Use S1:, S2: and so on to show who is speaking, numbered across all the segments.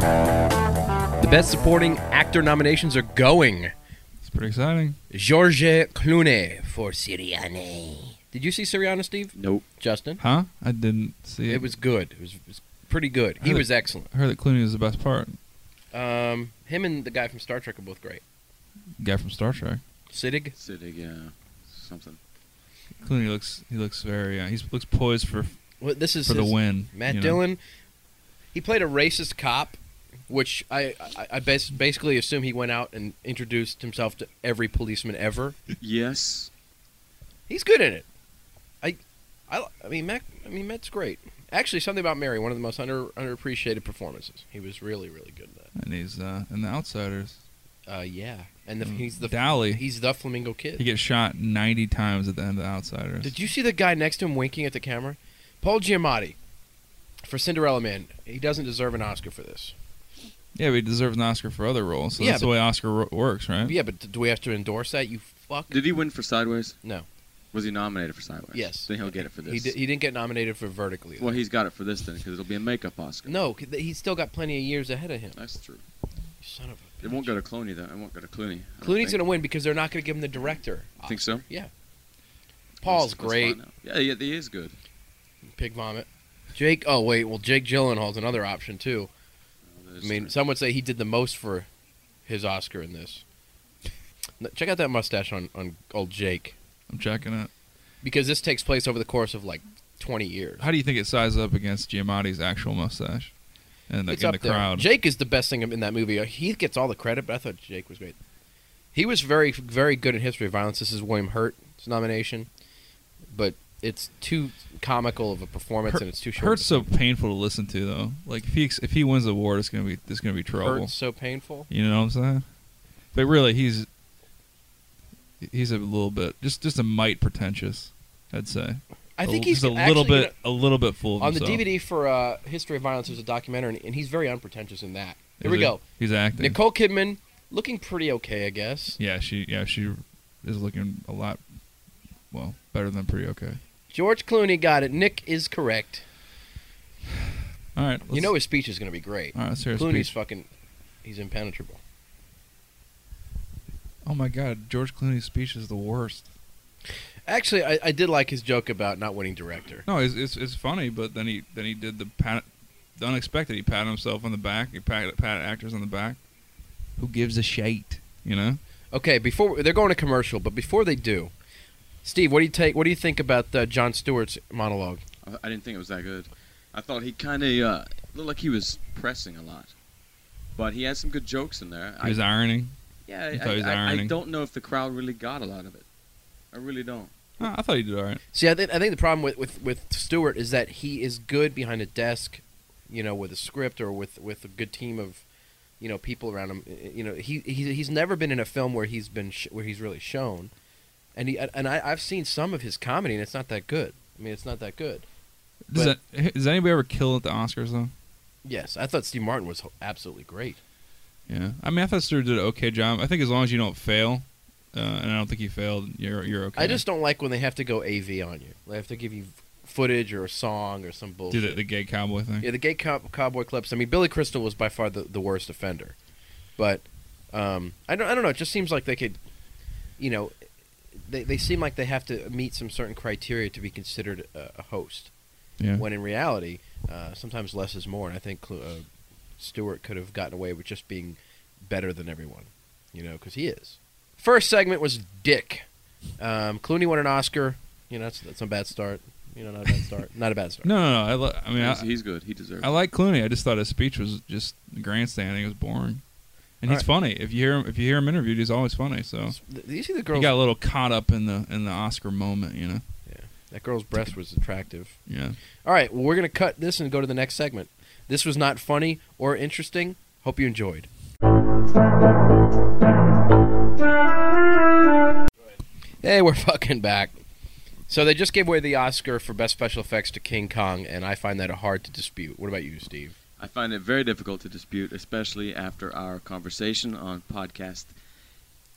S1: The best supporting actor nominations are going.
S2: It's pretty exciting.
S1: Georges Clooney for Siriane. Did you see Siriana, Steve?
S3: Nope.
S1: Justin?
S2: Huh? I didn't see it.
S1: It was good. It was, it was pretty good.
S2: I
S1: He
S2: like-
S1: was excellent.
S2: I heard that Clooney was the best part.
S1: Um, him and the guy from Star Trek are both great.
S2: Guy from Star Trek.
S1: Siddig?
S3: Sitting, yeah. Something.
S2: Clooney looks. He looks very. Uh, he looks poised for
S1: Well, this is
S2: for the
S1: his-
S2: win.
S1: Matt
S2: you know?
S1: Dillon. He played a racist cop, which I I, I bas- basically assume he went out and introduced himself to every policeman ever.
S3: Yes.
S1: He's good in it. I I, I mean Matt I mean Matt's great. Actually, something about Mary, one of the most under underappreciated performances. He was really really good in
S2: And he's uh, in the Outsiders.
S1: that. Uh, yeah, and the,
S2: Mm.
S1: he's the
S2: Dally.
S1: he's the flamingo kid.
S2: He gets shot 90 times at the end of the Outsiders.
S1: Did you see the guy next to him winking at the camera? Paul Giamatti for Cinderella Man. He doesn't deserve an Oscar for this.
S2: yeah, but he deserves an Oscar for other roles. So
S1: Yeah,
S2: that's the way Oscar ro- works, right?
S1: Yeah, but do we have to endorse that? You fuck.
S3: Did he win for Sideways?
S1: No.
S3: Was he nominated for Sideways?
S1: Yes.
S3: Then he'll get it for this.
S1: He, di- he didn't get nominated for Vertically.
S3: well, he's got it for this then because it'll be a makeup Oscar.
S1: no, c- th- he's still got plenty of years ahead of him.
S3: That's true.
S1: Son of a.
S3: It won't go to Clooney though. It won't go to Clooney. I don't
S1: Clooney's
S3: think.
S1: gonna win because they're not gonna give him the director.
S3: Think so?
S1: Paul's
S3: Let's- let's
S1: great.
S3: find out. Yeah, yeah, he is good.
S1: Pig vomit. Jake. Oh wait. Well, Jake Gyllenhaal's another option too. I mean, some would say he did the most for his Oscar in this. N- Check out that mustache on on old Jake
S2: I'm checking it.
S1: because this takes place over the course of like 20 years.
S2: How do you think it sizes up against Giamatti's actual mustache? And like
S1: It's
S2: in
S1: up
S2: the
S1: there.
S2: crowd.
S1: Jake is the best thing in that movie. Uh, He gets all the credit, but I thought Jake was great. He was very, very good in History of Violence. This is William Hurt's nomination, but it's too comical of a performance
S2: Hurt-
S1: and it's too short.
S2: Hurt's so painful to listen to though. Like if he ex- if he wins the award, it's gonna be there's gonna be trouble.
S1: Hurt's so painful.
S2: You know what I'm saying? But really, he's he's a little bit just just a mite pretentious. I'd say.
S1: I
S2: A-
S1: think he's
S2: just a little
S1: actually
S2: bit a little bit full of
S1: gonna- on the
S2: himself.
S1: DVD for uh, History of Violence. There's a documentary, and, and he's very unpretentious in that. Here we
S2: Is it-
S1: go.
S2: He's acting.
S1: Nicole Kidman looking pretty okay, I guess.
S2: Yeah, she yeah she is looking a lot well better than pretty okay.
S1: George Clooney got it. Nick is correct.
S2: All right,
S1: you
S2: let's-
S1: know his speech is going to be great.
S2: All right, let's hear his
S1: Clooney's
S2: speech.
S1: fucking, he's impenetrable.
S2: Oh my God, George Clooney's speech is the worst.
S1: Actually, I, I did like his joke about not winning director.
S2: No, it's, it's it's funny, but then he then he did the pat, the unexpected. He patted himself on the back. He patted patted actors on the back. Who gives a shite? You know.
S1: Okay, before they're going to commercial, but before they do, Steve, what do you take? What do you think about uh, John Stewart's monologue?
S3: I, I didn't think it was that good. I thought he kind of uh, looked like he was pressing a lot, but he had some good jokes in there.
S2: He was
S3: I,
S2: ironing.
S3: yeah,
S2: he
S3: I,
S2: thought he was
S3: I, I- I
S2: ironing.
S3: don't know if the crowd really got a lot of it. I really don't.
S2: Oh, I thought he did all right.
S1: See, I think I think the problem with, with with Stewart is that he is good behind a desk, you know, with a script or with with a good team of, you know, people around him. Uh, You know, he, he he's never been in a film where he's been sh- where he's really shown, and he and I, I've seen some of his comedy, and it's not that good. I mean, it's not that good.
S2: Does, that, does anybody ever kill at the Oscars though?
S1: Yes, I thought Steve Martin was ho- absolutely great.
S2: Yeah, I mean, I thought Stewart did an okay job. I think as long as you don't fail, uh, and I don't think he failed, you're you're okay.
S1: I just don't like when they have to go AV on you. They have to give you footage or a song or some
S2: do
S1: bullshit.
S2: the, the gay cowboy thing.
S1: yeah, the gay cow- cowboy clips. I mean, Billy Crystal was by far the, the worst offender, but um, I don't I don't know. It just seems like they could, you know, they they seem like they have to meet some certain criteria to be considered a, a host.
S2: Yeah.
S1: When in reality, uh, sometimes less is more. And I think Clu- uh, Stewart could have gotten away with just being better than everyone, you know, because he is. First segment was Dick. Um, Clooney won an Oscar. You know, that's, that's a bad start. You know, not a bad start. not a bad start.
S2: No, no, no. I, li- I mean,
S3: he's,
S2: I,
S3: he's good. He deserves.
S2: I like Clooney. I just thought his speech was just grandstanding. It was boring, and he's
S1: Alright.
S2: funny. If you hear him, if you hear him interviewed, he's always funny. So
S1: Th- Do you see the
S2: he
S1: girls?
S2: got a little caught up in the in the Oscar moment, you know.
S1: Yeah. That girl's breast was attractive.
S2: Yeah.
S1: All right, well, we're going to cut this and go to the next segment. This was not funny or interesting. Hope you enjoyed. Hey, we're fucking back. So they just gave away the Oscar for Best Special Effects to King Kong, and I find that hard to dispute. What about you, Steve?
S3: I find it very difficult to dispute, especially after our conversation on podcast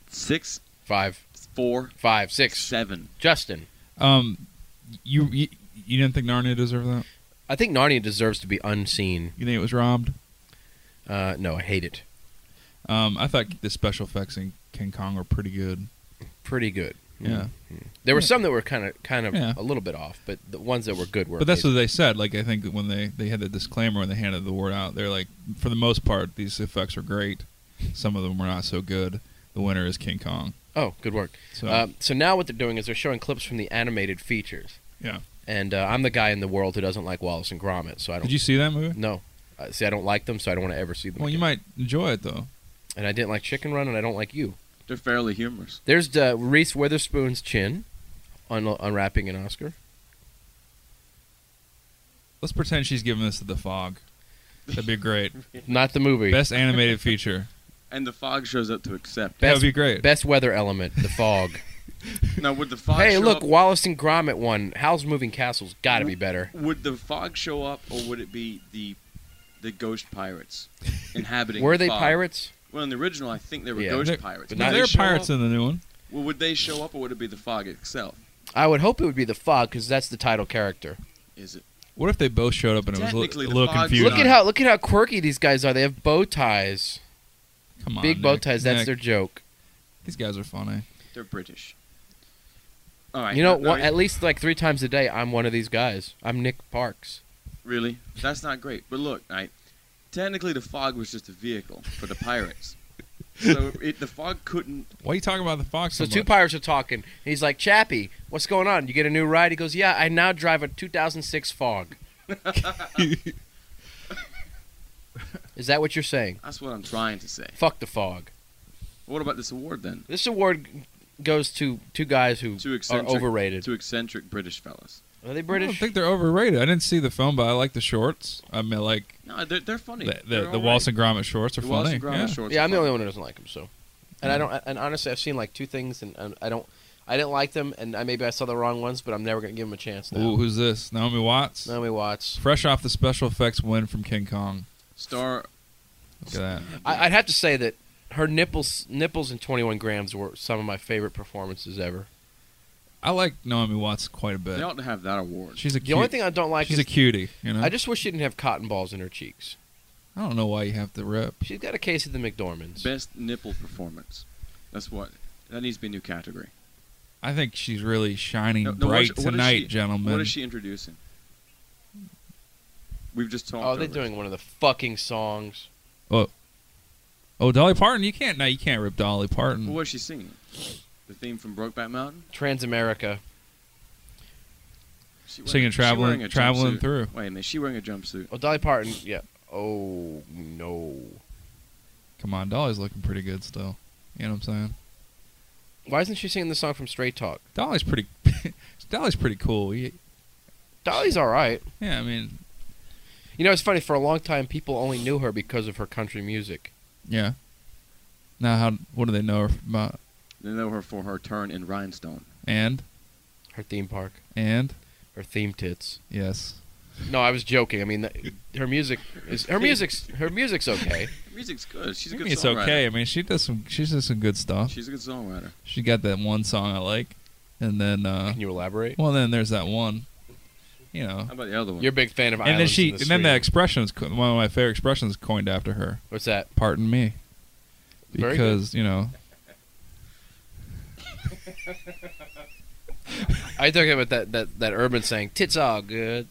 S3: six,
S1: Five,
S3: four,
S1: five, six.
S3: seven.
S1: Justin,
S2: Um, you, you you didn't think Narnia deserved that?
S1: I think Narnia deserves to be unseen.
S2: You think it was robbed?
S1: Uh, no, I hate it.
S2: Um, I thought the special effects in King Kong were pretty good.
S1: Pretty good.
S2: Yeah,
S1: There were some that were kind of, kind of
S2: Yeah.
S1: a little bit off, but the ones that were good were.
S2: but that's
S1: amazing.
S2: what they said. Like I think that when they they had the disclaimer when they handed the award out, they're like, for the most part, these effects are great. Some of them were not so good. The winner is King Kong.
S1: oh, good work.
S2: So
S1: Uh, so now what they're doing is they're showing clips from the animated features.
S2: Yeah.
S1: And uh, I'm the guy in the world who doesn't like Wallace and Gromit, so I don't.
S2: did you see that movie?
S1: No. Uh, see, I don't like them, so I don't want to ever see them.
S2: Well, you
S1: again.
S2: might enjoy it though.
S1: And I didn't like Chicken Run, and I don't like you.
S3: They're fairly humorous.
S1: There's uh, Reese Witherspoon's chin, un- unwrapping an Oscar.
S2: Let's pretend she's giving this to the fog. That'd be great.
S1: Not the movie.
S2: Best animated feature.
S3: And the fog shows up to accept.
S2: That
S1: Best-
S2: would be great.
S1: Best weather element, the fog.
S3: Now, would the fog?
S1: hey,
S3: show
S1: look,
S3: up-
S1: Wallace and Gromit won. Howl's Moving Castle's got to be better.
S3: would the fog show up, or would it be the the ghost pirates inhabiting?
S1: Were
S3: the
S1: they
S3: fog?
S1: pirates?
S3: Well, in the original, I think they were
S1: Yeah.
S3: ghost
S2: They're-
S3: pirates.
S1: but
S3: Would
S1: not-
S3: they
S2: there are
S3: show
S2: pirates
S3: Up,
S2: in the new one.
S3: well, would they show up, or would it be the fog itself?
S1: I would hope it would be the fog because that's the title character.
S3: Is it?
S2: What if they both showed up and it was a little,
S3: Technically,
S2: a
S3: the
S2: little
S3: fog's-
S2: confusing?
S1: look at how look at how quirky these guys are. They have bow ties,
S2: Come on,
S1: big bow
S2: Nick.
S1: ties. That's
S2: Nick,
S1: their joke.
S2: These guys are funny.
S3: They're British. All right. uh, oh,
S1: You know,
S3: no,
S1: one,
S3: no,
S1: at least like three times a day, I'm one of these guys. I'm Nick Parks.
S3: Really? That's not great. But look, all right. Technically, the fog was just a vehicle for the pirates. so it, the fog couldn't.
S2: Why are you talking about the fox?
S1: So
S2: so
S1: two
S2: much?
S1: pirates are talking. He's like, Chappie, what's going on? You get a new ride? He goes, Yeah, I now drive a 2006 Fog. Is that what you're saying?
S3: That's what I'm trying to say.
S1: Fuck the fog.
S3: What about this award then?
S1: This award g- goes to two guys who
S3: Two
S1: are
S3: eccentric,
S1: overrated.
S3: two eccentric British fellas.
S1: Are they
S2: I don't
S1: British?
S2: think they're overrated. I didn't see the film, but I like the shorts. I mean, like
S3: No, they're, they're funny.
S2: the
S3: They're
S2: the, the
S3: all
S2: Wallace
S3: right.
S2: and Gromit shorts are
S3: The Wallace
S2: funny.
S3: and Gromit
S2: yeah.
S3: shorts.
S1: Yeah,
S3: are
S1: I'm the
S3: funny.
S1: only one who doesn't like them. So, and I don't. And honestly, I've seen like two things, and, and I don't. I didn't like them, and I, maybe I saw the wrong ones, but I'm never gonna give them a chance now.
S2: Ooh, who's this? Naomi Watts.
S1: Naomi Watts.
S2: Fresh off the special effects win from King Kong.
S3: Star.
S2: Look at that.
S1: I, I'd have to say that her nipples, nipples, and 21 grams were some of my favorite performances ever.
S2: I like Naomi Watts quite a
S3: They
S2: bit.
S3: ought to have that award.
S2: She's a
S1: The
S2: cute,
S1: only thing I don't like
S2: she's
S1: is
S2: a cutie. You know,
S1: I just wish she didn't have cotton balls in her cheeks.
S2: I don't know why you have to rip.
S1: She's got a case of the McDormans.
S3: Best nipple performance. That's what. That needs to be a new category.
S2: I think she's really shining
S3: No, no, what
S2: bright
S3: is- what is
S2: tonight,
S3: she-
S2: gentlemen.
S3: What is she introducing? We've just talked.
S1: oh, they're
S3: over it.
S1: doing one of the fucking songs.
S2: Oh, Dolly Parton. You can't. No, you can't rip Dolly Parton.
S3: Well, what is she singing? The theme from Brokeback Mountain.
S1: Transamerica.
S3: She wearing-
S2: Singing
S3: she wearing
S2: traveling,
S3: a
S2: traveling
S3: jumpsuit.
S2: through.
S3: Wait a minute, is she wearing a jumpsuit?
S1: Oh, Dolly Parton. Yeah. Oh no.
S2: Come on, Dolly's looking pretty good still. You know what I'm saying?
S1: Why isn't she singing the song from Straight Talk?
S2: Dolly's pretty. Dolly's pretty cool. You-
S1: Dolly's all right.
S2: Yeah, I mean,
S1: You know, it's funny. For a long time, people only knew her because of her country music.
S2: yeah. Now, how? What do they know her about?
S3: They know her for her turn in Rhinestone.
S2: And
S1: Her theme park,
S2: and
S1: her theme tits.
S2: yes,
S1: No, I was joking. I mean, th- her music is her music's her music's okay.
S3: Her music's good. She's a
S2: I
S3: good
S2: mean, it's
S3: songwriter.
S2: okay. I mean, she does some. She does some good stuff.
S3: She's a good songwriter.
S2: She got that one song I like, and then uh,
S1: Can you elaborate?
S2: well, then there's that one. You know,
S3: How about the other one?
S1: You're a big fan of
S2: and then
S1: Islands
S2: she,
S1: in the
S2: and then the
S1: Stream.
S2: expression is co- one of my favorite expressions coined after her.
S1: What's that?
S2: Pardon me,
S1: Very good.
S2: because you know,
S1: I talking about that that that urban saying. Tits all good.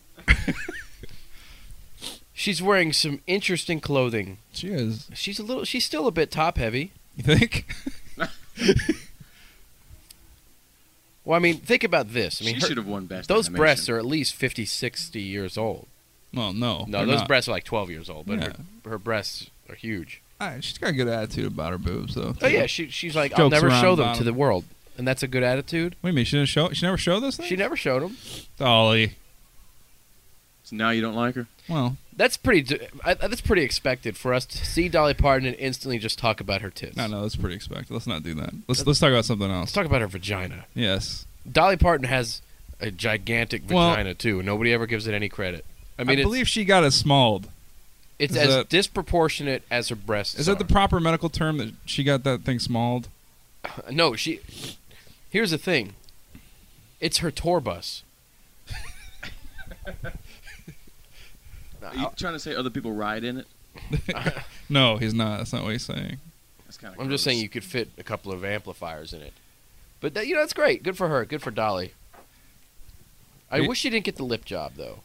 S1: She's wearing some interesting clothing.
S2: she is.
S1: She's a little. She's still a bit top heavy.
S2: You think?
S1: Well, I mean, think about this. I mean,
S3: she
S1: her-
S3: should have won best.
S1: those
S3: animation.
S1: breasts are at least 50, 60 years old.
S2: Well, no,
S1: No,
S2: Oh, they're
S1: those
S2: not.
S1: breasts are like 12 years old, but
S2: Yeah.
S1: her, her breasts are huge.
S2: All right, she's got a good attitude about her boobs, though.
S1: Oh
S2: too.
S1: yeah, she, she's like, I'll
S2: Jokes
S1: never
S2: around
S1: show them
S2: about
S1: to
S2: them.
S1: the world. and that's a good attitude.
S2: What do you mean? She didn't show. She never showed this thing.
S1: She never showed him.
S2: Dolly.
S3: So now you don't like her?
S2: Well,
S1: That's pretty. d- I- that's pretty expected for us to see Dolly Parton and instantly just talk about her tits.
S2: no, no, that's pretty expected. Let's not do that. Let's let's talk about something
S1: Let's
S2: else.
S1: talk about her vagina.
S2: Yes.
S1: Dolly Parton has a gigantic
S2: Well-
S1: vagina too. Nobody ever gives it any credit. I
S2: I
S1: mean,
S2: mean, I
S1: it's,
S2: believe she got it smalled.
S1: it's
S2: is
S1: as
S2: that-
S1: disproportionate as her breasts.
S2: Is that the
S1: are.
S2: proper medical term that she got that thing smalled?
S1: No, she. Here's the thing. It's her tour bus.
S3: Are you trying to say other people ride in it?
S2: No, he's not. That's not what he's saying.
S3: That's kind of.
S1: I'm just saying you could fit a couple of amplifiers in it. But that, you know that's great. Good for her. Good for Dolly. I
S2: Are you-
S1: wish she didn't get the lip job though.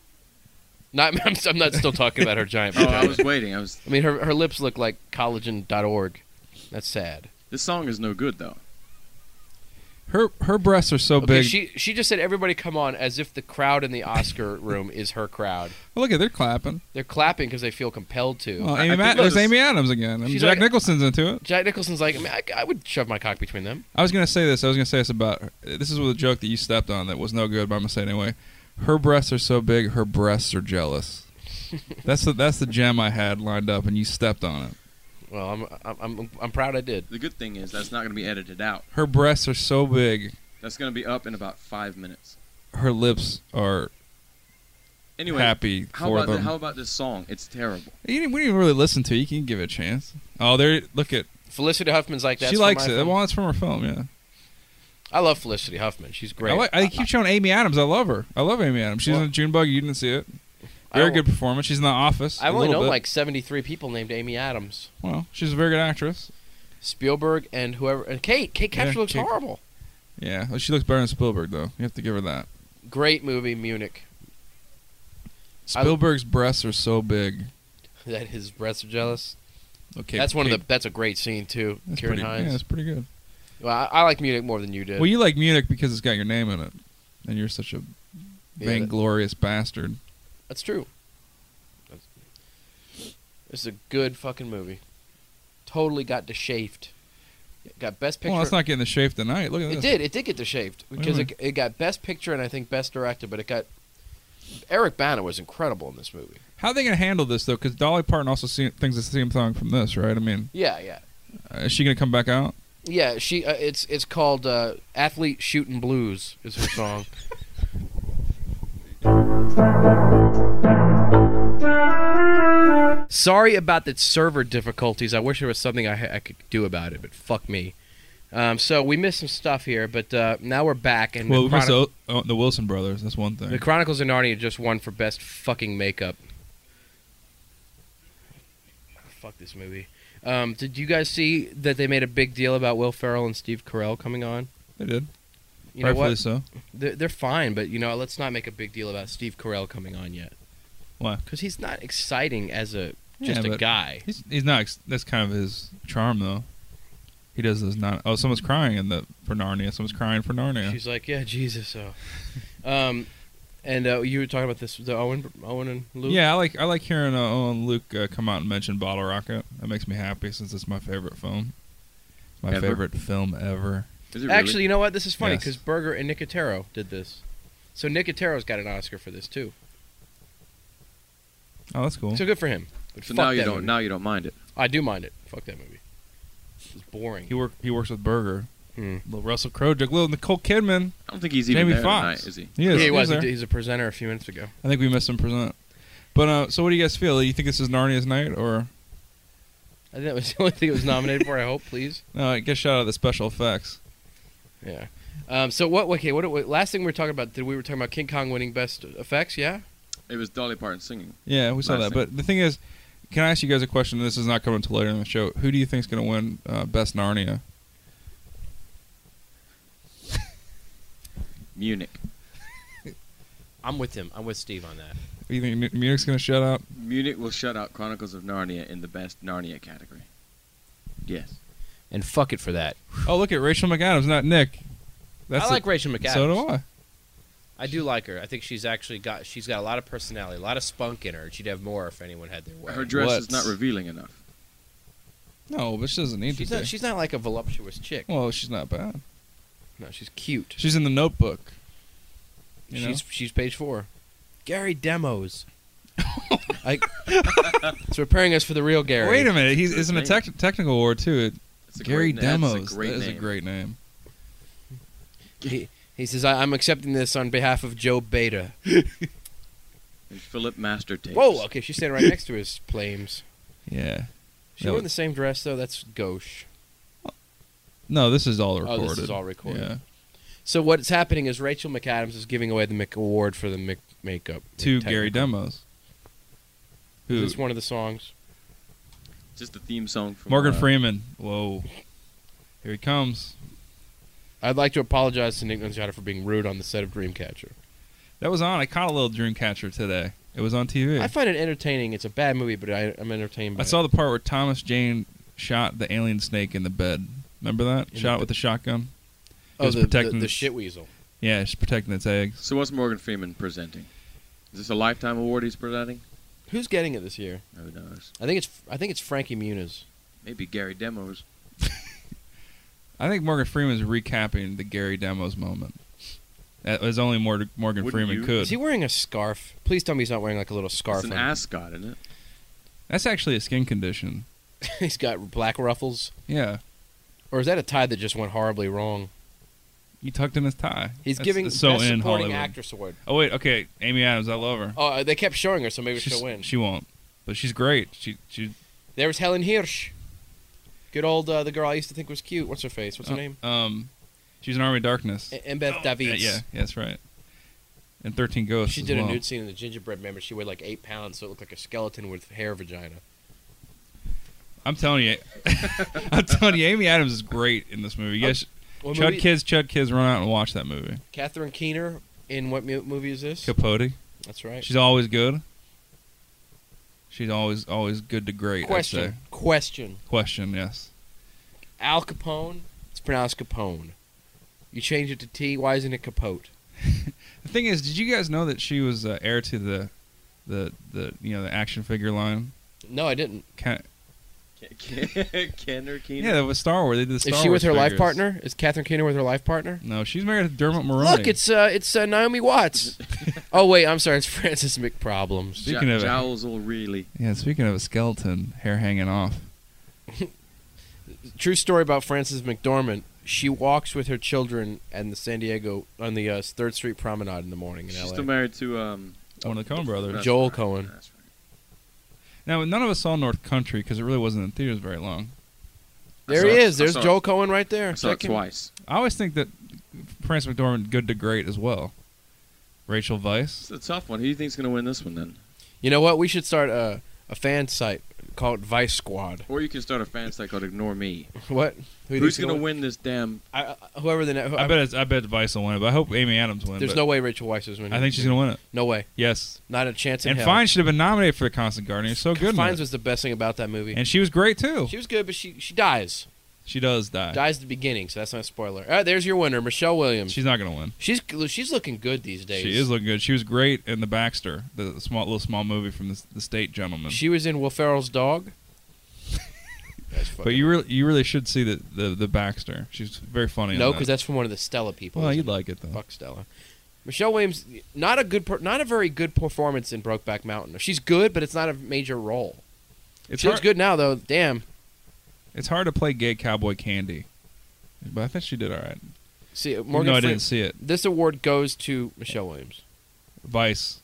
S1: Not I'm, I'm not still talking about her giant.
S3: Oh, I
S1: vagina.
S3: was waiting. I was.
S1: I mean her her lips look like collagen.org. That's sad.
S3: This song is no good though.
S2: Her her breasts are so
S1: Okay,
S2: big.
S1: she she just said everybody come on as if the crowd in the Oscar room is her crowd.
S2: Well, look at they're clapping.
S1: They're clapping because they feel compelled to.
S2: Well,
S3: I- I
S2: Amy
S3: think
S2: Ad-
S3: that
S2: there's
S3: was-
S2: Amy Adams again. And
S1: She's
S2: Jack
S1: like-
S2: Nicholson's into it.
S1: Jack Nicholson's like, I, mean, I, I would shove my cock between them.
S2: I was gonna say this. I was gonna say this about. This is with a joke that you stepped on that was no good, but I'm gonna say it anyway. Her breasts are so big. Her breasts are jealous. that's the that's the gem I had lined up, and you stepped on it.
S1: Well, I'm I'm I'm, I'm proud I did.
S3: The good thing is that's not going to be edited out.
S2: Her breasts are so big.
S3: That's going to be up in about five minutes.
S2: Her lips are
S3: Anyway,
S2: happy
S3: how
S2: for
S3: about
S2: them.
S3: the, how about this song? It's terrible.
S2: You didn't, we didn't even really listen to. it. You can give it a chance. Oh, there. Look at.
S1: Felicity Huffman's like that.
S2: she likes it. Well, it's from her film. Yeah.
S1: I love Felicity Huffman. She's great.
S2: I, like, I keep showing Amy Adams. I love her. I love Amy Adams. She's in Junebug. You didn't see it.
S1: I
S2: Very
S1: don't-
S2: good performance. She's in The Office.
S1: I
S2: a
S1: only
S2: little
S1: know
S2: bit.
S1: like 73 people named Amy Adams.
S2: Well, she's a very good actress.
S1: Spielberg and whoever. And Kate. Kate
S2: Yeah,
S1: Capture looks
S2: Kate-
S1: horrible.
S2: Yeah, well, she looks better than Spielberg though. You have to give her that.
S1: Great movie, Munich. I-
S2: Spielberg's breasts are so big.
S1: That his breasts are jealous.
S2: Okay,
S1: that's one of the. That's a great scene too.
S2: That's
S1: Kieran
S2: pretty, yeah,
S1: Hines.
S2: that's pretty good.
S1: Well, I, I like Munich more than you did.
S2: Well, you like Munich because it's got your name in it, and you're such a
S1: Yeah,
S2: vainglorious bastard.
S1: that's true. That's, this is a good fucking movie. Totally got deshafed. Got best picture.
S2: Well, it's not getting the shape tonight. Look at
S1: It
S2: this.
S1: did. It did get the shaved
S2: a
S1: because it, it got best picture and I think best director, but it got Eric Bana was incredible in this movie.
S2: How are they gonna handle this though? Because Dolly Parton also see, thinks it's the same song from this, right? I mean,
S1: Yeah, yeah,
S2: uh, is she gonna come back out?
S1: yeah. She uh, it's it's called uh, "Athlete Shooting Blues" is her song. Sorry about the server difficulties. I wish there was something I, ha- I could do about it, but fuck me. Um, so we missed some stuff here, but uh, now we're back and
S2: Well,
S1: the
S2: we missed
S1: chronic-
S2: the, oh, the Wilson brothers. That's one
S1: The
S2: thing.
S1: Chronicles of Narnia just won for best fucking makeup. Fuck this movie. Um, did you guys see that they made a big deal about Will Ferrell and Steve Carell coming on?
S2: They did.
S1: You know
S2: Rightfully
S1: what?
S2: so.
S1: They're, they're fine, but you know, let's not make a big deal about Steve Carell coming on yet.
S2: Why?
S1: Because he's not exciting as a just
S2: Yeah,
S1: a
S2: but-
S1: guy.
S2: He's he's not. ex- That's kind of his charm, though. He does this not. Oh, someone's crying in the for Narnia. Someone's crying for Narnia.
S1: She's like, yeah, Jesus. Oh. um, and uh, you were talking about this, the Owen, Owen and Luke.
S2: Yeah, I like I like hearing uh, Owen Luke uh, come out and mention Bottle Rocket. That makes me happy since it's my favorite film. It's my
S3: Ever?
S2: favorite film ever.
S3: Is it really?
S1: Actually, you know what? This is funny
S2: Yes.
S1: because Berger and Nicotero did this. So Nicotero's got an Oscar for this too.
S2: Oh, that's cool.
S1: So good for him. But
S3: so
S1: fuck
S3: now you
S1: that
S3: don't.
S1: movie.
S3: Now you don't mind it.
S1: I do mind it. Fuck that movie. It's boring.
S2: He work he works with Berger,
S1: Hmm.
S2: little Russell Crowe, Jack- little Nicole Kidman.
S3: I don't think he's even
S2: Jamie
S3: there
S2: Foxx.
S3: tonight, is he?
S2: He
S1: yeah,
S2: is.
S1: he
S2: He's
S1: was.
S2: there.
S1: He's a presenter a few minutes ago.
S2: I think we missed him present. But uh, so what do you guys feel? Do you think this is Narnia's night, or
S1: I think that was the only thing it was nominated for. I hope, please.
S2: no? I guess shout out to the special effects.
S1: Yeah. Um, so what? Okay. What, what? Last thing we were talking about? Did we were talking about King Kong winning best effects? Yeah.
S3: It was Dolly Parton singing.
S2: Yeah, we saw
S3: Nice
S2: that. But the thing is, can I ask you guys a question? This is not coming until later in the show. Who do you think's going to win uh, best Narnia?
S3: Munich.
S1: I'm with him. I'm with Steve on that.
S2: You think Mu- Munich's going to shut out?
S3: Munich will shut out Chronicles of Narnia in the best Narnia category. Yes.
S1: And fuck it for that.
S2: Oh, look at Rachel McAdams, not Nick. That's
S1: I
S2: the-
S1: like Rachel McAdams.
S2: So do I.
S1: I do like her. I think she's actually got she's got a lot of personality, a lot of spunk in her. and She'd have more if anyone had their way.
S3: Her dress is
S2: What?
S3: not revealing enough.
S2: No, but she doesn't need
S1: she's
S2: to.
S1: not
S2: be.
S1: she's not like a voluptuous chick.
S2: well, she's not bad.
S1: No, she's cute.
S2: She's in the Notebook. You know?
S1: she's she's page four. Gary demos. like it's preparing us for the real Gary.
S2: Wait a minute, he's
S3: That's
S2: is in a
S3: me.
S2: tech technical award too.
S3: That's a
S2: Gary
S3: great, na- that's
S2: Demos.
S3: a great
S2: that is
S3: name.
S2: a great name.
S1: He, he says, I, "I'm accepting this on behalf of Joe Beta."
S3: And Philip Master Tapes.
S1: Whoa, okay, she's standing right next to his flames.
S2: Yeah.
S1: She
S2: No.
S1: wore the same dress though. That's gauche.
S2: No, this is all
S1: Oh,
S2: recorded.
S1: this is all recorded.
S2: Yeah.
S1: So what's happening is Rachel McAdams is giving away the Mick award for the Mick makeup
S2: To
S1: Technical.
S2: Gary Demos.
S1: Is
S2: Who?
S1: this one of the songs?
S3: Just the theme song from
S2: Morgan
S3: uh,
S2: Freeman. Whoa. Here he comes.
S1: I'd like to apologize to Nick Nunziata for being rude on the set of Dreamcatcher.
S2: That was on. I caught a little Dreamcatcher today. It was on TV.
S1: I find it entertaining. It's a bad movie, but I, I'm entertained by
S2: I saw the part where Thomas Jane shot the alien snake in the bed. Remember that?
S1: In the
S2: shot
S1: bed.
S2: with the shotgun.
S1: it. Oh,
S2: was
S1: the, the,
S2: protecting
S1: the
S2: its-
S1: shit weasel.
S2: Yeah, she's protecting its eggs.
S3: So what's Morgan Freeman presenting? Is this a lifetime award he's presenting?
S1: Who's getting it this year?
S3: Who knows?
S1: I think it's I think it's Frankie Muniz.
S3: Maybe Gary Demos.
S2: I think Morgan Freeman's recapping the Gary Demos moment. That was only Mor- Morgan
S3: Wouldn't
S2: Freeman
S3: you?
S2: could.
S1: Is he wearing a scarf? Please tell me he's not wearing like a little scarf.
S3: It's an
S1: on-
S3: ascot, isn't it?
S2: That's actually a skin condition.
S1: he's got black ruffles,
S2: Yeah.
S1: or is that a tie that just went horribly wrong?
S2: He tucked in his tie.
S1: He's
S2: That's-
S1: giving
S2: that's so
S1: best
S2: in
S1: supporting
S2: Hollywood.
S1: actress award.
S2: Oh wait, okay, Amy Adams, I love her.
S1: Oh, they kept showing her, so maybe
S2: She's-
S1: she'll win.
S2: She won't, but she's great. She she.
S1: There was Helen Hirsch. Good old uh, the girl I used to think was cute. What's her face? What's her
S2: uh,
S1: name?
S2: Um, she's an Army of Darkness.
S1: E- Embeth
S2: Oh, Yeah,
S1: Davids.
S2: yeah, that's right. And Thirteen Ghosts.
S1: She
S2: as
S1: did
S2: well.
S1: a nude scene in the Gingerbread Man, but she weighed like eight pounds, so it looked like a skeleton with hair vagina.
S2: I'm telling you, I'm telling you, Amy Adams is great in this movie. Yes,
S1: Uh, What
S2: Chud
S1: movie-
S2: kids, Chud kids, run out and watch that movie.
S1: Catherine Keener in what mu- movie is this?
S2: Capote.
S1: That's right.
S2: She's always good. She's always always good to great. I'd
S1: Question.
S2: say.
S1: Question.
S2: Question. Yes.
S1: Al Capone. It's pronounced Capone. You change it to T. Why isn't it Capote?
S2: The thing is, did you guys know that she was uh, heir to the, the the you know the action figure line?
S1: No, I didn't.
S2: Can,
S3: Ken or Keener?
S2: yeah, that was Star Wars. They did the Star
S1: is she with
S2: Wars
S1: her life
S2: figures.
S1: partner? Is Catherine Keener with her life partner?
S2: No, she's married to Dermot Mulroney.
S1: Look, it's uh, it's uh, Naomi Watts. oh wait, I'm sorry, it's Francis McProblem.
S2: speaking of it.
S3: Jowls will really.
S2: yeah. Speaking of a skeleton, hair hanging off.
S1: True story about Frances McDormand. She walks with her children and the San Diego on the uh, Third Street Promenade in the morning in
S3: She's
S1: L.A.
S3: still married to um.
S2: One of the Coen brothers.
S3: that's
S1: Joel
S3: right,
S1: Coen.
S3: That's right.
S2: Now, none of us saw North Country because it really wasn't in theaters very long.
S3: I
S1: there
S3: saw
S1: he
S3: it-
S1: is.
S3: I
S1: There's
S3: saw it-
S1: Joel Cohen right there.
S3: I saw it
S1: Check him.
S3: twice.
S2: I always think that Frances McDormand good to great as well. Rachel Vice.
S3: It's a tough one. Who do you think's gonna win this one then?
S1: You know what? We should start a, a fan site called Vice Squad.
S3: Or you can start a fan site called Ignore Me.
S1: What? Who do you
S3: Who's
S1: think's
S3: gonna win this damn?
S1: I, I- whoever the ne- who,
S2: I bet it's, I bet Vice will win it, but I hope Amy Adams wins.
S1: There's no way Rachel Weisz is winning.
S2: I think she's gonna win it.
S1: No way.
S2: Yes.
S1: Not a chance in
S2: And
S1: hell.
S2: Fine should have been nominated for the Constant Gardener. It's so good. in
S1: Fines
S2: it.
S1: was the best thing about that movie.
S2: and she was great too.
S1: she was good, but she she dies.
S2: She does die.
S1: Dies at the beginning, so that's not a spoiler. All right, there's your winner, Michelle Williams.
S2: She's not gonna win.
S1: She's she's looking good these days.
S2: She is looking good. She was great in the Baxter, the small little small movie from the, the State Gentleman.
S1: She was in Will Ferrell's Dog. That's
S2: but you really you really should see the the, the Baxter. She's very funny.
S1: no,
S2: because
S1: because that's from one of the Stella people.
S2: well,
S1: isn't
S2: you'd
S1: it?
S2: like it though.
S1: fuck Stella. Michelle Williams, not a good, per- not a very good performance in Brokeback Mountain. She's good, but it's not a major role.
S2: It's
S1: she
S2: hard,
S1: looks good now, though. Damn.
S2: It's hard to play gay cowboy candy, but I think she did all right.
S1: See, Morgan.
S2: No, I
S1: Fre-
S2: didn't see it.
S1: This award goes to Michelle Williams.
S2: Vice.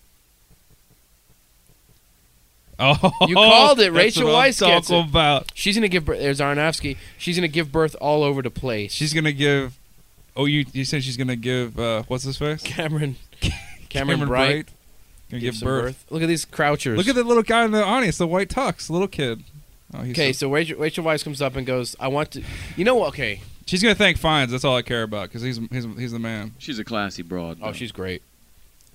S2: Oh,
S1: You called it.
S2: that's
S1: Rachel
S2: what I'm
S1: Weisz gets
S2: talking
S1: it.
S2: about.
S1: She's gonna give birth. There's Aronofsky. She's gonna give birth all over the place.
S2: She's gonna give. Oh, you you said she's gonna give. Uh, what's his face?
S1: Cameron. Cameron, Bright.
S2: Gonna
S1: gives
S2: give
S1: some
S2: birth.
S1: Look at these crouchers.
S2: Look at the little guy in the audience, the white tux, the little kid. Oh, he's
S1: Okay,
S2: so-
S1: so Rachel, Rachel Weisz comes up and goes, "I want to." You know what? Okay.
S2: she's gonna thank Fines. That's all I care about because he's he's he's the man.
S3: She's a classy broad.
S1: Oh,
S3: though.
S1: she's great.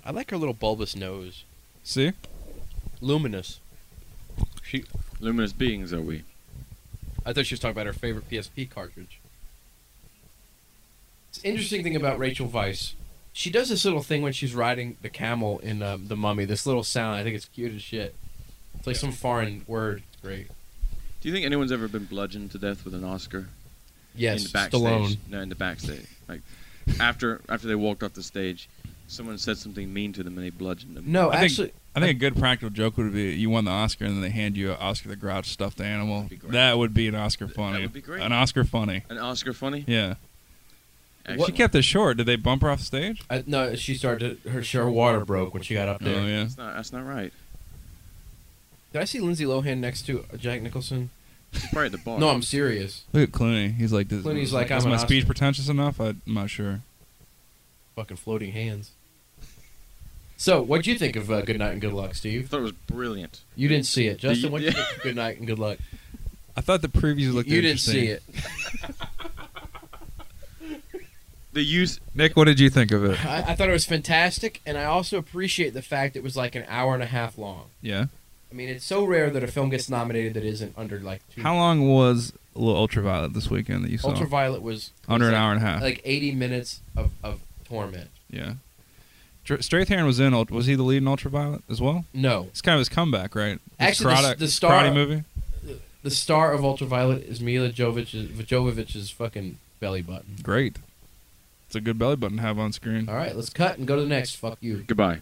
S1: I like her little bulbous nose.
S2: See,
S1: Luminous.
S3: luminous beings. Are we?
S1: I thought she was talking about her favorite PSP cartridge. It's interesting thing about Rachel Weisz. She does this little thing when she's riding the camel in um, the Mummy. This little sound, I think it's cute as shit. It's like some foreign word. Great.
S3: Do you think anyone's ever been bludgeoned to death with an Oscar
S1: Yes,
S3: in the backstage?
S1: Stallone.
S3: No, in the backstage. Like after after they walked off the stage, someone said something mean to them and they bludgeoned them.
S1: No,
S2: I think-
S1: actually,
S2: I think a good practical joke would be you won the Oscar and then they hand you an Oscar the Grouch stuffed animal.
S3: That'd be great.
S2: That would be an Oscar
S3: Th- that
S2: funny.
S3: would be great.
S2: An Oscar funny.
S3: An Oscar funny.
S2: Yeah. She
S3: Excellent.
S2: kept it short. Did they bump her off stage?
S4: I, no, she started. Her, her water broke when she got up there.
S2: Oh yeah.
S3: That's not, that's not right.
S1: did I see Lindsay Lohan next to Jack Nicholson?
S3: She's probably at the bar.
S4: No, I'm serious.
S2: Look at Clooney. He's like, this,
S1: Clooney's like,
S2: is
S1: I'm
S2: my
S1: an
S2: speech
S1: Oscar.
S2: pretentious enough? I'm not sure.
S4: Fucking floating hands. So, what'd you think of uh, Good Night and Good Luck, Steve?
S3: thought it was brilliant.
S4: You didn't see it, Justin.
S3: you-
S4: What'd you think of Good Night and Good Luck?
S2: I thought the previews looked.
S1: you didn't
S2: interesting.
S1: see it.
S3: The use.
S2: Nick, what did you think of it?
S1: I, I thought it was fantastic, and I also appreciate the fact it was like an hour and a half long.
S2: Yeah.
S1: I mean, it's so rare that a film gets nominated that isn't under like two.
S2: How long was Little Ultraviolet this weekend that you saw?
S1: Ultraviolet was
S2: Under
S1: was
S2: an
S1: like-
S2: hour and a half.
S1: like eighty minutes of, of torment.
S2: yeah. Dr- Strathairn was in. Ult- Was he the lead in Ultraviolet as well?
S1: No,
S2: It's kind of his comeback, right? His
S1: Actually, the-
S2: karate,
S1: the
S2: his
S1: star-
S2: karate movie.
S1: the star of Ultraviolet is Mila Jovovich, Jovovich's fucking belly button.
S2: Great. It's a good belly button to have on screen.
S1: All right, let's cut and go to the next. Fuck you.
S3: Goodbye.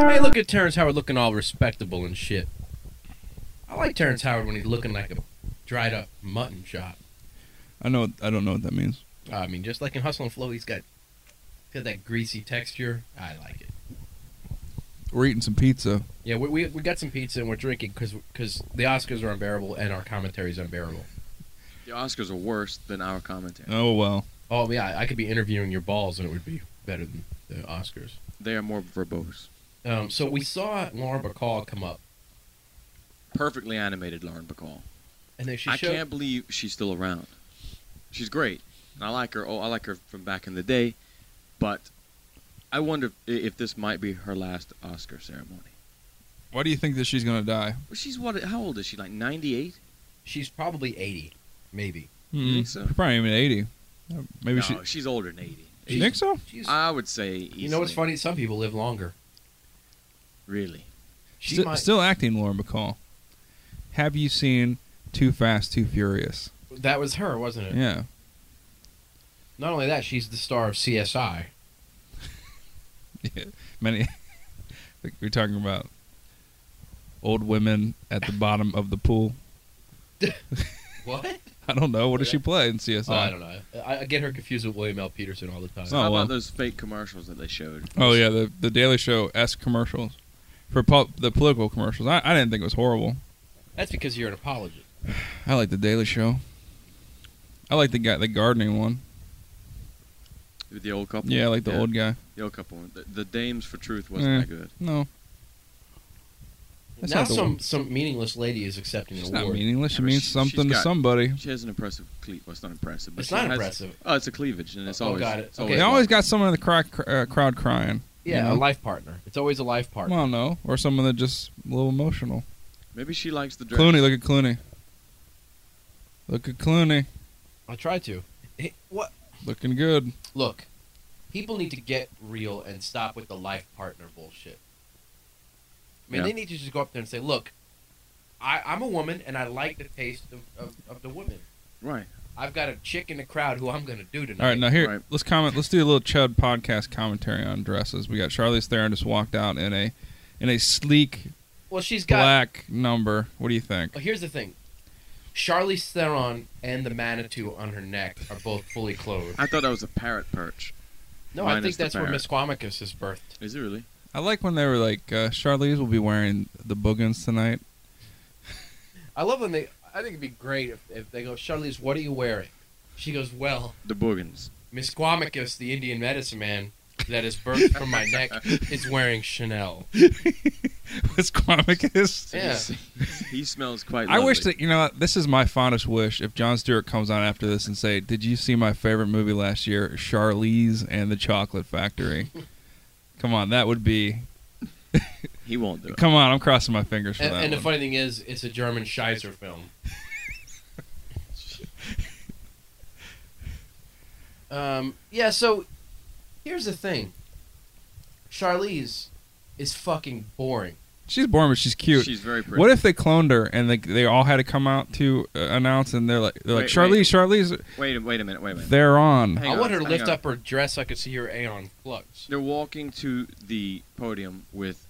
S1: Hey, look at Terrence Howard looking all respectable and shit. I like Terrence Howard when he's looking like a dried up mutton chop.
S2: I know. I don't know what that means.
S1: I mean, just like in Hustle and Flow, he's got got that greasy texture. I like it.
S2: We're eating some pizza.
S1: Yeah, we, we, we got some pizza and we're drinking because the Oscars are unbearable and our commentary is unbearable.
S3: The Oscars are worse than our commentary.
S2: Oh well.
S1: Oh yeah, I could be interviewing your balls and it would be better than the Oscars.
S3: They are more verbose.
S1: Um, so we saw Laura Bacall come up,
S3: Perfectly animated Lauren Bacall.
S1: and then she
S3: I
S1: showed.
S3: can't believe she's still around. She's great. And I like her. Oh, I like her from back in the day. But I wonder if, if this might be her last Oscar ceremony.
S2: Why do you think that she's gonna die?
S3: Well, she's what? How old is she? Like 98?
S1: She's probably eighty, maybe.
S3: You think so?
S2: She's Probably even eighty. Uh, Maybe
S3: no,
S2: she.
S3: she's older than 80.
S2: You think so?
S1: She's,
S3: I would say. Easily.
S1: you know what's funny? Some people live longer.
S3: Really?
S1: She
S2: Sti-
S1: might,
S2: Still acting, Lauren McCall. Have you seen Too Fast, Too Furious?
S1: that was her, wasn't it?
S2: Yeah.
S1: Not only that, she's the star of CSI.
S2: yeah. Many. I think we're talking about old women at the bottom of the pool.
S1: What?
S2: I don't know. What does she play in CSI?
S1: Oh, I don't know. I, I get her confused with William L. Peterson all the time.
S2: Oh,
S3: How
S2: well.
S3: about those fake commercials that they showed?
S2: Oh yeah, the the Daily Show s commercials for pol- the political commercials. I, I didn't think it was horrible.
S1: That's because you're an apologist.
S2: I like the Daily Show. I like the guy, the gardening one.
S3: With the old couple.
S2: Yeah, I like the old Eh. guy.
S3: The old couple. The, the Dames for Truth wasn't
S2: Yeah.
S3: that good.
S2: No, That's
S1: now
S2: not the
S1: some
S2: one.
S1: some meaningless lady is accepting
S2: she's
S1: an
S2: not
S1: award.
S2: meaningless. She
S3: Yeah, but
S2: means
S3: she-
S2: something
S3: she's
S2: to
S3: got-
S2: somebody.
S3: She has an impressive cleave. Well, it's not impressive, but
S1: It's
S3: she
S1: not
S3: has-
S1: impressive.
S3: Oh, it's a cleavage, and it's
S1: Oh,
S3: always.
S1: got it.
S3: It's
S1: Okay.
S2: They always got someone in the cry, cr- uh, crowd crying.
S1: Yeah,
S2: You know?
S1: a life partner. It's always a life partner.
S2: Well, no, or someone that just a little emotional.
S3: Maybe she likes the dress.
S2: Clooney, look at Clooney. Look at Clooney,
S1: I try to. Hey, what?
S2: looking good.
S1: Look, people need to get real and stop with the life partner bullshit. I mean,
S3: Yeah.
S1: they need to just go up there and say, "Look, I, I'm a woman, and I like the taste of, of, of the woman.
S3: Right.
S1: I've got a chick in the crowd who I'm going to do tonight."
S2: All right, now here,
S3: Right.
S2: let's comment. Let's do a little Chud podcast commentary on dresses. We got Charlize Theron just walked out in a in a sleek
S1: well, she's got.
S2: black number. What do you think?
S1: Well, here's the thing: Charlize Theron and the Manitou on her neck are both fully clothed.
S3: I thought that was a parrot perch.
S1: No, I
S3: Minus
S1: think
S3: the
S1: that's where
S3: parrot.
S1: Miss Quamicus is birthed.
S3: Is it really?
S2: I like when they were like, uh, Charlize will be wearing the boogans tonight.
S1: I love when they. I think it'd be great if, if they go, Charlize, what are you wearing? She goes, well,
S3: The boogans.
S1: Misquamicus, the Indian medicine man that is birthed from my neck, is wearing Chanel.
S2: Was Quamicus?
S1: Yeah.
S3: He smells quite.
S2: I wish
S3: lovely.
S2: that you know what, this is my fondest wish. If John Stewart comes on after this and say, "Did you see my favorite movie last year, Charlize and the Chocolate Factory?" Come on, that would be.
S3: he won't do it.
S2: Come on, I'm crossing my fingers for
S1: And,
S2: that.
S1: and the
S2: one.
S1: funny thing is, it's a German Scheiser film. um, yeah, so here's the thing Charlize is fucking boring.
S2: She's born, but she's cute.
S3: She's very pretty.
S2: what if they cloned her and they, they all had to come out to uh, announce and they're like they're like
S3: Wait, wait.
S2: Charlize Charlize
S3: Wait, a- wait a minute. Wait a minute.
S2: they're on
S3: Hang
S5: I
S3: on,
S5: want her to
S3: hang
S5: lift
S3: on.
S5: up her dress so I could see her Aeon plugs.
S3: They're walking to the podium with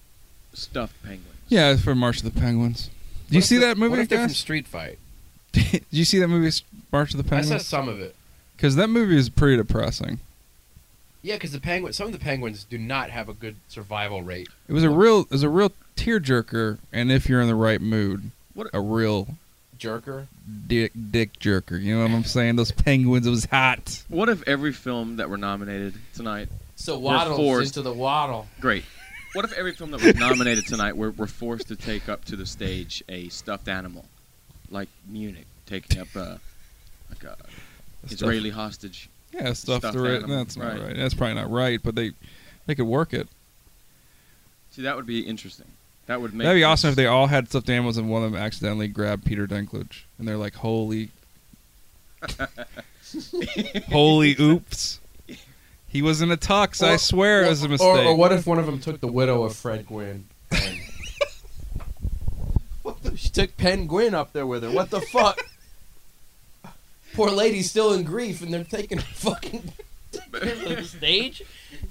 S3: stuffed penguins.
S2: yeah it's for March of the Penguins. Do
S5: What
S2: you
S5: if
S2: see
S5: they're-
S2: that movie,
S5: What if they're from
S2: guys?
S5: Street Fight?
S2: Do you see that movie S- March of the
S5: I saw
S2: Penguins?
S5: some of it.
S2: Because that movie is pretty depressing.
S5: Yeah, because the penguins, some of the penguins do not have a good survival rate.
S2: It was a real it was a real tearjerker, and if you're in the right mood,
S3: What-
S2: a real
S5: Jerker.
S2: dick dick jerker. You know what I'm saying? Those penguins, it was hot.
S3: What if every film that were nominated tonight?
S1: So
S3: We're
S1: waddles
S3: forced-
S1: into the waddle.
S3: Great. What if every film that was nominated tonight were, were forced to take up to the stage a stuffed animal, like Munich taking up a like a Israeli hostage?
S2: Yeah, stuff
S3: Stuffed
S2: through it.
S3: animal,
S2: That's not
S3: right.
S2: right. That's probably not right, but they they could work it.
S3: See, that would be interesting. That would make.
S2: That'd be awesome if they all had stuffed animals and one of them accidentally grabbed Peter Dinklage, and they're like, "Holy, holy, oops." He was in a tux. I
S1: Or-
S2: swear it was a mistake.
S1: Or, or what if one of them took the widow of Fred Gwynn? and- What the- she took Pen Gwynn up there with her. What the fuck? Poor lady's still in grief, and they're taking her fucking to the stage.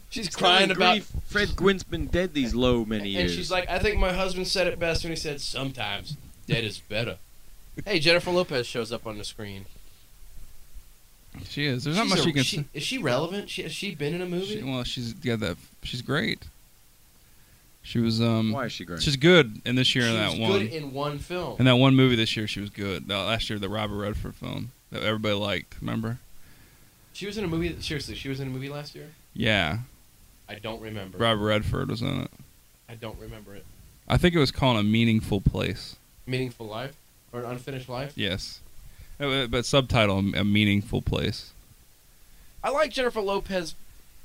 S1: She's crying about,
S3: grief. Fred Gwynn's been dead these low many
S1: and
S3: years.
S1: she's like, "I think my husband said it best when he said sometimes dead is better." Hey, Jennifer Lopez shows up on the screen.
S2: she is. There's not
S1: She's
S2: much
S1: a-
S2: you can.
S1: she- Is she relevant? She, has she been in a movie?
S2: She, well, she's got that. She's great. She was um.
S3: "Why is she great?"
S2: She's good in this year in
S1: She
S2: that
S1: was
S2: one.
S1: good in one film.
S2: in that one movie this year, she was good. No, last year, the Robert Redford film that everybody liked. Remember?
S1: She was in a movie. Seriously, she was in a movie last year.
S2: Yeah,
S1: I don't remember.
S2: Robert Redford was in it.
S1: I don't remember it.
S2: I think it was called a meaningful place.
S1: Meaningful Life or an Unfinished Life.
S2: Yes, Uh, but subtitle a meaningful place.
S1: I like Jennifer Lopez.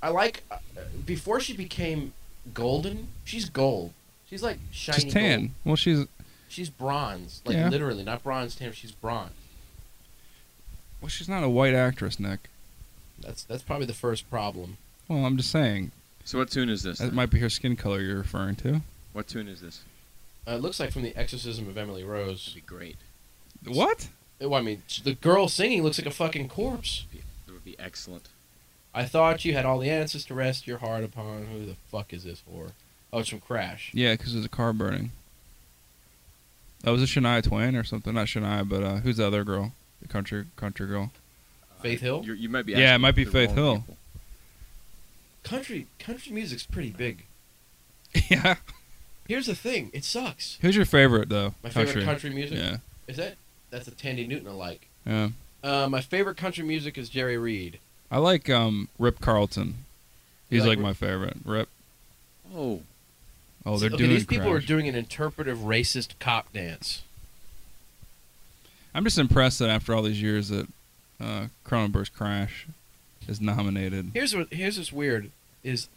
S1: I like uh, before she became golden. She's gold. She's like shiny.
S2: she's tan.
S1: gold.
S2: Well, she's
S1: She's bronze. Like
S2: Yeah.
S1: literally, not bronze tan. She's bronze.
S2: well, she's not a white actress, Nick.
S1: That's that's probably the first problem.
S2: Well, I'm just saying
S3: so what tune is this?
S2: that
S3: then?
S2: might be her skin color you're referring to.
S3: What tune is this?
S1: Uh, it looks like from the Exorcism of Emily Rose.
S3: It'd be great.
S2: What?
S1: Well, I mean, the girl singing looks like a fucking corpse.
S3: It would be excellent.
S1: I thought you had all the answers to rest your heart upon. Who the fuck is this whore? Oh, it's from Crash.
S2: Yeah, because there's a car burning. That was a Shania Twain or something. Not Shania, but uh, who's the other girl? The country country girl.
S1: Faith Hill?
S3: You're, Uh, you might be.
S2: Yeah, it
S3: asking
S2: might be
S3: the
S2: Faith
S3: wrong
S2: Hill.
S3: people.
S1: Country country music's pretty big.
S2: yeah.
S1: Here's the thing, it sucks.
S2: Who's your favorite though?
S1: My favorite country music
S2: Yeah.
S1: is that that's a Tandy Newton alike.
S2: Yeah.
S1: Uh, my favorite country music is Jerry Reed.
S2: I like um, Rip Carlton.
S1: You
S2: He's
S1: like
S2: like, my favorite. Rip.
S3: Oh,
S2: Oh, they're
S1: okay,
S2: doing.
S1: these people
S2: Crash.
S1: are doing an interpretive racist cop dance.
S2: I'm just impressed that after all these years that uh, Cronenberg's Crash is nominated.
S1: Here's what here's what's weird is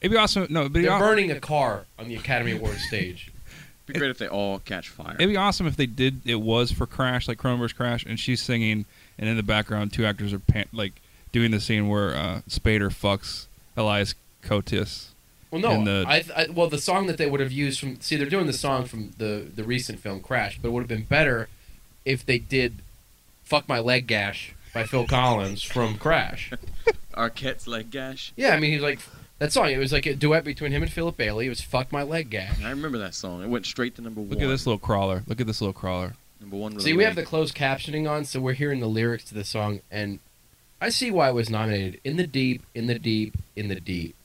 S2: It'd be awesome. No, it'd be,
S1: they're
S2: aw-
S1: burning a car on the Academy Awards stage.
S3: it'd be great if they all catch fire.
S2: it'd be awesome if they did. It was for Crash, like Cronenberg's Crash, and she's singing, and in the background, two actors are pan- like doing the scene where uh, Spader fucks Elias Cotis.
S1: Well, no,
S2: And the-
S1: I, I well the song that they would have used from see they're doing the song from the the recent film Crash, but it would have been better if they did "Fuck My Leg Gash" by Phil Collins from Crash.
S3: Arquette's leg gash.
S1: Yeah, I mean he's like that song. It was like a duet between him and Philip Bailey. It was "Fuck My Leg Gash."
S3: I remember that song. It went straight to number
S2: Look
S3: one.
S2: at this little crawler. Look at this little crawler.
S3: Number one. with
S1: See,
S3: a
S1: we have the
S3: leg.
S1: closed captioning on, so we're hearing the lyrics to the song, and I see why it was nominated. In the deep, in the deep, in the deep.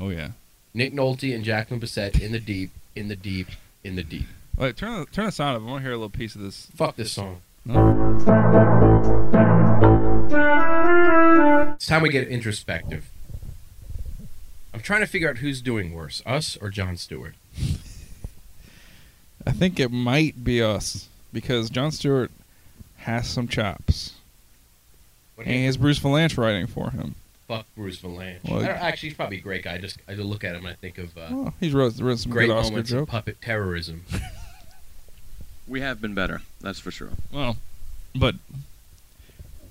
S2: Oh yeah.
S1: Nick Nolte and Jacqueline Bisset in the deep, in the deep, in the deep.
S2: All right, turn the, turn the sound up. I want to hear a little piece of this.
S1: Fuck this song.
S2: No.
S1: It's time we get introspective. I'm trying to figure out who's doing worse, us or John Stewart.
S2: I think it might be us because John Stewart has some chops,
S1: What
S2: and
S1: do
S2: he
S1: you
S2: has Bruce Valanche writing for him.
S1: fuck Bruce Valanche?
S2: Well,
S1: I don't- actually, he's probably a great guy. I just I look at him and I think of uh,
S2: Oh, he's wrote, wrote some
S1: great
S2: good Oscar
S1: moments in
S2: jokes.
S1: puppet terrorism.
S3: We have been better. That's for sure.
S2: Well, but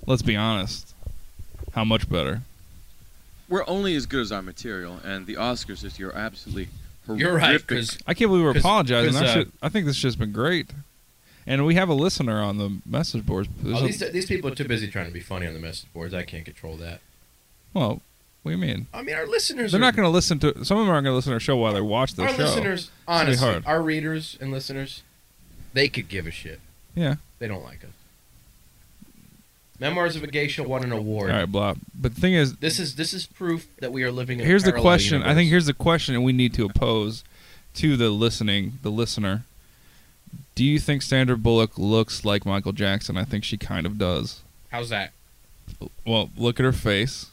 S2: let's be honest. How much better?
S3: We're only as good as our material, and the Oscars this year are absolutely
S1: You're right.
S3: horrific-
S1: 'cause-
S2: I can't believe we're
S1: 'Cause-
S2: apologizing.
S1: 'cause,
S2: That
S1: uh,
S2: shit- I think this shit's been great. And we have a listener on the message boards. There's
S1: oh,
S2: a-
S1: these, these people are too busy trying to be funny on the message boards. I can't control that.
S2: well, what do you mean?
S1: I mean, our listeners. are,
S2: They're not going to listen to. Some of them aren't going to listen to our show while they watch the
S1: Our
S2: show.
S1: listeners,
S2: gonna be
S1: honestly,
S2: hard.
S1: our readers and listeners, they could give a shit.
S2: Yeah.
S1: They don't like us. Memoirs of a Geisha won an award.
S2: All right, blah. But the thing is,
S1: This is this is proof that we are living in. a
S2: here's the
S1: parallel
S2: question. I think
S1: universe.
S2: here's the question we need to oppose to the listening, the listener. Do you think Sandra Bullock looks like Michael Jackson? I think she kind of does.
S1: how's that?
S2: Well, look at her face.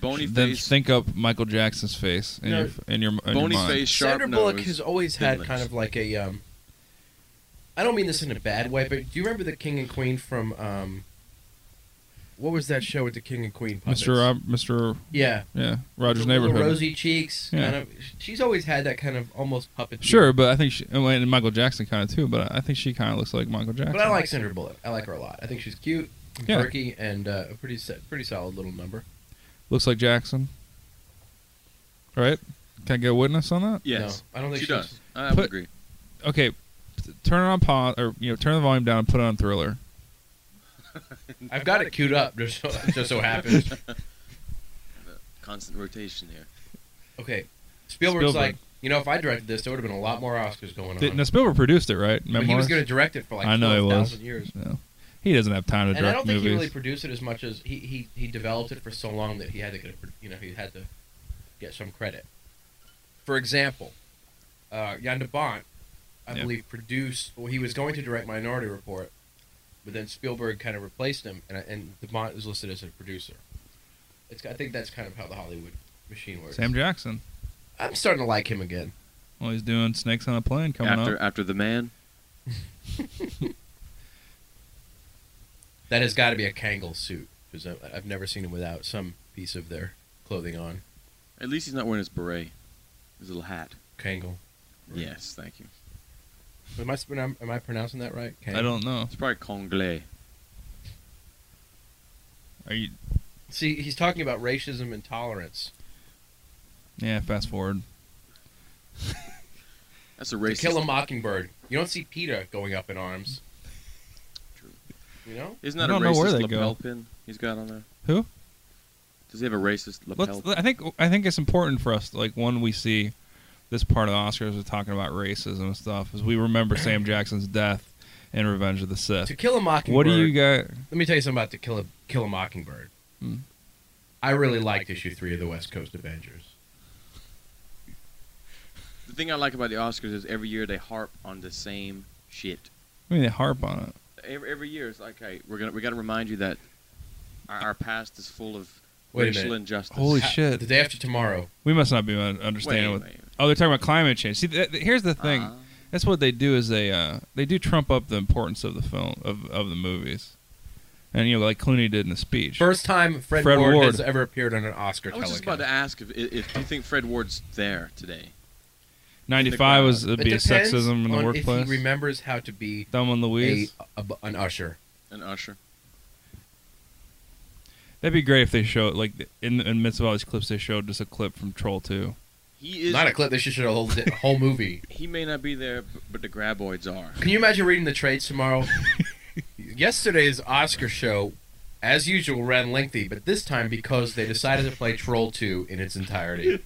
S3: Bony
S2: then
S3: face,
S2: think up Michael Jackson's face in
S1: No.
S2: your in your in your
S3: bony
S2: mind.
S3: face, sharp
S1: Sandra
S3: nose.
S1: Bullock has always
S3: thin
S1: had
S3: lips.
S1: kind of like a. Um, I don't mean this in a bad way, but do you remember the King and Queen from? Um, what was that show with the King and Queen? Puppets?
S2: Mr. Rob, Mr.
S1: Yeah,
S2: Yeah, Rogers
S1: The little
S2: Neighborhood.
S1: Rosy cheeks.
S2: Yeah.
S1: Kind of, she's always had that kind of almost puppet.
S2: Sure, but I think she, oh, and Michael Jackson kind of too. But I think she kind of looks like Michael Jackson.
S1: But I like Sandra Bullock. I like her a lot. I think she's cute, and
S2: Yeah.
S1: perky, and uh, a pretty se- pretty solid little number.
S2: looks like Jackson. Right? Can I get a witness on that?
S3: Yes,
S1: No, I don't think
S3: she
S1: she's-
S3: does. I would
S2: Put-
S3: agree.
S2: Okay, t- turn it on pause, or you know, turn the volume down and put on Thriller.
S1: Uh-huh. I've got it queued up. Just so, just so happens.
S3: Constant rotation here.
S1: Okay, Spielberg's
S2: Spielberg.
S1: like, you know, if I directed this, there would have been a lot more Oscars going on.
S2: Did, now Spielberg produced it, right?
S1: but he was
S2: Memoirs?
S1: going to direct it for like
S2: I know he was.
S1: 12,000 years.
S2: No. He doesn't have time to
S1: And I
S2: direct
S1: don't think
S2: movies.
S1: he really produced it as much as he, he, he developed it for so long that he had to get a, pro- you know he had to get some credit. For example, uh, Jan de Bont, I
S2: Yeah.
S1: believe, produced. Well, he was going to direct Minority Report, but then Spielberg kind of replaced him, and and de Bont is listed as a producer. It's I think that's kind of how the Hollywood machine works.
S2: Sam Jackson.
S1: I'm starting to like him again.
S2: Well, he's doing Snakes on a Plane coming
S3: after
S2: up.
S3: after the man,
S1: That has got to be a Kangol suit because I've never seen him without some piece of their clothing on.
S3: at least he's not wearing his beret, his little hat.
S1: Kangol. Right.
S3: Yes, thank you.
S1: Am I sp- am I pronouncing that right? Kangol.
S2: I don't know.
S3: It's probably Conglais.
S2: Are you?
S1: see. He's talking about racism and tolerance.
S2: Yeah. Fast forward.
S3: That's a
S1: To
S3: racist.
S1: kill a mockingbird. You don't see PETA going up in arms.
S3: True.
S1: You know.
S3: Isn't
S2: I
S3: that a
S2: don't know
S3: racist
S2: where they
S3: lapel
S2: go.
S3: pin he's got on there?
S2: Who?
S3: Does he have a racist lapel?
S2: Let's, I think I think it's important for us. Like when we see this part of the Oscars, we're talking about racism and stuff, is we remember Sam Jackson's death in Revenge of the
S1: To
S2: Sith.
S1: kill a mockingbird.
S2: What do you got?
S1: Let me tell you something about to kill a kill a mockingbird.
S2: Hmm.
S1: I really liked issue three of the West Coast Avengers.
S3: the thing I like about the Oscars is every year they harp on the same shit.
S2: I mean, they harp on it.
S3: Every, every year it's like, hey, we're gonna we gotta remind you that our, our past is full of
S1: Wait a
S3: racial
S1: minute.
S3: injustice.
S2: Holy
S1: Ha-
S2: shit.
S1: The day after tomorrow.
S2: We must not be un-
S3: Wait,
S2: understanding. what,
S3: wait.
S2: Oh, they're talking about climate change. See, th- th- here's the
S1: Uh-huh.
S2: thing.
S3: Uh,
S2: That's what they do is they uh, they do trump up the importance of the film of, of the movies, and you know like Clooney did in the speech.
S1: First time Fred,
S2: Fred
S1: Ward,
S2: Ward.
S1: has ever appeared on an Oscar
S3: I was
S1: telecast.
S3: just about to ask if, if, if you think Fred Ward's there today.
S2: Ninety five was
S1: It
S2: it'd be a
S1: depends
S2: sexism in the
S1: on
S2: workplace.
S1: If he remembers how to be
S2: Dumb and
S1: a,
S2: Louise.
S1: a, an usher.
S3: An usher.
S2: That'd be great if they showed like in in the midst of all these clips they showed just a clip from Troll Two.
S3: He is
S1: Not a clip. They should show a whole, di- a whole movie.
S3: He may not be there, b- but the graboids are.
S1: Can you imagine reading the trades tomorrow? Yesterday's Oscar show, as usual, ran lengthy, but this time because they decided to play Troll 2 in its entirety.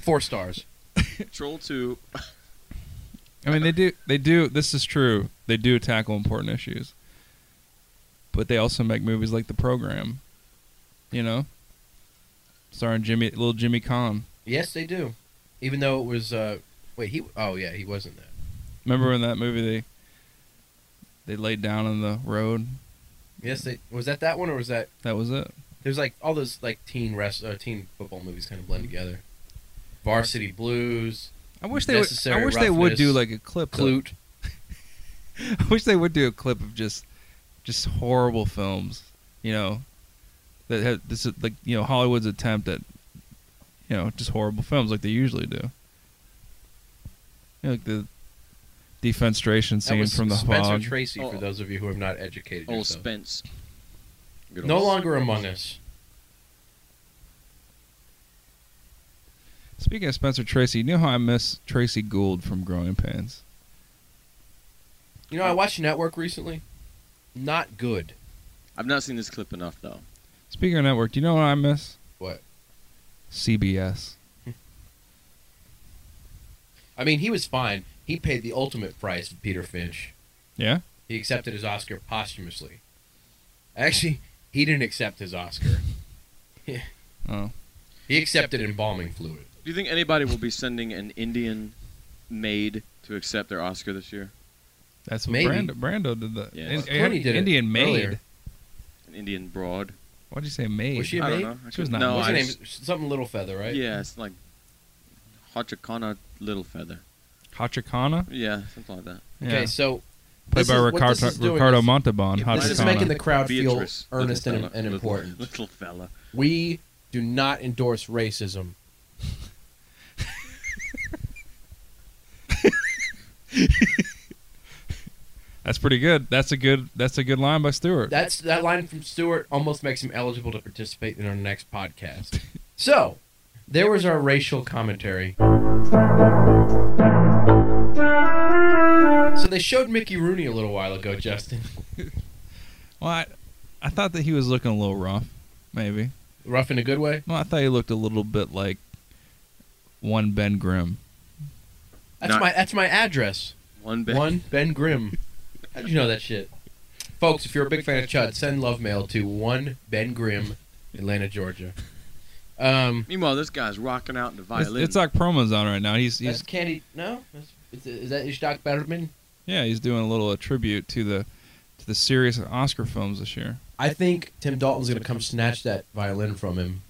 S1: Four stars.
S3: Troll 2.
S2: I mean they do they do this is true they do tackle important issues, but they also make movies like The Program, you know, starring Jimmy little Jimmy Kahn.
S1: Yes, they do. Even though it was, uh, wait, he, oh yeah, he wasn't there.
S2: Remember in that movie they they laid down on the road.
S1: Yes, they, was that that one or was that,
S2: That was it.
S1: there's like all those like teen rest, uh, teen football movies kind of blend together. Varsity Blues,
S2: I wish they would,
S1: Necessary
S2: I wish they would
S1: roughness.
S2: do like a clip. though.
S1: Clute.
S2: I wish they would do a clip of just just horrible films, you know, that have this is like you know Hollywood's attempt at you know just horrible films like they usually do. You know, like the defenestration
S1: That
S2: scene
S1: was
S2: from the
S1: Spencer
S2: fog.
S1: Tracy, for
S3: Oh.
S1: those of you who have not educated
S3: Old
S1: yourselves.
S3: Spence. Good
S1: No
S3: old
S1: longer among us.
S2: Speaking of Spencer Tracy, you know how I miss Tracy Gould from Growing Pains?
S1: You know, I watched Network recently. Not good.
S3: I've not seen this clip enough though.
S2: Speaking of network, do you know what I miss?
S1: What?
S2: CBS.
S1: I mean, he was fine. He paid the ultimate price for Peter Finch.
S2: Yeah?
S1: He accepted his Oscar posthumously. Actually, he didn't accept his Oscar.
S2: Oh.
S1: He accepted embalming fluid.
S3: Do you think anybody will be sending an Indian maid to accept their Oscar this year?
S2: That's what
S1: Maybe.
S2: Brando, Brando did that.
S3: Yeah.
S2: In-
S3: Well,
S1: Clooney did it
S2: Indian maid.
S1: earlier.
S3: An Indian broad?
S2: Why'd you say maid?
S1: Was she a
S3: I don't
S1: maid?
S3: know. I
S2: She was
S3: couldn't-
S2: not-
S3: No,
S1: What's her
S3: Oh, I
S1: name?
S3: just-
S1: Something Little Feather, right?
S3: Yeah, it's like Hachikana Little Feather.
S2: Hachikana?
S3: Yeah, something like that.
S1: Okay,
S2: Yeah.
S1: so
S2: Played
S1: this
S2: by
S1: is- what this
S2: Ricardo,
S1: is doing
S2: Ricardo
S1: is-
S2: Montalban.
S1: if This is
S2: Hachikana.
S1: making the crowd feel
S3: Beatrice, little
S1: earnest and-
S3: fella,
S1: and
S3: little-
S1: important.
S3: Little fella.
S1: we do not endorse racism.
S2: That's pretty good. That's a good. That's a good line by Stewart.
S1: That's that line from Stewart almost makes him eligible to participate in our next podcast. So, there was our racial commentary. So they showed Mickey Rooney a little while ago, Justin.
S2: well, I, I thought that he was looking a little rough, maybe.
S1: Rough in a good way.
S2: Well, I thought he looked a little bit like one Ben Grimm.
S1: That's
S3: Not-
S1: my that's my address.
S3: One bed.
S1: One Ben Grimm. How'd you know that shit? Folks, if you're a big fan of Chud, send love mail to one Ben Grimm, Atlanta, Georgia. Um,
S3: Meanwhile, this guy's rocking out the
S2: It's,
S3: violin.
S2: it's like promos on right now. He's,
S1: that's
S2: he's
S1: Candy. No, that's, is, is that Ishak Betterman?
S2: yeah, he's doing a little a tribute to the to the serious Oscar films this year.
S1: I think Tim Dalton's gonna come snatch that violin from him.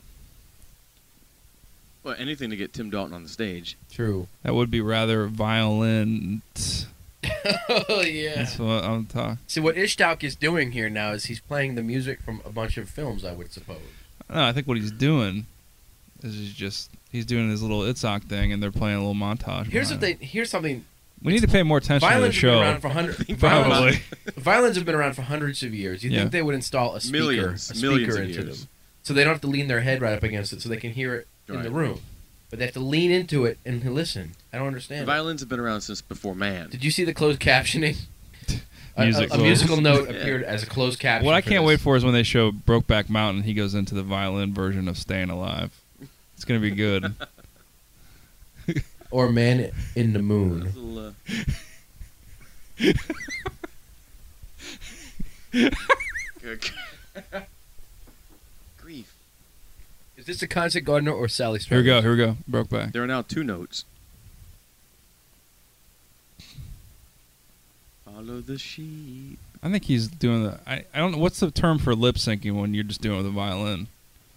S3: well, anything to get Tim Dalton on the stage.
S1: True.
S2: That would be rather violent.
S1: oh yeah.
S2: That's what I'm talking.
S1: See what Ishtauk is doing here now is he's playing the music from a bunch of films, I would suppose.
S2: No, I think what he's doing is he's just he's doing his little Itzhak thing, and they're playing a little montage.
S1: Here's the
S2: behind it.
S1: thing. Here's something.
S2: We need to pay more attention to the
S1: Violins have been
S2: show.
S1: around for hundred.
S2: Probably.
S1: Violins have been around for hundreds of years. You
S2: Yeah.
S1: think they would install a speaker,
S3: Millions,
S1: a speaker
S3: millions of
S1: into
S3: years.
S1: them, so they don't have to lean their head right up against it, so they can hear it in the
S3: Right.
S1: room. But they have to lean into it and listen. I don't understand. it.
S3: Violins have been around since before man.
S1: Did you see the closed captioning? A- a-
S2: Music
S1: a,
S2: will.
S1: musical note
S3: Yeah.
S1: appeared as a closed caption.
S2: What I can't
S1: this.
S2: wait for is when they show Brokeback Mountain. He goes into the violin version of Staying Alive. It's gonna be good.
S1: or Man in the Moon.
S3: Little, uh, Good- uh, Grief.
S1: Is this a concert gardener or Sally
S2: here we
S1: Struthers?
S2: go. Here we go. Brokeback.
S3: There are now two notes. Follow the sheep.
S2: I think he's doing the. I, I don't know what's the term for lip syncing when you're just doing it with a violin.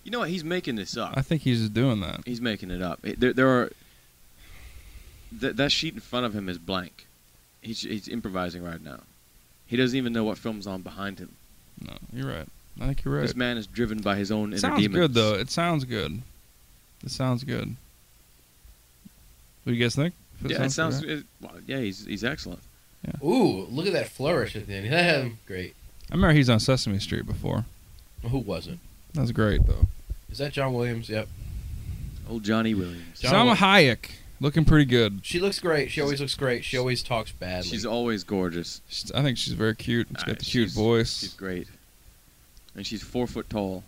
S3: You know what? He's making this up.
S2: I think he's just doing that.
S3: He's making it up. It- There, there are. Th- that sheet in front of him is blank. He's, he's improvising right now. He doesn't even know what film's on behind him.
S2: No, you're right. I think you're right.
S3: This man is driven by his
S2: It
S3: own inner
S2: sounds
S3: demons.
S2: good though. It sounds good. It sounds good. What do you guys think? If
S3: Yeah, it sounds.
S2: good?
S3: It, well, yeah, he's he's excellent.
S1: Ooh, look at that flourish at the end. Great.
S2: I remember he's on Sesame Street before.
S1: Who wasn't?
S2: That was great though.
S1: Is that John Williams? Yep.
S3: Old Johnny Williams.
S1: John
S2: Salma
S1: Wil-
S2: Hayek looking pretty good.
S1: She looks great. She always looks great. She always talks badly.
S3: She's always gorgeous.
S2: She's, I think she's very cute. She's
S3: Uh,
S2: got the cute
S3: she's-
S2: voice.
S3: She's great, and she's four foot tall.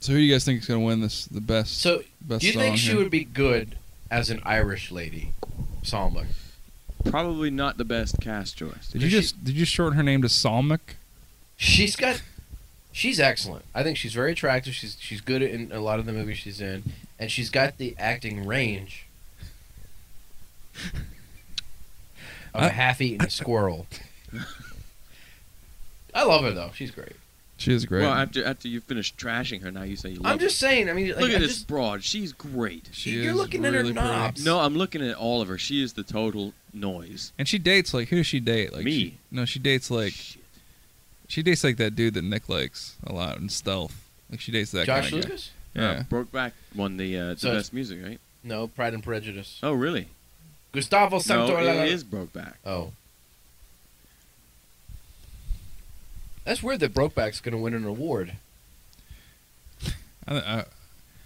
S2: so who do you guys think is gonna win this? The best.
S1: so,
S2: best
S1: do you think
S2: song
S1: she
S2: here?
S1: would be good as an Irish lady? Salma.
S3: Probably not the best cast choice.
S2: Did you
S1: she-
S2: just did you shorten her name to Salmic?
S1: She's got. She's excellent. I think she's very attractive. She's she's good in a lot of the movies she's in, and she's got the acting range of
S3: Uh,
S1: a
S2: I-
S1: half-eaten squirrel. I love her though. She's great.
S2: She is great.
S3: Well, after after you finish trashing her, now you say you love
S1: I'm just saying. I mean,
S3: her.
S1: like,
S3: Look
S1: I
S3: at this
S1: just-
S3: broad. She's great.
S2: she
S1: you're
S2: is
S1: looking at her
S2: really pretty.
S1: knobs.
S3: No, I'm looking at all of her. She is the total noise.
S2: And she dates like who does she date? Like
S3: Me.
S2: she- no, she dates like
S3: Shit.
S2: she dates like that dude that Nick likes a lot in Stealth. Like she dates that
S1: Josh
S2: kind of
S1: Lucas?
S2: guy. Yeah.
S3: Uh, Brokeback won the uh, the
S1: So-
S3: best music, right?
S1: No, Pride and Prejudice.
S3: Oh, really?
S1: Gustavo Santor.
S3: no, it is Brokeback.
S1: Oh. That's weird that Brokeback's going to win an award.
S2: I, I,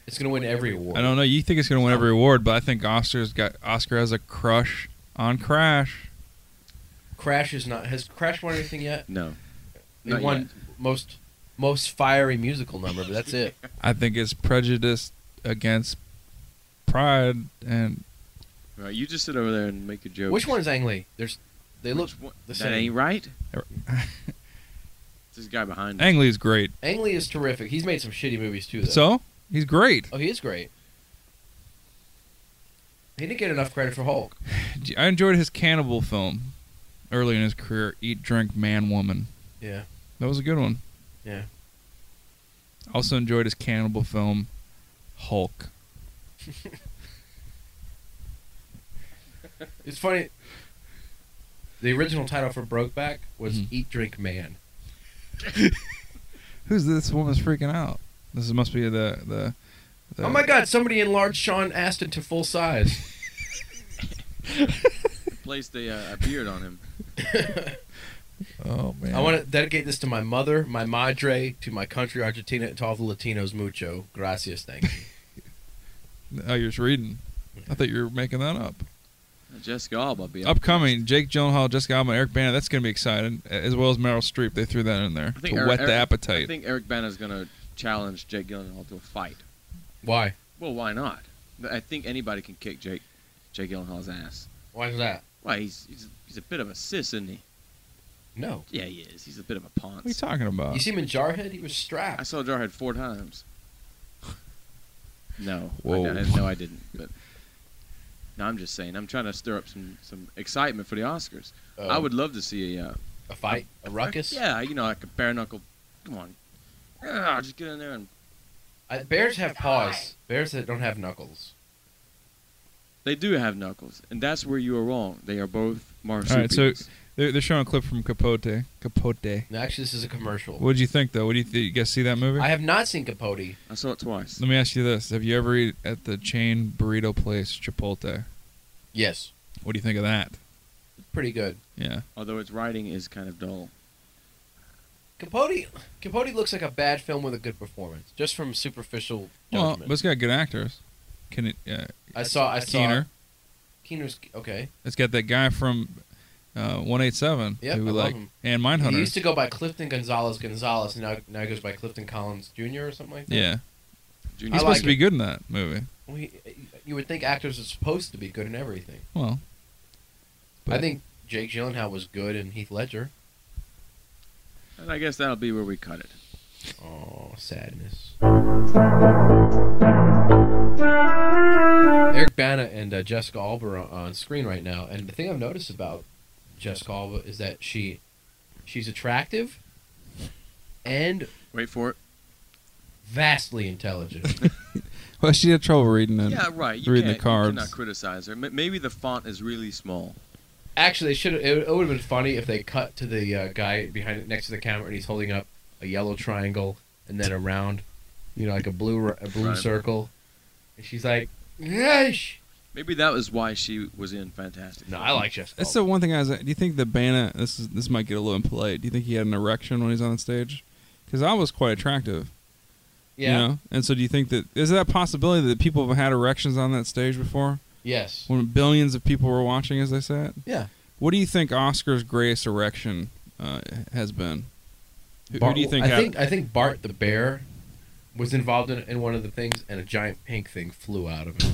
S1: It's gonna win every award.
S2: I don't know. You think it's going to win every award, but I think Oscar's got Oscar has a crush on Crash.
S1: Crash is not. Has Crash won anything yet?
S3: No.
S1: He
S3: Not
S1: won most most fiery musical number, but that's it.
S2: I think it's prejudice against pride and
S3: yet. Right, you just sit over there and make a joke.
S1: Which one is Ang Lee? There's they look.
S3: Which one-
S1: the
S3: that
S1: same.
S3: ain't right. This guy behind. me.
S2: Ang Lee's great.
S1: Ang Lee is terrific. He's made some shitty movies too. Though.
S2: So he's great.
S1: oh, he is great. He didn't get enough credit for Hulk.
S2: I enjoyed his cannibal film early in his career, Eat, Drink, Man, Woman.
S1: Yeah.
S2: That was a good one.
S1: Yeah.
S2: Also enjoyed his cannibal film, Hulk.
S1: It's funny. The original title for Brokeback was
S2: Mhm.
S1: Eat, Drink, Man.
S2: Who's this woman's freaking out? This must be the the. the
S1: oh my God! Somebody enlarged Sean Astin to full size.
S3: Placed a, uh, a beard on him.
S2: Oh man!
S1: I want to dedicate this to my mother, my madre, to my country, Argentina, and to all the Latinos. Mucho gracias. Thank you.
S2: Oh, you're just reading. I thought you were making that up.
S3: Jessica Alba. Be up.
S2: Upcoming: Jake Gyllenhaal, Jessica Alba, Eric Bana. That's gonna be exciting, as well as Meryl Streep. They threw that in there
S3: I
S2: to
S3: think Eric-
S2: whet the
S3: Eric-
S2: appetite.
S3: I think Eric Bana is going to challenge Jake Gyllenhaal to a fight.
S1: Why?
S3: Well, why not? But I think anybody can kick Jake Jake Gyllenhaal's ass.
S1: Why is that?
S3: Why he's he's, he's a bit of a sis, isn't he?
S1: No.
S3: Yeah, he is. He's a bit of a
S2: what are you
S3: ponce.
S2: talking about?
S1: You see him in Jarhead? He was
S3: I
S1: strapped.
S3: saw Jarhead four times. No,
S2: Whoa.
S3: I, I, no, I didn't. But no, I'm just saying. I'm trying to stir up some some excitement for the Oscars.
S1: Oh,
S3: I would love to see a uh,
S1: a fight, a ruckus.
S3: Yeah, you know, like a bare knuckle. Come on, Ah, just get in there and
S1: I, bears have paws. Bears that don't have knuckles.
S3: they do have knuckles, and that's where you are wrong. They are both
S2: so-
S3: marsupials.
S2: They're, they're showing a clip from Capote. Capote.
S1: No, actually, this is a commercial.
S2: What did you think though? What do you, th- you guys see that movie?
S1: I have not seen Capote.
S3: I saw it twice.
S2: Let me ask you this: Have you ever eat at the chain burrito place Chipotle?
S1: Yes,
S2: What do you think of that?
S1: pretty good.
S2: Yeah,
S3: Although its writing is kind of dull.
S1: Capote. Capote looks like a bad film with a good performance, just from superficial
S2: well,
S1: judgment.
S2: but it's got good actors. Can it? Uh,
S1: I saw. I saw.
S2: Keener.
S1: Keener's okay.
S2: It's got that guy from uh, One Eight Seven
S1: Yep,
S2: who
S1: I love
S2: like
S1: him.
S2: and
S1: He
S2: Mindhunter.
S1: used to go by Clifton Gonzalez Gonzalez, and now now he goes by Clifton Collins Jr. or something like that.
S2: yeah, he's
S3: Junior
S1: I
S2: supposed
S1: like
S2: to be
S1: it.
S2: good in that movie.
S1: Well, he- you would think actors are supposed to be good in everything.
S2: Well,
S1: I think Jake Gyllenhaal was good in Heath Ledger.
S3: and I guess that'll be where we cut it.
S1: Oh, sadness. Eric Bana and uh, Jessica Alba are on screen right now, and the thing I've noticed about Jessica Alba is that she she's attractive and
S3: Wait for it.
S1: vastly intelligent.
S2: Well, she had trouble reading it.
S3: yeah, right. You
S2: reading the
S3: can't,
S2: cards.
S3: You cannot criticize her. M- maybe the font is really small.
S1: Actually, it should it, it would have been funny if they cut to the uh, guy behind next to the camera and he's holding up a yellow triangle and then a round, you know, like a blue a blue
S3: Right.
S1: circle, and she's like, "Yes."
S3: Maybe that was why she was in Fantastic.
S1: No, I like Jessica.
S2: That's
S1: Alba.
S2: the one thing I was. Do you think the Bana? This is, this might get a little impolite. Do you think he had an erection when he's on stage? Because I was quite attractive.
S1: yeah.
S2: You know? And so, do you think that is that a possibility that people have had erections on that stage before
S1: Yes.
S2: when billions of people were watching as they sat?
S1: Yeah.
S2: What do you think Oscar's greatest erection uh, has been? Who, who do you think?
S1: I
S2: had-
S1: think I think Bart the bear was involved in, in one of the things, and a giant pink thing flew out of it.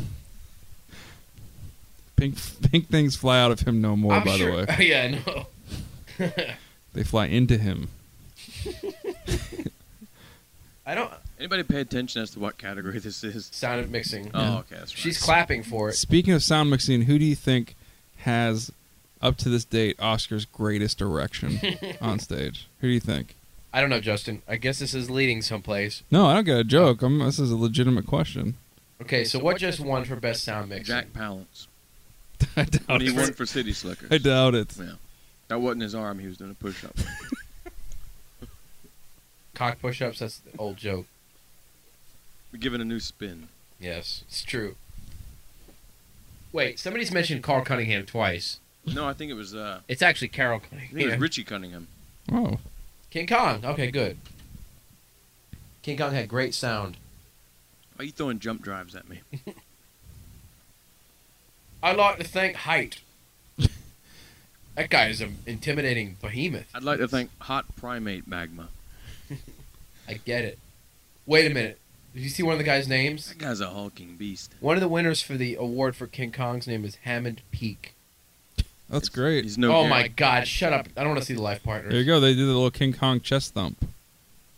S2: pink pink things fly out of him no more. by the way,
S1: yeah, I know.
S2: they fly into him.
S1: I don't
S3: Anybody pay attention as to what category this is?
S1: sound mixing.
S3: Oh, okay, that's right.
S1: She's clapping for it.
S2: Speaking of sound mixing, who do you think has, up to this date, Oscar's greatest erection on stage? Who do you think?
S1: I don't know, Justin. I guess this is leading someplace.
S2: No, I don't get a joke. I'm, this is a legitimate question.
S1: Okay, so what just won for best sound mixing?
S3: Jack Palance.
S2: I doubt
S3: he won
S2: it.
S3: for City Slickers.
S2: I doubt it.
S3: Yeah. That wasn't his arm. He was doing a push-up.
S1: Cock push-ups. That's the old joke.
S3: We give it a new spin.
S1: Yes, it's true. Wait, somebody's mentioned Carl Cunningham twice.
S3: No, I think it was. Uh,
S1: It's actually Carol
S3: I think it was
S1: Cunningham.
S3: Richie Cunningham.
S2: Oh,
S1: King Kong. Okay, good. King Kong had great sound.
S3: Why are you throwing jump drives at me?
S1: I'd like to thank Height. that guy is an intimidating behemoth.
S3: I'd like to thank Hot Primate Magma.
S1: I get it. Wait a minute. Did you see one of the guy's names?
S3: That guy's a hulking beast.
S1: One of the winners for the award for King Kong's name is Hammond Peak.
S2: That's great.
S3: He's no.
S1: oh
S3: good.
S1: my god, shut up. I don't want to see the life
S2: There you
S1: partners.
S2: go. They did the little King Kong chest thump. Did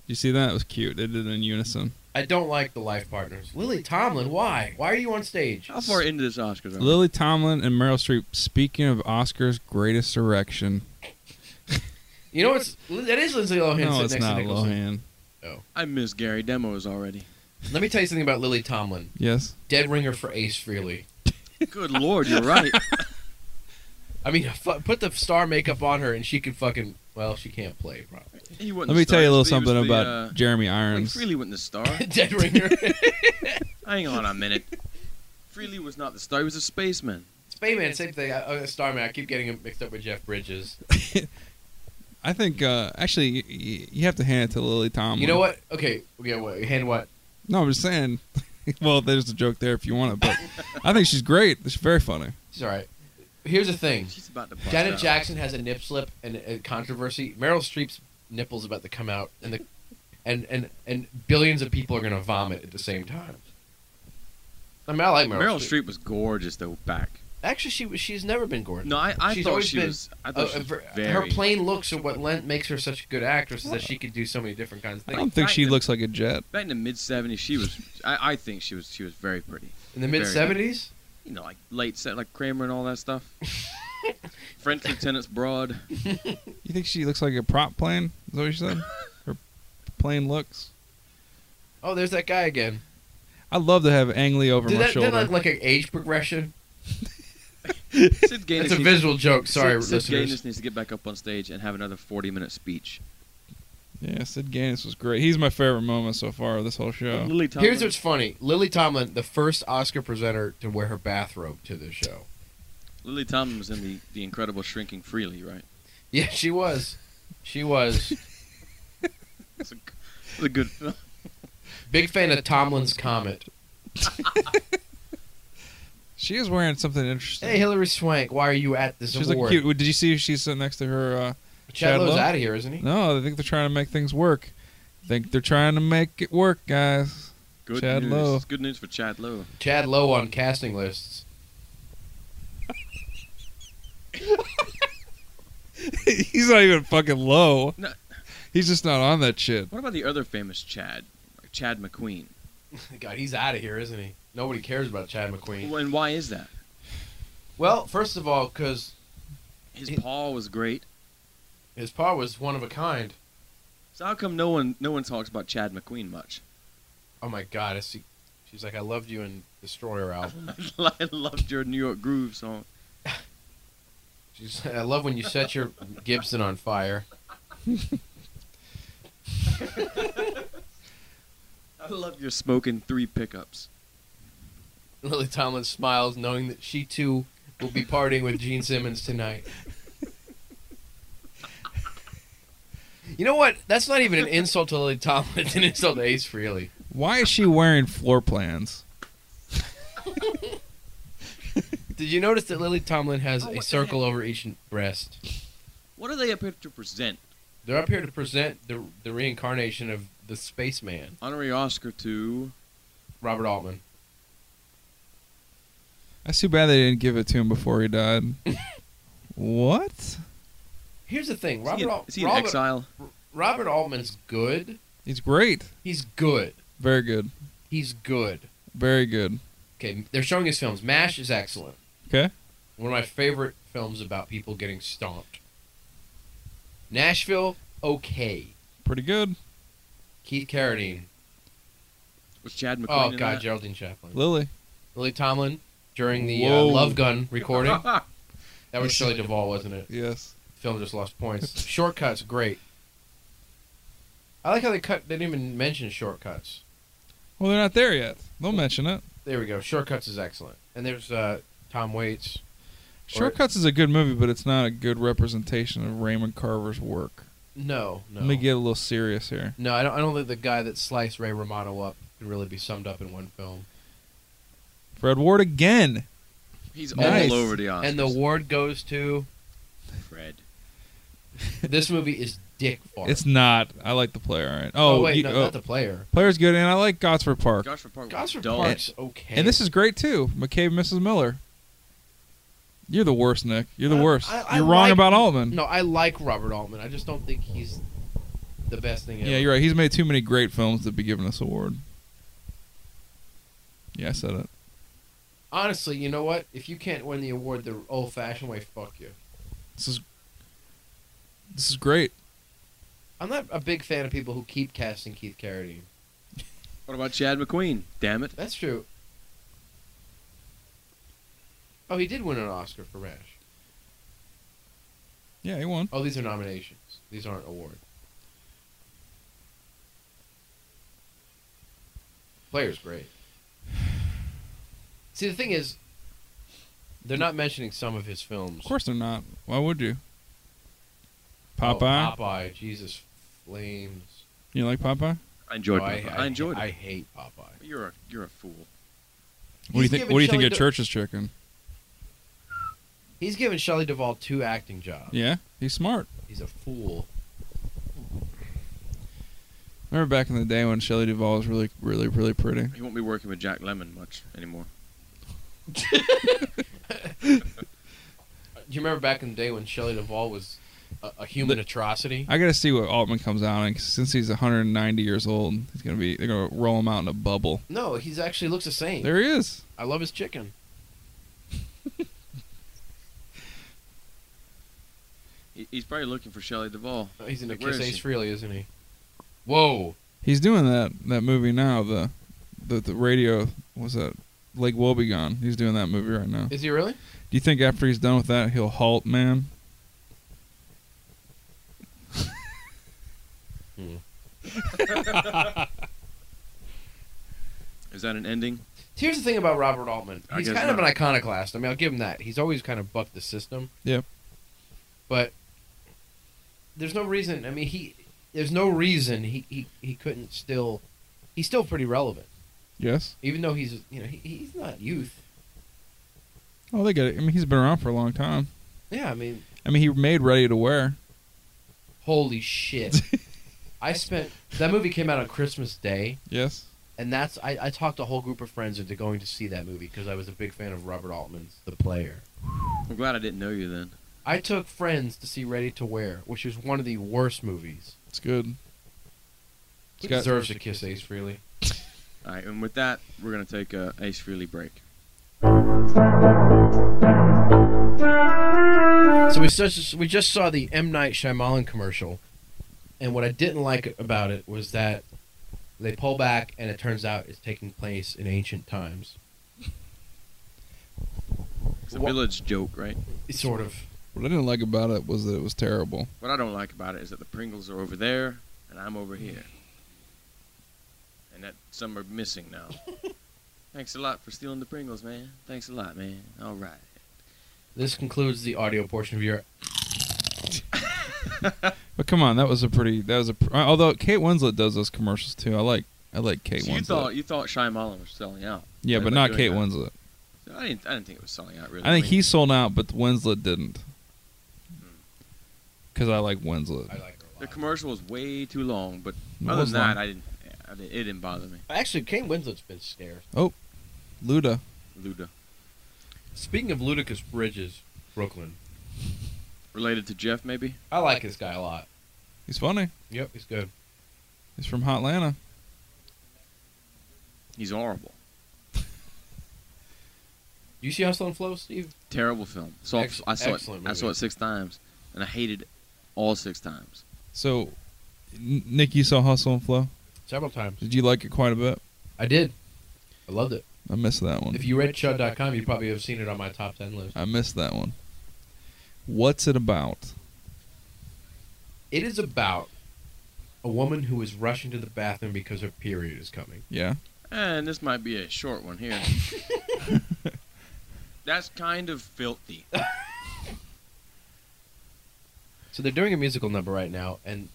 S2: you see that? It was cute. They did it in unison.
S1: I don't like the life partners. Lily Tomlin, why? Why are you on stage?
S3: How far into this Oscars are we?
S2: Lily Tomlin and Meryl Streep. Speaking of Oscar's greatest erection,
S1: You know what's that is Lindsay Lohan
S2: no,
S1: sitting
S2: it's
S1: next
S2: not
S1: to Nicholson.
S2: Lohan.
S3: I miss Gary Demos already.
S1: Let me tell you something about Lily Tomlin.
S2: Yes,
S1: Dead ringer for Ace Freely.
S3: Good lord, you're right.
S1: I mean, fu- put the star makeup on her and she can fucking well, she can't play. Probably.
S3: He wasn't
S2: let me
S3: the star,
S2: tell you a little
S3: he was
S2: something
S3: the,
S2: about
S3: uh,
S2: Jeremy
S3: like,
S2: Irons.
S3: Freely wasn't the star.
S1: Dead ringer.
S3: Hang on a minute. Freely was not the star. He was a spaceman.
S1: Spayman, same thing. Uh, Uh, Starman. I keep getting him mixed up with Jeff Bridges.
S2: I think uh, actually y- y- you have to hand it to Lily Tomlin.
S1: You know what? Okay, yeah. What, hand what?
S2: No, I'm just saying. well, there's a joke there if you want it, but I think she's great. She's very funny.
S1: It's all right. Here's the thing.
S3: She's about to bust
S1: Janet
S3: out.
S1: Jackson has a nip slip and a controversy. Meryl Streep's nipple's about to come out, and the and and and billions of people are gonna vomit at the same time. I mean, I like Meryl,
S3: Meryl
S1: Streep.
S3: Streep was gorgeous though back.
S1: Actually, she was- she's never been gorgeous.
S3: No, I, I
S1: She's
S3: thought
S1: always
S3: she
S1: been-
S3: was. I
S1: Uh,
S3: thought she was
S1: ver-
S3: very.
S1: her plain looks are what lent, makes her such a good actress is that she could do so many different kinds of
S2: I
S1: things.
S2: don't think she
S3: Right.
S2: looks like a jet.
S3: back in the mid '70s, she was. I, I think she was. She was very pretty.
S1: In the
S3: Very
S1: mid '70s,
S3: You know, like late set, like Kramer and all that stuff. French Lieutenant's broad.
S2: You think she looks like a prop plane? Is that what you said? Her plane looks.
S1: oh, there's that guy again.
S2: I'd love to have Ang Lee over
S1: Did
S2: my
S1: that,
S2: shoulder.
S1: did that like an age progression?
S3: Sid Gaines
S1: It's a
S3: needs-
S1: visual joke. Sorry,
S3: Sid, Sid
S1: listeners.
S3: Gaines needs to get back up on stage and have another 40-minute speech.
S2: yeah, Sid Gaines was great. He's my favorite moment so far of this whole show.
S3: Lily Tomlin.
S1: Here's what's funny: Lily Tomlin, the first Oscar presenter to wear her bathrobe to the show.
S3: Lily Tomlin was in the, the Incredible Shrinking Freely, right?
S1: Yeah, she was. She was.
S3: It's a, it's a good film.
S1: Big fan of Tomlin's Comet.
S2: She is wearing something interesting.
S1: Hey, Hillary Swank, why are you at this
S2: she's like
S1: award?
S2: cute. Did you see she's sitting next to her? Uh, Chad
S1: Chad Lowe's
S2: Lowe?
S1: out of here, isn't he?
S2: no, I think they're trying to make things work. Think they're trying to make it work, guys.
S3: Good
S2: Chad
S3: news.
S2: Lowe.
S3: Good news for Chad Lowe.
S1: Chad Lowe on casting lists.
S2: He's not even fucking low.
S3: No.
S2: He's just not on that shit.
S3: What about the other famous Chad? Like Chad McQueen.
S1: God, he's out of here, isn't he? Nobody cares about Chad McQueen.
S3: Well, and why is that?
S1: Well, first of all, because
S3: His
S1: It-
S3: paw was great.
S1: his paw was one of a kind.
S3: So how come no one no one talks about Chad McQueen much?
S1: Oh my God, I see. She's like, I loved you in Destroyer album.
S3: I loved your New York Groove song.
S1: She's, I love when you set your Gibson on fire.
S3: I loved your smoking three pickups.
S1: Lily Tomlin smiles, knowing that she too will be partying with Gene Simmons tonight. You know what? That's not even an insult to Lily Tomlin. It's an insult to Ace Frehley.
S2: Why is she wearing floor plans?
S1: Did you notice that Lily Tomlin has
S3: Oh,
S1: a
S3: what the
S1: circle over each breast?
S3: What are they up here to present?
S1: They're up here to present the the reincarnation of the spaceman,
S3: Honorary Oscar to
S1: Robert Altman.
S2: That's too bad they didn't give it to him before he died. what?
S1: Here's the thing,
S3: Is he
S1: Robert
S3: in-
S1: Al-
S3: is he in
S1: Robert,
S3: exile?
S1: Robert Altman's good.
S2: He's great.
S1: He's good.
S2: Very good.
S1: He's good.
S2: Very good.
S1: Okay, they're showing his films. MASH is excellent.
S2: Okay.
S1: One of my favorite films about people getting stomped. Nashville, okay.
S2: Pretty good.
S1: Keith Carradine.
S3: Was Chad McQueen?
S1: Oh
S3: in
S1: God,
S3: that?
S1: Geraldine Chaplin.
S2: Lily.
S1: Lily Tomlin during the uh,
S2: Whoa.
S1: Love Gun recording. That was
S2: Yes.
S1: Shirley Duvall, wasn't it?
S2: Yes.
S1: Film just lost points. Shortcuts, great. I like how they cut. They didn't even mention shortcuts.
S2: Well, they're not there yet. They'll mention it.
S1: There we go. Shortcuts is excellent. And there's uh, Tom Waits.
S2: Shortcuts is a good movie, but it's not a good representation of Raymond Carver's work.
S1: No, no.
S2: Let me get a little serious here.
S1: No, I don't. I don't think the guy that sliced Ray Romano up Could really be summed up in one film.
S2: Fred Ward again.
S3: He's
S2: Nice.
S3: all over the Oscars.
S1: And the award goes to
S3: Fred.
S1: this movie is dick fart.
S2: It's not. I like the player. All right.
S1: oh,
S2: Oh,
S1: wait,
S2: you-
S1: no,
S2: oh,
S1: not the player.
S2: player's good, and I like Gosford Park.
S3: Gosford Park. was
S1: Gosford
S3: dull.
S1: Park's okay.
S2: And this is great too. McCabe, and Mrs. Miller. You're the worst, Nick. You're the
S1: I-
S2: worst.
S1: I- I
S2: You're wrong
S1: like-
S2: about Altman.
S1: no, I like Robert Altman. I just don't think he's the best thing ever.
S2: Yeah, you're right. He's made too many great films to be given this award. Yeah, I said it.
S1: Honestly, you know what? If you can't win the award the old fashioned way, fuck you.
S2: This is this is great.
S1: I'm not a big fan of people who keep casting Keith Carradine.
S3: What about Chad McQueen? Damn it.
S1: That's true. Oh, he did win an Oscar for Rash.
S2: Yeah, he won.
S1: Oh, these are nominations. These aren't awards. Player's great. See, the thing is, they're not mentioning some of his films.
S2: Of course they're not. Why would you?
S1: Oh,
S2: Popeye.
S1: Popeye. Jesus flames.
S2: You like Popeye?
S3: I enjoyed
S1: Oh,
S3: it. I, enjoyed
S1: I
S3: it.
S1: hate Popeye.
S3: You're a you're a fool.
S2: What do you
S1: He's
S2: think?
S1: giving
S2: What do you think
S1: Shelley
S2: of
S1: Du-
S2: Church's Chicken?
S1: He's given Shelley Duvall two acting jobs.
S2: Yeah, he's smart.
S1: He's a fool.
S2: Remember back in the day when Shelley Duvall was really, really, really pretty.
S3: He won't be working with Jack Lemon much anymore.
S1: Uh, Do you remember back in the day when Shelley Duvall was a, a human atrocity?
S2: I gotta see what Altman comes out on 'cause since he's 190 years old. He's gonna be. They're gonna roll him out in a bubble.
S1: No, he's actually looks the same.
S2: There he is.
S1: I love his chicken.
S3: He, he's probably looking for Shelley Duvall.
S1: Oh, He's in a
S3: Where
S1: kiss
S3: is
S1: ace
S3: he?
S1: freely, isn't he? Whoa.
S2: He's doing that that movie now. The the, the radio what was that Lake Wobegon. He's doing that movie right now. Do
S1: Is he really?
S2: you think after he's done with that he'll halt, man?
S3: Is that an ending?
S1: Here's the thing about Robert Altman.
S3: I
S1: He's
S3: guess
S1: kind of an
S3: not.
S1: iconoclast. I mean, I'll give him that. He's always kind of bucked the system.
S2: Yeah.
S1: But there's no reason. I mean, he there's no reason he, he, he couldn't still. He's still pretty relevant,
S2: Yes.
S1: even though he's you know he, he's not youth.
S2: Oh, they get it. I mean, he's been around for a long time.
S1: Yeah, I mean,
S2: I mean, he made Ready to Wear.
S1: holy shit! I spent that movie came out on Christmas Day.
S2: Yes.
S1: and that's I, I talked a whole group of friends into going to see that movie because I was a big fan of Robert Altman's The Player.
S3: I'm glad I didn't know you then.
S1: I took friends to see Ready to Wear, which is one of the worst movies.
S2: It's good.
S1: He
S2: It's got-
S1: deserves to kiss Ace Freely.
S3: All right, and with that, we're gonna take a Ace Freely break.
S1: So we just we just saw the M Night Shyamalan commercial, and what I didn't like about it was that they pull back and it turns out it's taking place in ancient times.
S3: It's a
S1: What-
S3: village joke, right?
S1: It's sort of
S2: What I didn't like about it was that it was terrible.
S3: What I don't like about it is that the Pringles are over there and I'm over here, and that some are missing now. Thanks a lot for stealing the Pringles, man. Thanks a lot, man. All right.
S1: this concludes the audio portion of your.
S2: But come on, that was a pretty. That was a. pr- Although Kate Winslet does those commercials too. I like. I like Kate
S3: So
S2: Winslet.
S3: you thought you thought Shyamalan was selling out.
S2: yeah,
S3: they
S2: but
S3: were
S2: not
S3: doing
S2: Kate
S3: that.
S2: Winslet.
S3: I didn't. I didn't think it was selling out really. Hmm.
S2: I think
S3: mean,
S2: he sold out, but Winslet didn't. Because I like Winslet.
S1: I like her a
S3: the
S1: lot.
S3: commercial was way too long, but
S2: It
S3: other
S2: was
S3: than
S2: long.
S3: that, I didn't, I didn't. It didn't bother me.
S1: Actually, Kate Winslet's been scarce.
S2: Luda.
S3: Luda.
S1: Speaking of Ludicrous Bridges, Brooklyn.
S3: Related to Jeff, maybe.
S1: I like this guy a lot.
S2: He's funny.
S1: Yep, he's good.
S2: He's from Hotlanta.
S3: He's horrible.
S1: You see Hustle and Flow, Steve?
S3: Terrible film. Saw
S1: Ex-
S3: I saw it.
S1: excellent
S3: I saw
S1: movie.
S3: it six times, and I hated it all six times.
S2: So, N- Nick, you saw Hustle and Flow.
S1: Several times.
S2: Did you like it quite a bit?
S1: I did. I loved it.
S2: I missed that one.
S1: If you read Chud.com, you probably have seen it on my top 10 list.
S2: I missed that one. What's it about?
S1: It is about a woman who is rushing to the bathroom because her period is coming.
S2: Yeah.
S3: And Eh, this might be a short one here. That's kind of filthy.
S1: So they're doing a musical number right now, and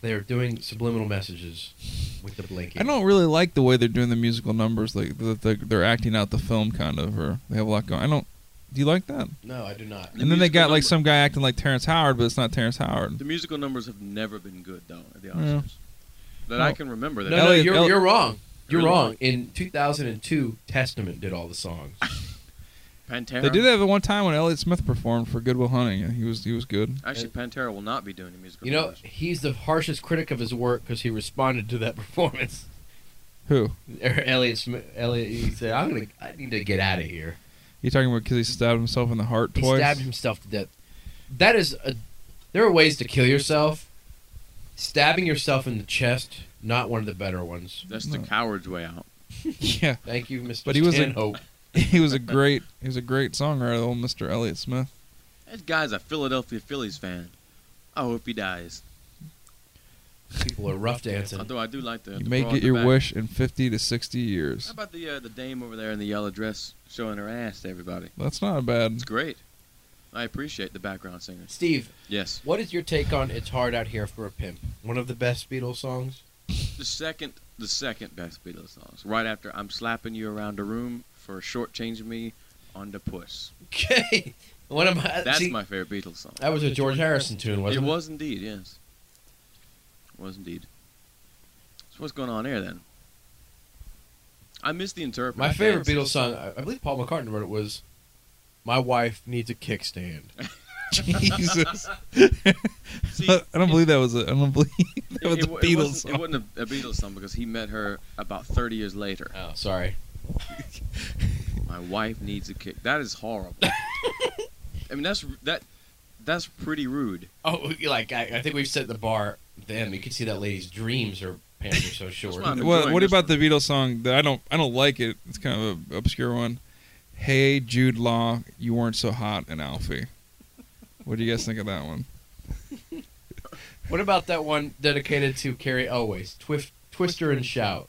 S1: they're doing subliminal messages. with the blinking.
S2: I don't really like the way they're doing the musical numbers. Like the, the, they're acting out the film kind of, or they have a lot going. I don't. Do you like that?
S1: No, I do not.
S2: and then they got like
S3: musical number-
S2: some guy acting like Terrence Howard, but it's not Terrence Howard.
S3: The musical numbers have never been good though at the
S2: Yeah.
S3: Oscars. That I
S2: No.
S3: can remember. That
S1: No,
S2: Elliot-
S1: no, you're,
S2: Elliot-
S1: you're wrong. You're
S3: Really?
S1: wrong. In 2002, Testament did all the songs.
S3: Pantera.
S2: They did that the one time when Elliot Smith performed for Goodwill Hunting, and he was he was good.
S3: Actually, Pantera will not be doing the musical.
S1: You know,
S3: numbers.
S1: he's the harshest critic of his work because he responded to that performance.
S2: Who?
S1: Or Elliot, Smith, Elliot, he said, "I'm gonna, I need to get out of here."
S2: You talking about because he stabbed himself in the heart
S1: He
S2: twice?
S1: stabbed himself to death. That is, a, there are ways to kill yourself. Stabbing yourself in the chest, not one of the better ones.
S3: that's the coward's way out.
S2: yeah,
S1: Thank you, Mr.
S2: But he was a-
S1: Stanhope.
S2: he was a great he was a great songwriter, old Mister Elliot Smith.
S3: That guy's a Philadelphia Phillies fan. I hope he dies.
S1: People are rough dancing.
S3: Although I do like the.
S2: You
S3: the
S2: may
S3: broad in
S2: get
S3: the
S2: your
S3: back.
S2: wish in fifty to sixty
S3: How
S2: years.
S3: about the uh, the dame over there in the yellow dress showing her ass to everybody?
S2: That's not bad.
S3: It's great. I appreciate the background singers.
S1: Steve,
S3: Yes.
S1: what is your take on "It's Hard Out Here for a Pimp"? One of the best Beatles songs.
S3: The second, the second best Beatles songs, right after "I'm slapping you around the room for shortchanging me on the puss."
S1: Okay, one of my.
S3: That's
S1: Uh, see,
S3: my favorite Beatles song.
S1: That was a George Harrison tune,
S3: It
S1: wasn't it?
S3: was indeed, yes. It was indeed. So what's going on here then? I missed the interpreter.
S1: My favorite Beatles
S3: dance.
S1: song, I I believe Paul McCartney wrote it, was "My Wife Needs a Kickstand."
S2: Jesus,
S3: See,
S2: I don't believe that was a. I don't believe that was
S3: it,
S2: a
S3: wa- it
S2: Beatles
S3: wasn't,
S2: song.
S3: it wasn't a, a Beatles song because he met her about 30 years later.
S1: Oh, sorry.
S3: My wife needs a kick. That is horrible. I mean, that's that. That's pretty rude.
S1: Oh, like I, I think we've set the bar. Then you can see that lady's dreams. Her pants are so short.
S3: what I'm-
S2: Well,
S3: enjoying
S2: what
S3: this
S2: about
S3: one.
S2: the Beatles song that I don't I don't like it? It's kind of an obscure one. Hey Jude Law, you weren't so hot in Alfie. What do you guys think of that one?
S1: what about that one dedicated to Carrie Always? Twif- Twister and shout.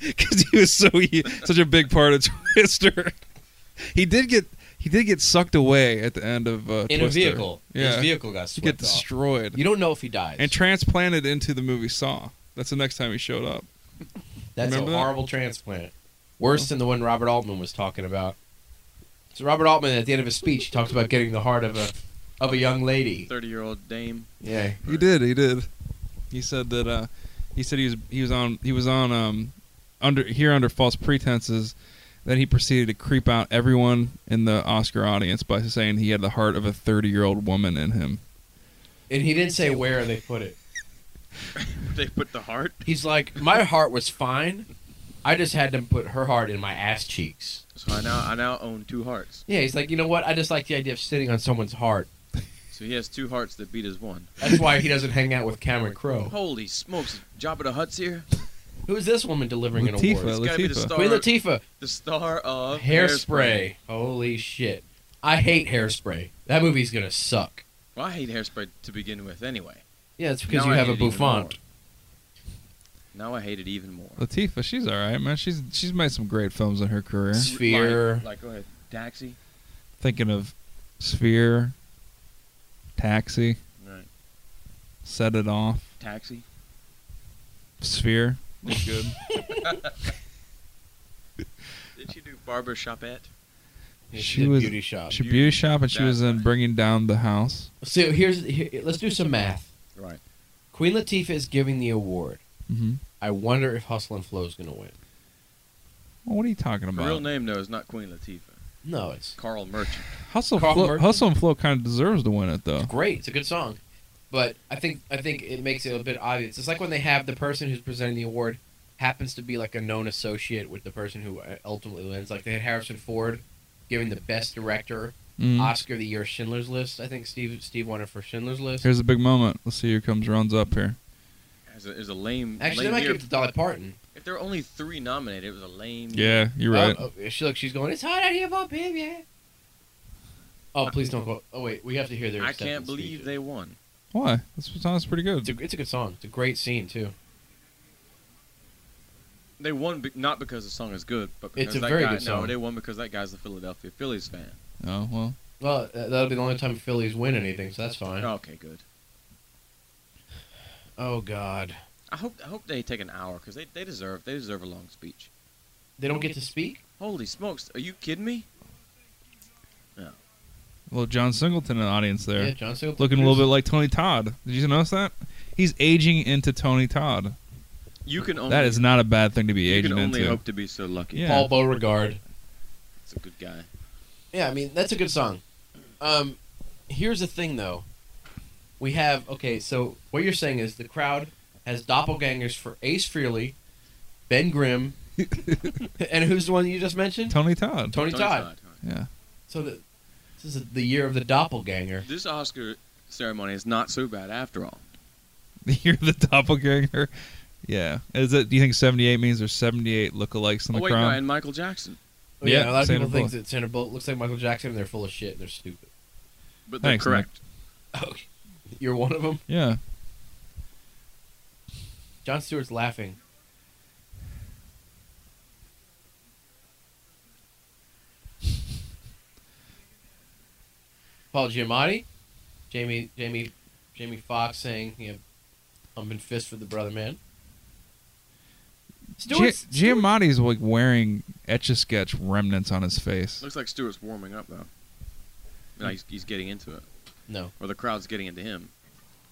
S2: Because he was so he, such a big part of Twister. He did get he did get sucked away at the end of uh,
S1: In a
S2: Twister.
S1: vehicle. His
S2: Yeah,
S1: vehicle got
S2: to get
S1: swept off.
S2: destroyed
S1: You don't know if he dies.
S2: and transplanted into the movie Saw. That's the next time he showed up.
S1: That's a
S2: remember that?
S1: horrible transplant. Worse than the one Robert Altman was talking about. So Robert Altman, at the end of his speech, talks about getting the heart of a of a young lady.
S3: 30 year old dame.
S1: Yeah.
S2: He did. He did. He said that. Uh, he said he was he was on he was on um under here under false pretenses. Then he proceeded to creep out everyone in the Oscar audience by saying he had the heart of a thirty year old woman in him.
S1: And he didn't say where they put it.
S3: They put the heart.
S1: He's like, my heart was fine. I just had them put her heart in my ass cheeks.
S3: So I now I now own two hearts.
S1: Yeah, he's like, you know what? I just like the idea of sitting on someone's heart.
S3: So he has two hearts that beat his one.
S1: That's why he doesn't hang out with Cameron Crowe.
S3: Holy smokes! Jabba the Hutt's here.
S1: Who is this woman delivering
S2: Latifah.
S1: an award?
S3: It's gotta be the
S2: Latifah.
S3: star.
S1: Queen Latifah.
S3: The star of
S1: Hairspray. Holy shit. I hate Hairspray. That movie's gonna suck.
S3: Well, I hate hairspray to begin with anyway.
S1: Yeah, it's because
S3: Now
S1: you
S3: I
S1: have a
S3: hate it even
S1: bouffant.
S3: Now I hate it even more.
S2: Latifah, she's all right, man. She's she's made some great films in her career.
S1: Sphere.
S3: Like, like, go ahead. Taxi.
S2: Thinking of Sphere, Taxi,
S3: Right.
S2: Set It Off,
S3: Taxi.
S2: Sphere. was Good.
S3: Did she do Barber Shopette?
S1: Yeah,
S2: She
S1: she did
S2: was-
S1: beauty shop.
S2: she beauty shop, and she was in
S3: That-
S2: Bringing Down the House.
S1: So here's here, let's do some math.
S3: Right.
S1: Queen Latifah is giving the award.
S2: hmm
S1: I wonder if Hustle and Flow is gonna win.
S2: Well, what are you talking about?
S3: Her real name though is not Queen Latifah.
S1: No, it's
S3: Carl Merchant.
S2: Hustle,
S1: Carl
S2: Flo,
S1: Merton.
S2: Hustle and Flow kind of deserves to win it, though.
S1: great. It's a good song, but I think I think it makes it a bit obvious. It's like when they have the person who's presenting the award happens to be like a known associate with the person who uh, ultimately wins. Like they had Harrison Ford giving the best director
S3: Mm-hmm.
S2: Mm.
S1: Oscar of the year Schindler's List. I think Steve Steve won it for Schindler's List.
S2: Here's a big moment. Let's see who comes runs up here.
S3: Is a, is a lame.
S1: Actually, they
S3: lame
S1: might
S3: year.
S1: give it to Dolly Parton.
S3: If there were only three nominated, it was a lame. year.
S2: Yeah, you're right.
S1: Oh, oh, she look, she's going. It's hot out here, for baby. Oh, please don't go. Oh wait, we have to hear their.
S3: I can't
S1: acceptance
S3: believe
S1: speeches.
S3: they won.
S2: Why? This sounds pretty
S1: It's
S2: good.
S1: a, it's a good song. It's a great scene too.
S3: They won be- not because the song is good, but
S1: It's
S3: because
S1: a
S3: that
S1: very
S3: guy.
S1: good song.
S3: No, they won because that guy's a Philadelphia Phillies fan.
S2: Oh well,
S1: Well, uh, that'll be the only time
S3: Oh,
S1: Phillies win anything, so that's fine.
S3: Okay, good.
S1: Oh God,
S3: I hope I hope they take an hour because they, they deserve they deserve a long speech.
S1: They don't get to speak.
S3: Holy smokes! Are you kidding me?
S2: Well, John Singleton in the audience there,
S1: Yeah, John Singleton.
S2: looking a little bit like Tony Todd. Did you notice that? He's aging into Tony Todd.
S3: You can only
S2: That is not a bad thing to be
S3: you can
S2: aging
S3: only
S2: into.
S3: hope to be so lucky.
S2: Yeah.
S1: Paul Beauregard.
S3: It's a good guy.
S1: Yeah, I mean that's a good song. Um, here's the thing though. We have okay, so what you're saying is the crowd has doppelgangers for Ace Frehley, Ben Grimm, and who's the one you just mentioned?
S2: Tony Todd.
S1: Tony, Todd.
S2: Yeah.
S1: So the, this is the year of the doppelganger.
S3: This Oscar ceremony is not so bad after all.
S2: You're the doppelganger. Yeah. Is it? Do you think 78 means there's 78 lookalikes in
S3: Oh
S2: the
S3: wait, no,
S2: crowd?
S3: and Michael Jackson.
S1: Oh, yeah, a
S2: Yeah,
S1: lot of
S2: Sandra
S1: people think
S2: Bullock.
S1: that Sandra Bullock looks like Michael Jackson, and they're full of shit and they're stupid.
S3: But they're
S2: Thanks, Nick.
S3: correct.
S1: Okay. You're one of them.
S2: yeah.
S1: John Stewart's laughing. Paul Giamatti, Jamie, Jamie, Jamie Foxx saying, "You know, humping fist for the brother man."
S2: Gi-
S1: Stewart's, Stewart-
S2: Giamatti's like wearing etch a sketch remnants on his face.
S3: Looks like Stewart's warming up though. No, he's, he's getting into it,
S1: no,
S3: or the crowd's getting into him,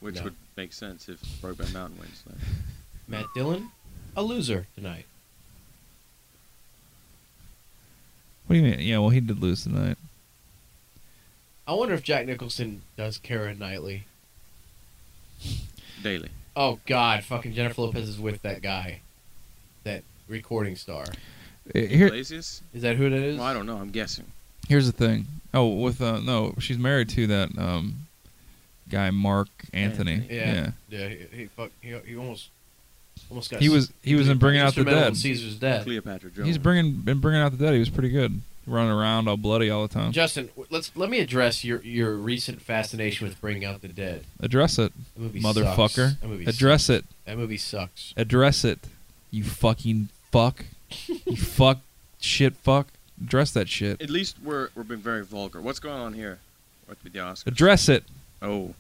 S3: which
S1: No.
S3: would make sense if Brokeback Mountain wins. Like,
S1: Matt Dillon, a loser tonight.
S2: What do you mean? Yeah, well, he did lose tonight.
S1: I wonder if Jack Nicholson does Kara Knightley.
S3: Daily.
S1: Oh God, fucking Jennifer Lopez is with that guy, that recording star.
S2: Eh, Here,
S3: Iglesias?
S1: Is that who that is?
S3: Well, I don't know. I'm guessing.
S2: here's the thing. Oh, with uh, no, she's married to that um guy Mark Anthony.
S1: Anthony, yeah. Yeah, he, he fuck, he, he almost almost got.
S2: He was he was in Bringing Out the
S1: instrumental in
S2: Dead.
S1: Caesar's death.
S3: Cleopatra Jones.
S2: He's bringing been bringing out the dead. He was pretty good, running around all bloody all the time.
S1: Justin, w- let's let me address your your recent fascination with Bringing Out the Dead.
S2: Address it,
S1: That movie
S2: motherfucker.
S1: Sucks. That movie
S2: Address it.
S1: sucks. That movie sucks.
S2: Address it. You fucking fuck. you fuck shit fuck. Address that shit.
S3: At least we're we're being very vulgar. What's going on here with the Oscars?
S2: Address it.
S3: Oh.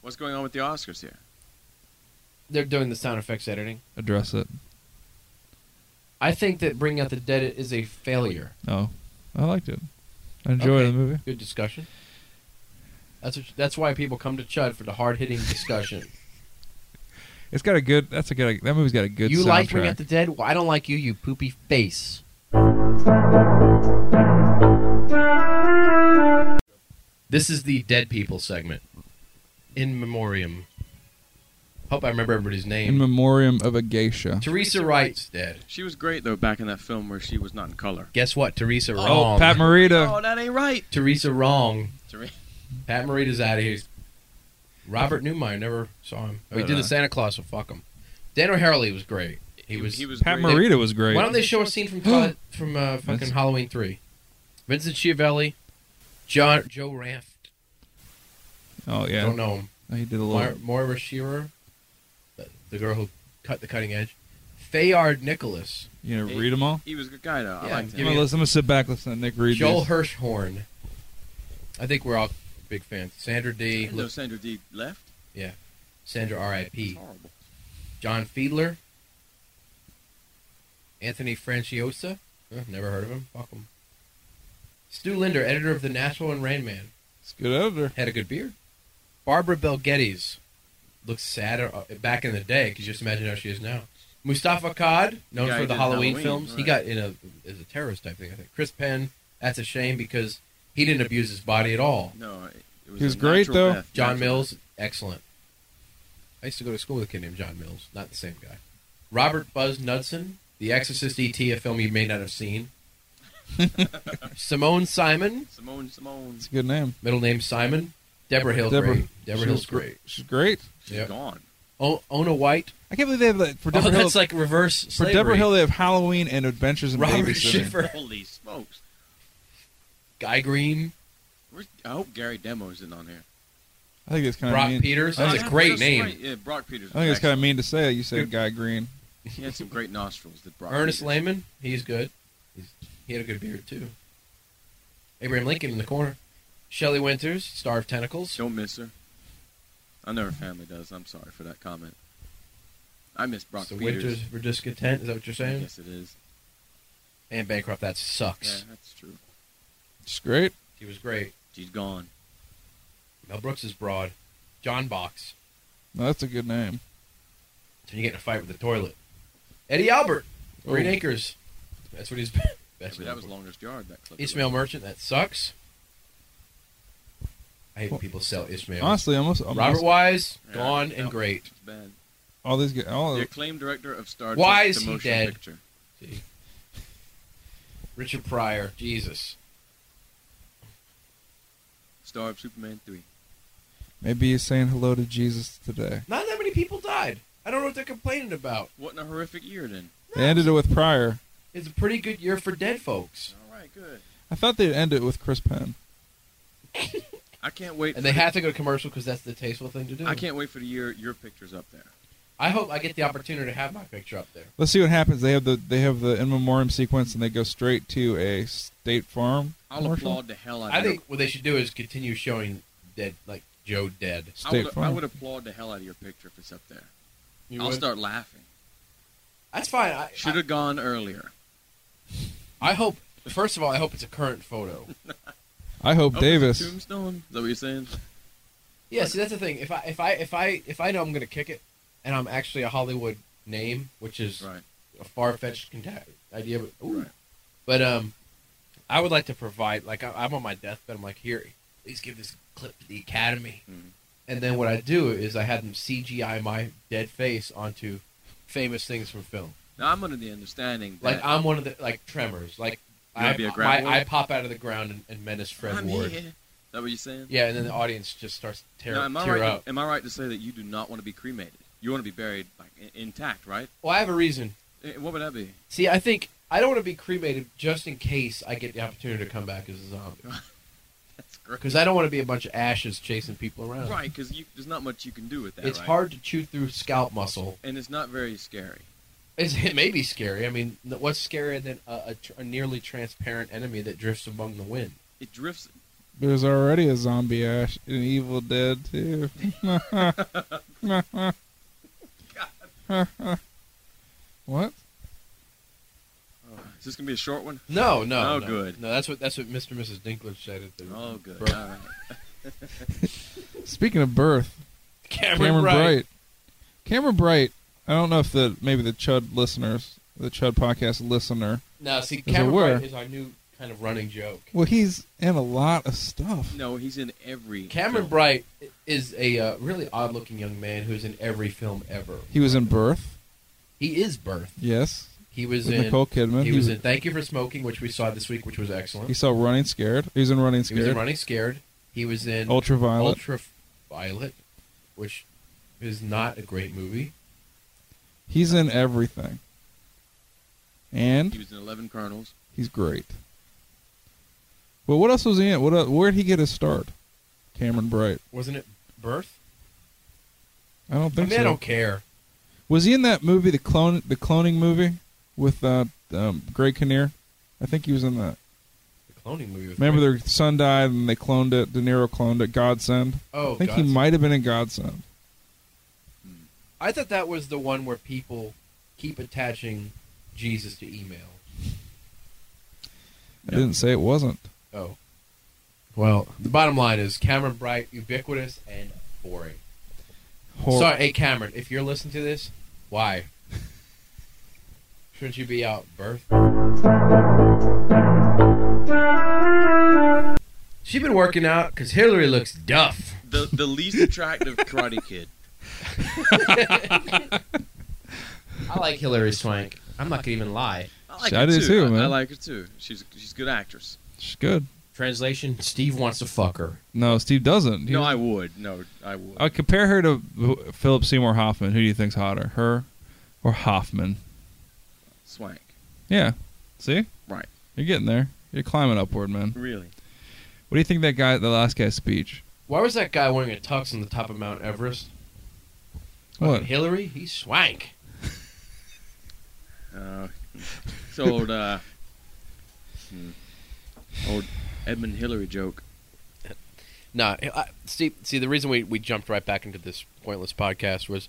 S3: What's going on with the Oscars here?
S1: They're doing the sound effects editing.
S2: Address it.
S1: I think that Bringing Out the Dead is a failure.
S2: Oh, I liked it. I enjoyed
S1: Okay.
S2: the movie.
S1: Good discussion. That's what, that's why people come to Chud for the hard hitting discussion.
S2: It's got a good. That's a good. That movie's got a good.
S1: you
S2: soundtrack.
S1: like Bringing Out the Dead? Well, I don't like you, you poopy face. This is the dead people segment. In memoriam. Hope I remember everybody's
S2: in
S1: name.
S2: memoriam of a geisha.
S1: Teresa Wright's dead.
S3: She was great though back in that film where she was not in color.
S1: Guess what? Teresa wrong.
S2: Oh, Pat Morita.
S3: Oh, that ain't right.
S1: Teresa wrong.
S3: Ther-
S1: Pat Morita's out of here. Robert Newmeyer never saw him. Oh, he
S2: Oh,
S1: did
S2: no.
S1: the Santa Claus, so fuck him. Dan O'Harley was great. He was.
S3: He was
S2: Pat
S3: great.
S2: Morita was great.
S1: Why don't they show a scene from Todd- from uh, fucking
S2: That's-
S1: Halloween three? Vincent Chiavelli, John Joe Ranft. I
S2: Oh
S1: don't
S2: yeah,
S1: know him.
S2: he did a
S1: Moira,
S2: little.
S1: Moira Shearer, the, the girl who cut the cutting edge. Fayard Nicholas,
S2: You know, read them all.
S3: He was a good guy though. I
S1: Yeah,
S3: liked
S2: I'm
S1: give
S3: him.
S1: me-
S2: gonna, listen, I'm gonna sit back, listen to Nick read
S1: Joel
S2: these.
S1: Hirschhorn. I think we're all big fans. Sandra D.
S3: No,
S1: Look,
S3: Sandra D left.
S1: Sandra
S3: It's
S1: R.I.P.
S3: horrible.
S1: John Fiedler, Anthony Franciosa. Huh, never heard of him. Fuck him. Stu Linder, editor of The National and Rain Man.
S2: Let's get out of there.
S1: had a good beard. Barbara Bel Geddes looks sad uh, back in the day. Could you just imagine how she is now? Mustafa Cod, known
S3: Yeah,
S1: for
S3: he
S1: the
S3: did
S1: Halloween,
S3: Halloween,
S1: films, he
S3: right.
S1: got in a as a terrorist type thing. I think Chris Penn. That's a shame because he didn't abuse his body at all.
S3: No, it it was,
S2: He was
S3: a
S2: great,
S3: natural
S2: though.
S3: death.
S1: John
S3: Natural
S1: Mills, excellent. I used to go to school with a kid named John Mills, not the same guy. Robert Buzz Knudsen, The Exorcist ET, a film you may not have seen. Simone Simon,
S3: death. Simone Simone.
S2: It's a good name.
S1: middle name Simon. Deborah Hill,
S2: Deborah-
S1: great. Deborah
S2: She's
S1: Hill's
S2: gr-
S1: great.
S2: She's great.
S3: She's
S1: Yeah.
S3: gone.
S1: O- Ona White.
S2: I can't believe they have like, for
S1: oh,
S2: Deborah Hill.
S1: that's like reverse
S2: for
S1: slavery.
S2: Deborah Hill, they have Halloween and Adventures in
S1: Robert
S2: Babysitting.
S1: Schiffer,
S3: Holy smokes.
S1: Guy Green,
S3: Where's, I hope Gary Demo isn't on here.
S2: I think it's kind of
S1: Brock
S2: mean.
S1: Peters.
S2: I
S1: That's
S2: think,
S1: a great
S3: That's
S1: name.
S3: right. Yeah, Brock Peters.
S2: I think it's
S3: was
S2: kind of mean to say. You said Guy Green.
S3: excellent. He had some great nostrils. That Brock
S1: Ernest
S3: Peters.
S1: Lehman, he's good. He's, he had a good beard too. Abraham Lincoln in the corner. Shelley Winters, Star of Tentacles.
S3: Don't miss her. I know her family does. I'm sorry for that comment. I miss Brock
S1: so
S3: Peters.
S1: winters we're discontent. Is that what you're saying?
S3: Yes, it is.
S1: And Bancroft, that sucks.
S3: Yeah, that's true.
S2: It's great.
S1: He was great.
S3: She's gone.
S1: Mel Brooks is broad. John Box.
S2: No, that's a good name.
S1: So you get in a fight with the toilet. Eddie Albert. Green
S2: Oh.
S1: Acres. That's what he's been. That's
S3: Maybe
S1: Mel
S3: that was
S1: Brooks.
S3: longest yard. That clip.
S1: Ishmael Merchant. That sucks. I hate when people sell Ishmael.
S2: Oh, Honestly, almost, almost
S1: Robert Wise,
S3: Yeah,
S1: gone
S3: that
S1: and
S3: was
S1: great.
S3: Bad.
S2: all these guys. All
S3: The acclaimed director of Star Trek:
S1: Why is
S3: the
S1: he
S3: Motion
S1: dead?
S3: Picture.
S1: Richard Pryor. Jesus.
S3: Star of Superman three.
S2: maybe he's saying hello to Jesus today.
S1: Not that many people died. I don't know what they're complaining about.
S3: What in a horrific year then?
S2: They ended it with Pryor.
S1: It's a pretty good year for dead folks.
S3: All right, good.
S2: I thought they'd end it with Chris Penn.
S3: I can't wait.
S1: And
S3: for
S1: they
S3: the-
S1: have to go to commercial because that's the tasteful thing to do.
S3: I can't wait for the year your picture's up there.
S1: I hope I get the opportunity to have my picture up there.
S2: Let's see what happens. They have the they have the in memoriam sequence, and they go straight to a State Farm.
S3: I'll
S2: commercial?
S3: applaud the hell out.
S1: I
S3: of your-
S1: think what they should do is continue showing dead, like Joe dead.
S3: I would,
S2: State
S3: I
S2: Farm.
S3: would applaud the hell out of your picture if it's up there.
S1: You
S3: I'll
S1: would?
S3: start laughing.
S1: That's fine. I,
S3: Should have gone earlier.
S1: I, I hope. First of all, I hope it's a current photo.
S2: I hope
S3: Oh,
S2: Davis.
S3: it's a Tombstone. Is that what you're saying?
S1: Yeah. See, that's the thing. If I if I if I if I know I'm gonna kick it, and I'm actually a Hollywood name, which is
S3: Right.
S1: a far fetched idea, but ooh.
S3: Right.
S1: but um, I would like to provide. Like I, I'm on my deathbed. I'm like, here, please give this clip to the Academy.
S3: Mhm.
S1: And then what I do is I had them CGI my dead face onto famous things from film.
S3: Now I'm under the understanding that
S1: Like I'm one of the like tremors. Like
S3: You wanna
S1: I,
S3: be a
S1: my,
S3: ground
S1: I
S3: ward?
S1: pop out of the ground and, and menace Fred
S3: I'm
S1: Ward.
S3: here. Is that what you're saying?
S1: Yeah, and then the audience just starts tear,
S3: Now, am I
S1: tear
S3: right?
S1: up.
S3: To, am I right to say that you do not want to be cremated? You want to be buried like in- intact, right?
S1: Well, I have a reason.
S3: Eh, What would that be?
S1: See, I think I don't want to be cremated just in case I get the opportunity to come back as a zombie.
S3: That's great.
S1: Because I don't want to be a bunch of ashes chasing people around.
S3: Right, because there's not much you can do with that.
S1: It's
S3: right?
S1: hard to chew through scalp muscle.
S3: and it's not very scary.
S1: It's, it may be scary. I mean, n- what's scarier than a, a, tr- a nearly transparent enemy that drifts among the wind?
S3: It drifts.
S2: There's already a zombie ash in Evil Dead too. what?
S3: Oh, is this gonna be a short one?
S1: No, no,
S3: Oh,
S1: no.
S3: good.
S1: No, that's what that's what Mr. and Mrs. Dinkler said at the
S3: Oh, good.
S1: Bro-
S3: All right.
S2: Speaking of birth,
S1: Cameron,
S2: Cameron
S1: Bright.
S2: Bright. Cameron Bright. I don't know if the maybe the Chud listeners, the Chud podcast listener.
S1: Now, see,
S2: it
S1: Cameron
S2: were.
S1: Bright is our new kind of running joke.
S2: Well, he's in a lot of stuff.
S3: No, he's in every.
S1: Cameron
S3: film.
S1: Bright is a uh, really odd-looking young man who's in every film ever.
S2: He was in Birth.
S1: He is Birth.
S2: Yes,
S1: He was
S2: with
S1: in.
S2: Nicole Kidman.
S1: He was in Thank You for Smoking, which we saw this week, which was excellent.
S2: He saw Running Scared. He was in
S1: He
S2: Running
S1: was in
S2: Scared.
S1: Running Scared. He was in
S2: Ultraviolet.
S1: Ultraviolet, which is not a great movie.
S2: He's in everything.
S3: He
S2: And
S3: was in Eleven Colonels.
S2: he's great. But what else was he in? What el- where'd he get his start? Cameron Bright.
S1: Wasn't it Birth?
S2: I don't
S1: I
S2: think
S1: mean,
S2: so.
S1: I don't care.
S2: Was he in that movie, the clone, the cloning movie with uh, um, Greg Kinnear? I think he was in that.
S1: The cloning movie. Was
S2: Remember,
S1: great.
S2: their son died and they cloned it. De Niro cloned it. Godsend.
S1: Oh,
S2: I think he
S1: Godsend.
S2: might have been in Godsend.
S1: I thought that was the one where people keep attaching Jesus to email.
S2: I didn't say it wasn't.
S1: Oh. Well, the bottom line is Cameron Bright, ubiquitous and boring.
S2: Hor-
S1: Sorry, hey Cameron, if you're listening to this, why? Shouldn't you be out birth? She's been working out because Hillary looks duff.
S3: The the least attractive Karate Kid.
S1: I like Hillary Swank. I'm not gonna even lie.
S3: I like
S2: I
S3: her
S2: do too,
S3: I, I
S2: man.
S3: like her too. She's she's a good actress.
S2: She's good.
S1: Translation: Steve wants to fuck her.
S2: No, Steve doesn't. He-
S3: No, I would. No, I would.
S2: Uh, compare her to Philip Seymour Hoffman. Who do you think's hotter, her or Hoffman?
S3: Swank.
S2: Yeah. See?
S3: Right.
S2: You're getting there. You're climbing upward, man.
S3: Really.
S2: What do you think that guy, the last guy's speech?
S1: Why was that guy wearing a tux on the top of Mount Everest?
S2: What?
S1: Hillary, he's swank.
S3: Uh, it's old. Uh, hmm, old Edmund Hillary joke.
S1: No, I, Steve. See, the reason we, we jumped right back into this pointless podcast was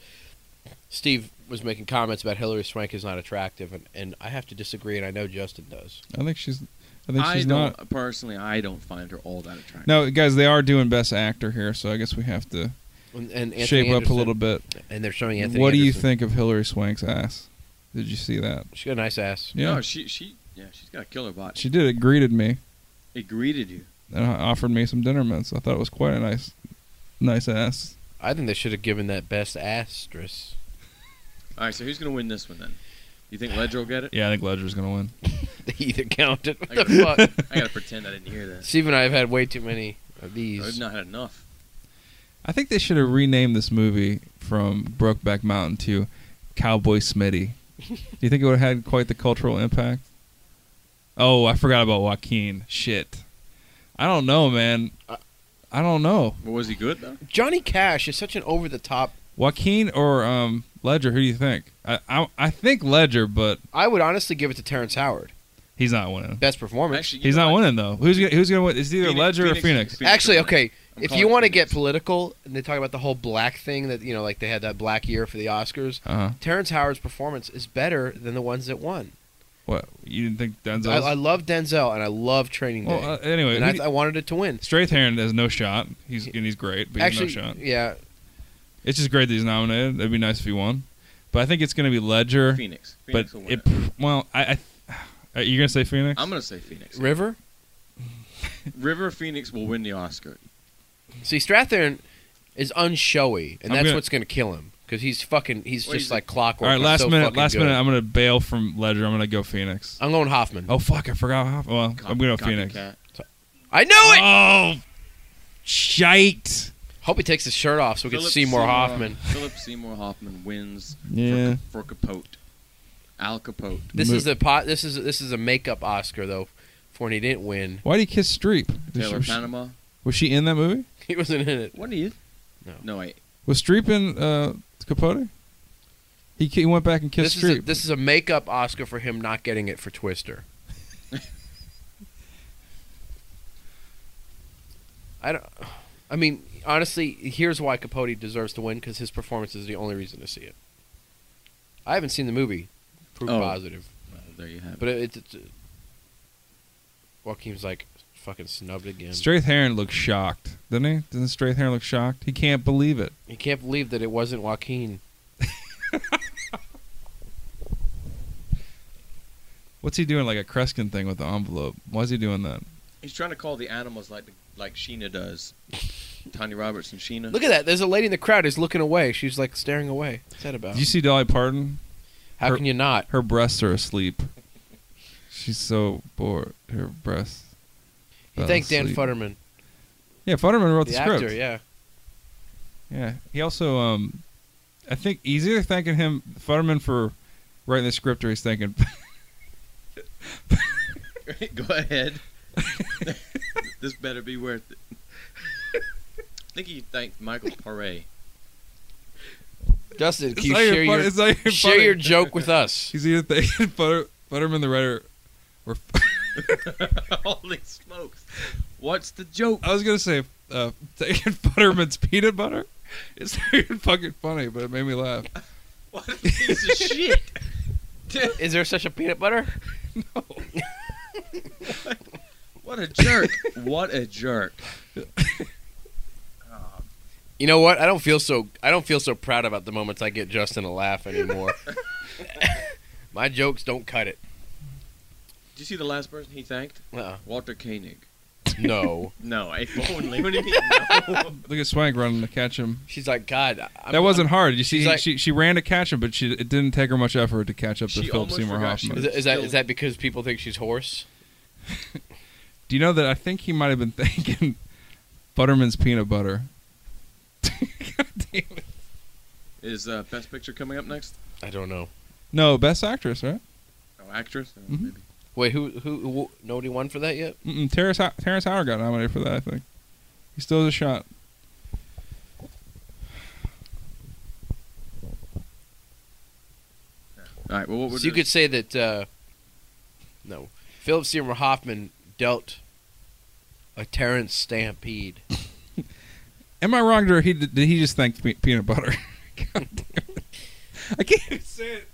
S1: Steve was making comments about Hillary Swank is not attractive, and, and I have to disagree, and I know Justin does.
S2: I think she's. I think
S3: I
S2: she's
S3: don't
S2: not.
S3: personally. I don't find her all that attractive.
S2: No, guys, they are doing best actor here, so I guess we have to
S1: And, and Anthony
S2: shape up a
S1: Anderson-
S2: little bit.
S1: And they're showing Anthony.
S2: what do you
S1: Anderson.
S2: think of Hillary Swank's ass? Did you see that?
S1: She's got a nice ass.
S2: Yeah,
S3: No, she she yeah, she's got a killer bot.
S2: she did. It greeted me
S3: It greeted you.
S2: and uh, offered me some dinner mints. I thought it was quite a nice, nice ass.
S1: I think they should have given that best asterisk.
S3: All right, so who's gonna win this one then? You think Ledger will get it?
S2: Yeah, I think Ledger's gonna win.
S1: They either counted. What
S3: I
S1: the
S3: gotta-
S1: fuck?
S3: I gotta pretend I didn't hear that.
S1: Steve and I have had way too many of
S3: I've
S1: these.
S3: not had enough.
S2: I think they should have renamed this movie from Brokeback Mountain to Cowboy Smitty. Do you think it would have had quite the cultural impact? Oh, I forgot about Joaquin. Shit. I don't know, man. I don't know.
S3: But was he good though?
S1: Johnny Cash is such an over the top.
S2: Joaquin or um, Ledger, who do you think? I, I I think Ledger, but
S1: I would honestly give it to Terrence Howard.
S2: he's not winning.
S1: Best performance.
S3: Actually, you
S2: He's
S3: know
S2: not
S3: what?
S2: winning though. Who's gonna, who's going to win? It's either
S3: Phoenix-
S2: Ledger or
S3: Phoenix-
S2: Phoenix.
S3: Phoenix.
S1: Actually, okay.
S3: I'm
S1: if
S3: calling
S1: you
S3: it
S1: want to
S3: Phoenix.
S1: get political, and they talk about the whole black thing that you know, like they had that black year for the Oscars.
S2: Uh-huh.
S1: Terrence Howard's performance is better than the ones that won.
S2: What? You didn't think Denzel?
S1: I, I love Denzel and I love Training Day,
S2: well, uh, anyway,
S1: and
S2: who
S1: I,
S2: do you-
S1: I wanted it to win.
S2: Strathairn has no shot. He's and he's great, but
S1: Actually,
S2: he's no shot.
S1: yeah,
S2: It's just great that he's nominated. That'd be nice if he won. But I think it's going to be Ledger.
S3: Phoenix.
S2: but
S3: Phoenix will win
S2: it,
S3: it.
S2: well, I, I you're going to say Phoenix?
S3: I'm gonna say Phoenix.
S1: River.
S3: River Phoenix will win the Oscar.
S1: See, Strathairn is unshowy, and
S2: I'm
S1: that's
S2: gonna-
S1: what's going to kill him because he's fucking. He's
S3: Well,
S1: just
S3: he's a-
S1: like clockwork.
S2: All right,
S1: He's
S2: last
S1: so
S2: minute,
S1: fucking
S2: last
S1: good.
S2: minute. I'm going to bail from Ledger. I'm going to go Phoenix.
S1: I'm going Hoffman.
S2: Oh fuck! I forgot. how- Well,
S3: Cop-
S2: I'm going to
S3: Uh, copycat.
S2: go Phoenix.
S1: I know it.
S2: Oh, shite!
S1: Hope he takes his shirt off so we can
S3: Philip
S1: see more Hoffman.
S3: Philip Seymour Hoffman wins
S2: Yeah.
S3: for, Cap- for Capote. Al Capote.
S1: This
S2: Mo-
S1: is the pot. This is this is a makeup Oscar though, for when he didn't win.
S2: Why would he kiss Streep? Did she-
S3: Taylor
S2: was, she,
S3: Panama.
S2: was she in that movie?
S1: He wasn't in it.
S3: What is?
S1: No.
S3: No wait.
S2: Was Streep in uh, Capote? He, he went back and
S1: This is
S2: kissed Streep.
S1: a, this is a makeup Oscar for him not getting it for Twister. I don't. I mean, honestly, here's why Capote deserves to win because his performance is the only reason to see it. I haven't seen the movie. Proof
S3: Oh.
S1: positive,
S3: Well, there you have it.
S1: but it, it's it's- Joaquin's like fucking snubbed again.
S2: Strathairn looked shocked, didn't he? Didn't Strathairn look shocked? He can't believe it.
S1: You can't believe that it wasn't Joaquin.
S2: What's he doing? Like a Kreskin thing with the envelope? Why is he doing that?
S3: He's trying to call the animals like like Sheena does. Tony Roberts and Sheena.
S1: Look at that. There's a lady in the crowd who's looking away. She's like staring away. What's that about?
S2: Did you see Dolly Parton?
S1: How
S2: her-
S1: can you not?
S2: Her breasts are asleep. She's so bored. Her breasts.
S1: You
S2: fell
S1: thank Dan
S2: asleep.
S1: Futterman,
S2: Yeah, Futterman wrote the,
S1: the
S2: script.
S1: actor. Yeah.
S2: Yeah. He also, um, I think he's either thanking him Futterman for writing the script, or he's thanking.
S3: Go ahead. this better be worth it. I think he thanked Michael Paré.
S1: Justin,
S2: It's
S1: can you
S2: not even
S1: share
S2: funny-
S1: your
S2: it's not even
S1: share
S2: funny.
S1: your joke with us?
S2: He's either thanking Futter, Futterman the writer, or
S3: Holy smokes! What's the joke?
S2: I was gonna say uh, thanking Futterman's peanut butter. It's not even fucking funny, but it made me laugh.
S3: What a piece of shit!
S1: Is there such a peanut butter?
S3: What a jerk! What a jerk! Oh,
S1: You know what? I don't feel so I don't feel so proud about the moments I get Justin to laugh anymore. My jokes don't cut it.
S3: Did you see the last person he thanked?
S1: Uh-uh.
S3: Walter Koenig.
S1: No.
S3: No, if only. What do you mean? No.
S2: Look at Swank running to catch him.
S1: She's like, God, I-
S2: that wasn't hard. You see,
S1: she's
S2: he-
S1: like-
S2: she she ran to catch him, but she it didn't take her much effort to catch up to
S3: She
S2: Philip
S3: almost
S2: Seymour
S3: forgot she
S1: Is,
S2: Hoffman.
S3: was-
S1: is that is that because people think she's horse?
S2: Do you know that I think he might have been thinking Butterman's peanut butter? God damn it.
S3: Is uh, Best Picture coming up next?
S1: I don't know.
S2: No, best actress, right?
S3: Oh, actress? Oh,
S2: Mhm.
S3: maybe.
S1: Wait, who who, who nobody won for that yet?
S2: Mm-mm, Terrence Ho- Terrence Howard got nominated for that. I think he still has a shot.
S3: All right. Well, what would
S1: So you could say that uh, no, Philip Seymour Hoffman dealt a Terrence stampede.
S2: Am I wrong, or he did he just think pe- peanut butter? God damn it. I can't even say it.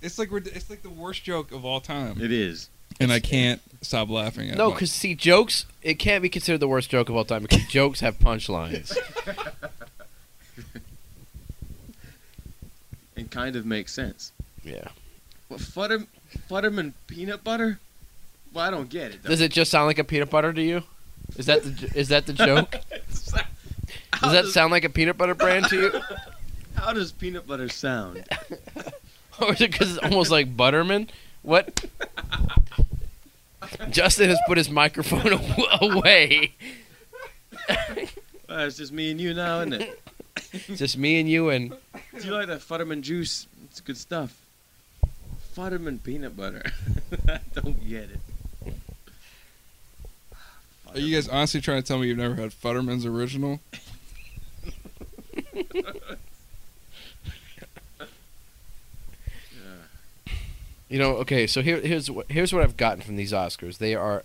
S2: It's like rid- it's like the worst joke of all time,
S3: It is.
S2: and I can't stop laughing. At
S1: No,
S2: my-
S1: because see, jokes it can't be considered the worst joke of all time because jokes have punchlines.
S3: It kind of makes sense.
S1: Yeah.
S3: But Futter, Futterman peanut butter? Well, I don't get it. Though.
S1: Does it just sound like a peanut butter to you? Is that the j- is that the joke?
S3: how
S1: Does that sound like a peanut butter brand to you,
S3: How does peanut butter sound?
S1: or is it because it's almost like Butterman? What? Justin has put his microphone aw- away.
S3: Uh, it's just me and you now, isn't it?
S1: Just me and you and
S3: Do you like that Futterman juice? It's good stuff. Futterman peanut butter. I don't get it.
S2: Are you guys honestly trying to tell me you've never had Futterman's original?
S1: you know. Okay, so here, here's what here's what I've gotten from these Oscars. They are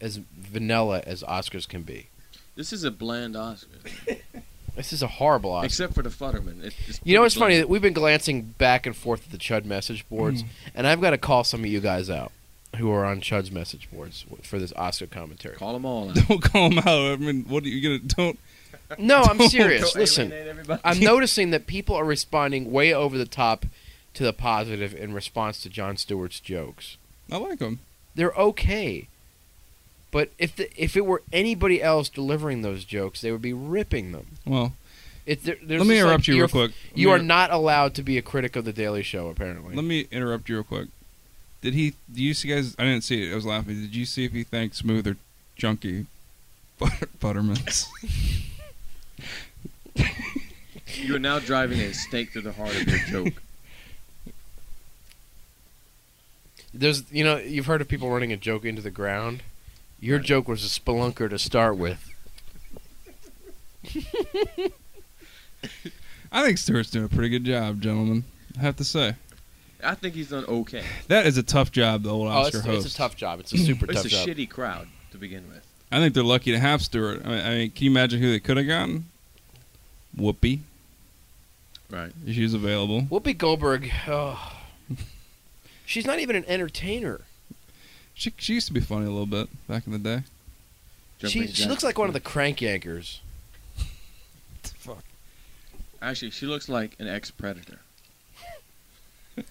S1: as vanilla as Oscars can be.
S3: This is a bland Oscar,
S1: This is a horrible Oscar.
S3: except for the Futterman. It, it's
S1: You know what's funny?
S3: pretty
S1: We've been glancing back and forth at the Chud message boards,
S2: Hmm.
S1: and I've got to call some of you guys out who are on Chud's message boards w- for this Oscar commentary.
S3: bland. Call them all. Out.
S2: Don't call him out. I mean, what are you gonna? Don't.
S1: No, I'm
S2: Don't
S1: serious.
S3: Go
S1: Listen,
S3: alienate everybody.
S1: I'm noticing that people are responding way over the top to the positive in response to John Stewart's jokes.
S2: I like him.
S1: They're okay, but if the, if it were anybody else delivering those jokes, they would be ripping them.
S2: Well,
S1: It, there, there's
S2: let me
S1: just like,
S2: interrupt you
S1: you're
S2: real
S1: f-
S2: quick. Let
S1: You
S2: me
S1: are
S2: inter-
S1: not allowed to be a critic of the Daily Show, apparently.
S2: Let me interrupt you real quick. Did he? Do you see guys? I didn't see it. I was laughing. Did you see if he thanked Smooth or Junkie Butter, Butterman's?
S3: You are now driving a stake through the heart of your joke.
S1: There's, you know, you've heard of people running a joke into the ground. Your joke was a spelunker to start with.
S2: I think Stewart's doing a pretty good job, gentlemen. I have to say
S3: I think he's done okay.
S2: that is a tough job. The old Oscar
S1: oh, it's,
S2: host.
S1: it's a tough job. It's a super
S3: But it's
S1: tough
S3: a
S1: job.
S3: shitty crowd to begin with.
S2: I think they're lucky to have Stewart. I mean, I mean can you imagine who they could have gotten? Whoopi.
S3: Right.
S2: She was available.
S1: Whoopi Goldberg, oh, she's not even an entertainer.
S2: She, she used to be funny a little bit back in the day.
S1: She, she looks like one of the crank anchors.
S2: Fuck.
S3: Actually, she looks like an ex predator.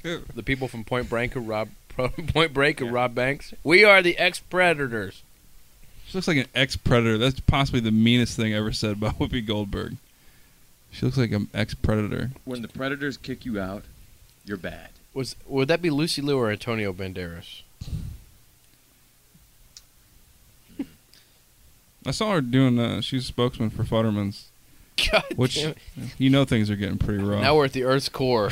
S1: The people from Point Break who rob Point Break who rob banks. We are the ex predators.
S2: She looks like an ex predator. That's possibly the meanest thing ever said by Whoopi Goldberg. She looks like an ex predator.
S3: When the predators kick you out, you're bad.
S1: Was would that be Lucy Liu or Antonio Banderas?
S2: I saw her doing. Uh, she's a spokesman for Futterman's.
S1: God
S2: Which-
S1: damn it.
S2: You know things are getting pretty rough.
S1: now we're at the Earth's core.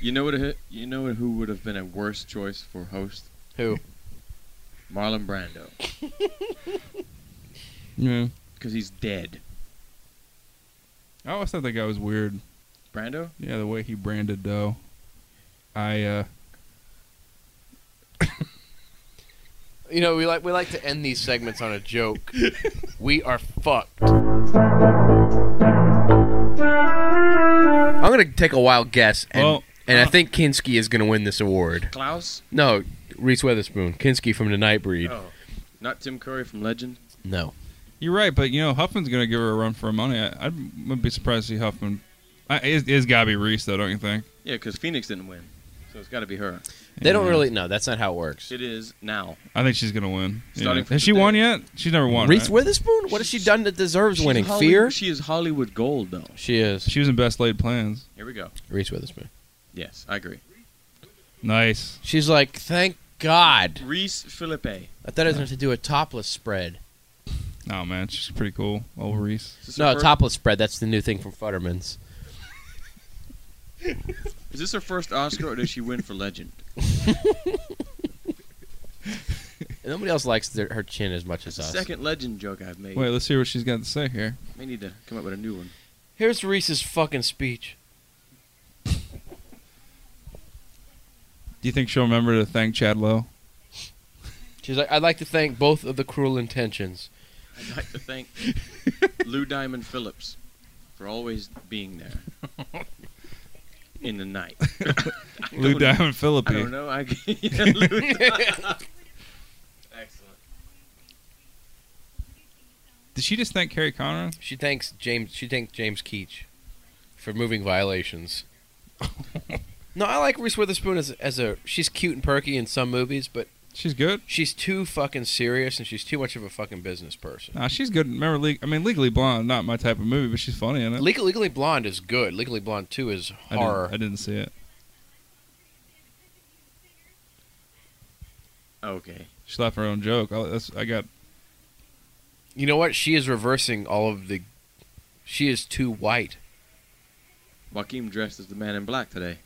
S3: You know what? a- You know who would have been a worse choice for host?
S1: Who?
S3: Marlon Brando,
S2: yeah.
S3: because he's dead.
S2: I always thought that guy was weird.
S3: Brando?
S2: Yeah, the way he branded dough. I uh,
S1: You know, we like we like to end these segments on a joke. we are fucked. I'm gonna take a wild guess, and,
S2: Well,
S1: and I
S2: uh,
S1: think Kinski is gonna win this award.
S3: Klaus?
S1: No, Reese Witherspoon, Kinski from The Nightbreed.
S3: Oh, not Tim Curry from Legend.
S1: No,
S2: You're right, but you know Huffman's going to give her a run for her money. I, I would be surprised to see Huffman. I, it, it's got to be Reese, though, don't you think?
S3: Yeah, because Phoenix didn't win, so it's got to be her.
S1: they don't
S2: Yeah.
S1: really. No, that's not how it works.
S3: It is now.
S2: I think she's going to win. Yeah.
S3: Starting from
S2: Has she
S3: today.
S2: won yet? She's never won.
S1: Reese
S2: right?
S1: Witherspoon, what has she done that deserves
S3: She's
S1: winning?
S3: Holly-
S1: Fear.
S3: She is Hollywood gold, though.
S1: She is
S2: She was in Best Laid Plans.
S3: Here we go.
S1: Reese Witherspoon.
S3: Yes, I agree.
S2: Nice.
S1: She's like, thank God.
S3: Reese Philippe.
S1: I thought I was gonna have to do a topless spread.
S2: Oh man, she's pretty cool. Old Reese.
S3: Is this
S1: No,
S3: her
S1: a
S3: fir-
S1: topless spread. That's the new thing from Futterman's.
S3: Is this her first Oscar, or did she win for Legend?
S1: Nobody else likes their, her chin as much
S3: It's
S1: as us.
S3: the second Legend joke I've made.
S2: Wait, let's hear what she's got to say here.
S3: We need to come up with a new one.
S1: Here's Reese's fucking speech.
S2: Do you think she'll remember to thank Chad Lowe?
S1: She's like, I'd like to thank both of the cruel intentions.
S3: I'd like to thank Lou Diamond Phillips. for always being there in the night. I
S2: Lou
S3: don't-
S2: Diamond
S3: I don't
S2: Philippi.
S3: know. I yeah, Lou Diamond. Excellent.
S2: Did she just thank Carrie Conran?
S1: She thanks James. She thanks James Keach for moving violations. no, I like Reese Witherspoon as as a she's cute and perky in some movies, but
S2: She's good.
S1: she's too fucking serious and she's too much of a fucking business person.
S2: Nah, she's good. Remember, Le- I mean, Legally Blonde, not my type of movie, but she's funny in it.
S1: Legal, Legally Blonde is good. Legally Blonde Two is
S2: I, didn't,
S1: horror.
S2: I didn't see it.
S3: Okay.
S2: She left her own joke. I, that's, I got.
S1: You know what? She is reversing all of the. She is too white.
S3: Joaquin dressed as the man in black today.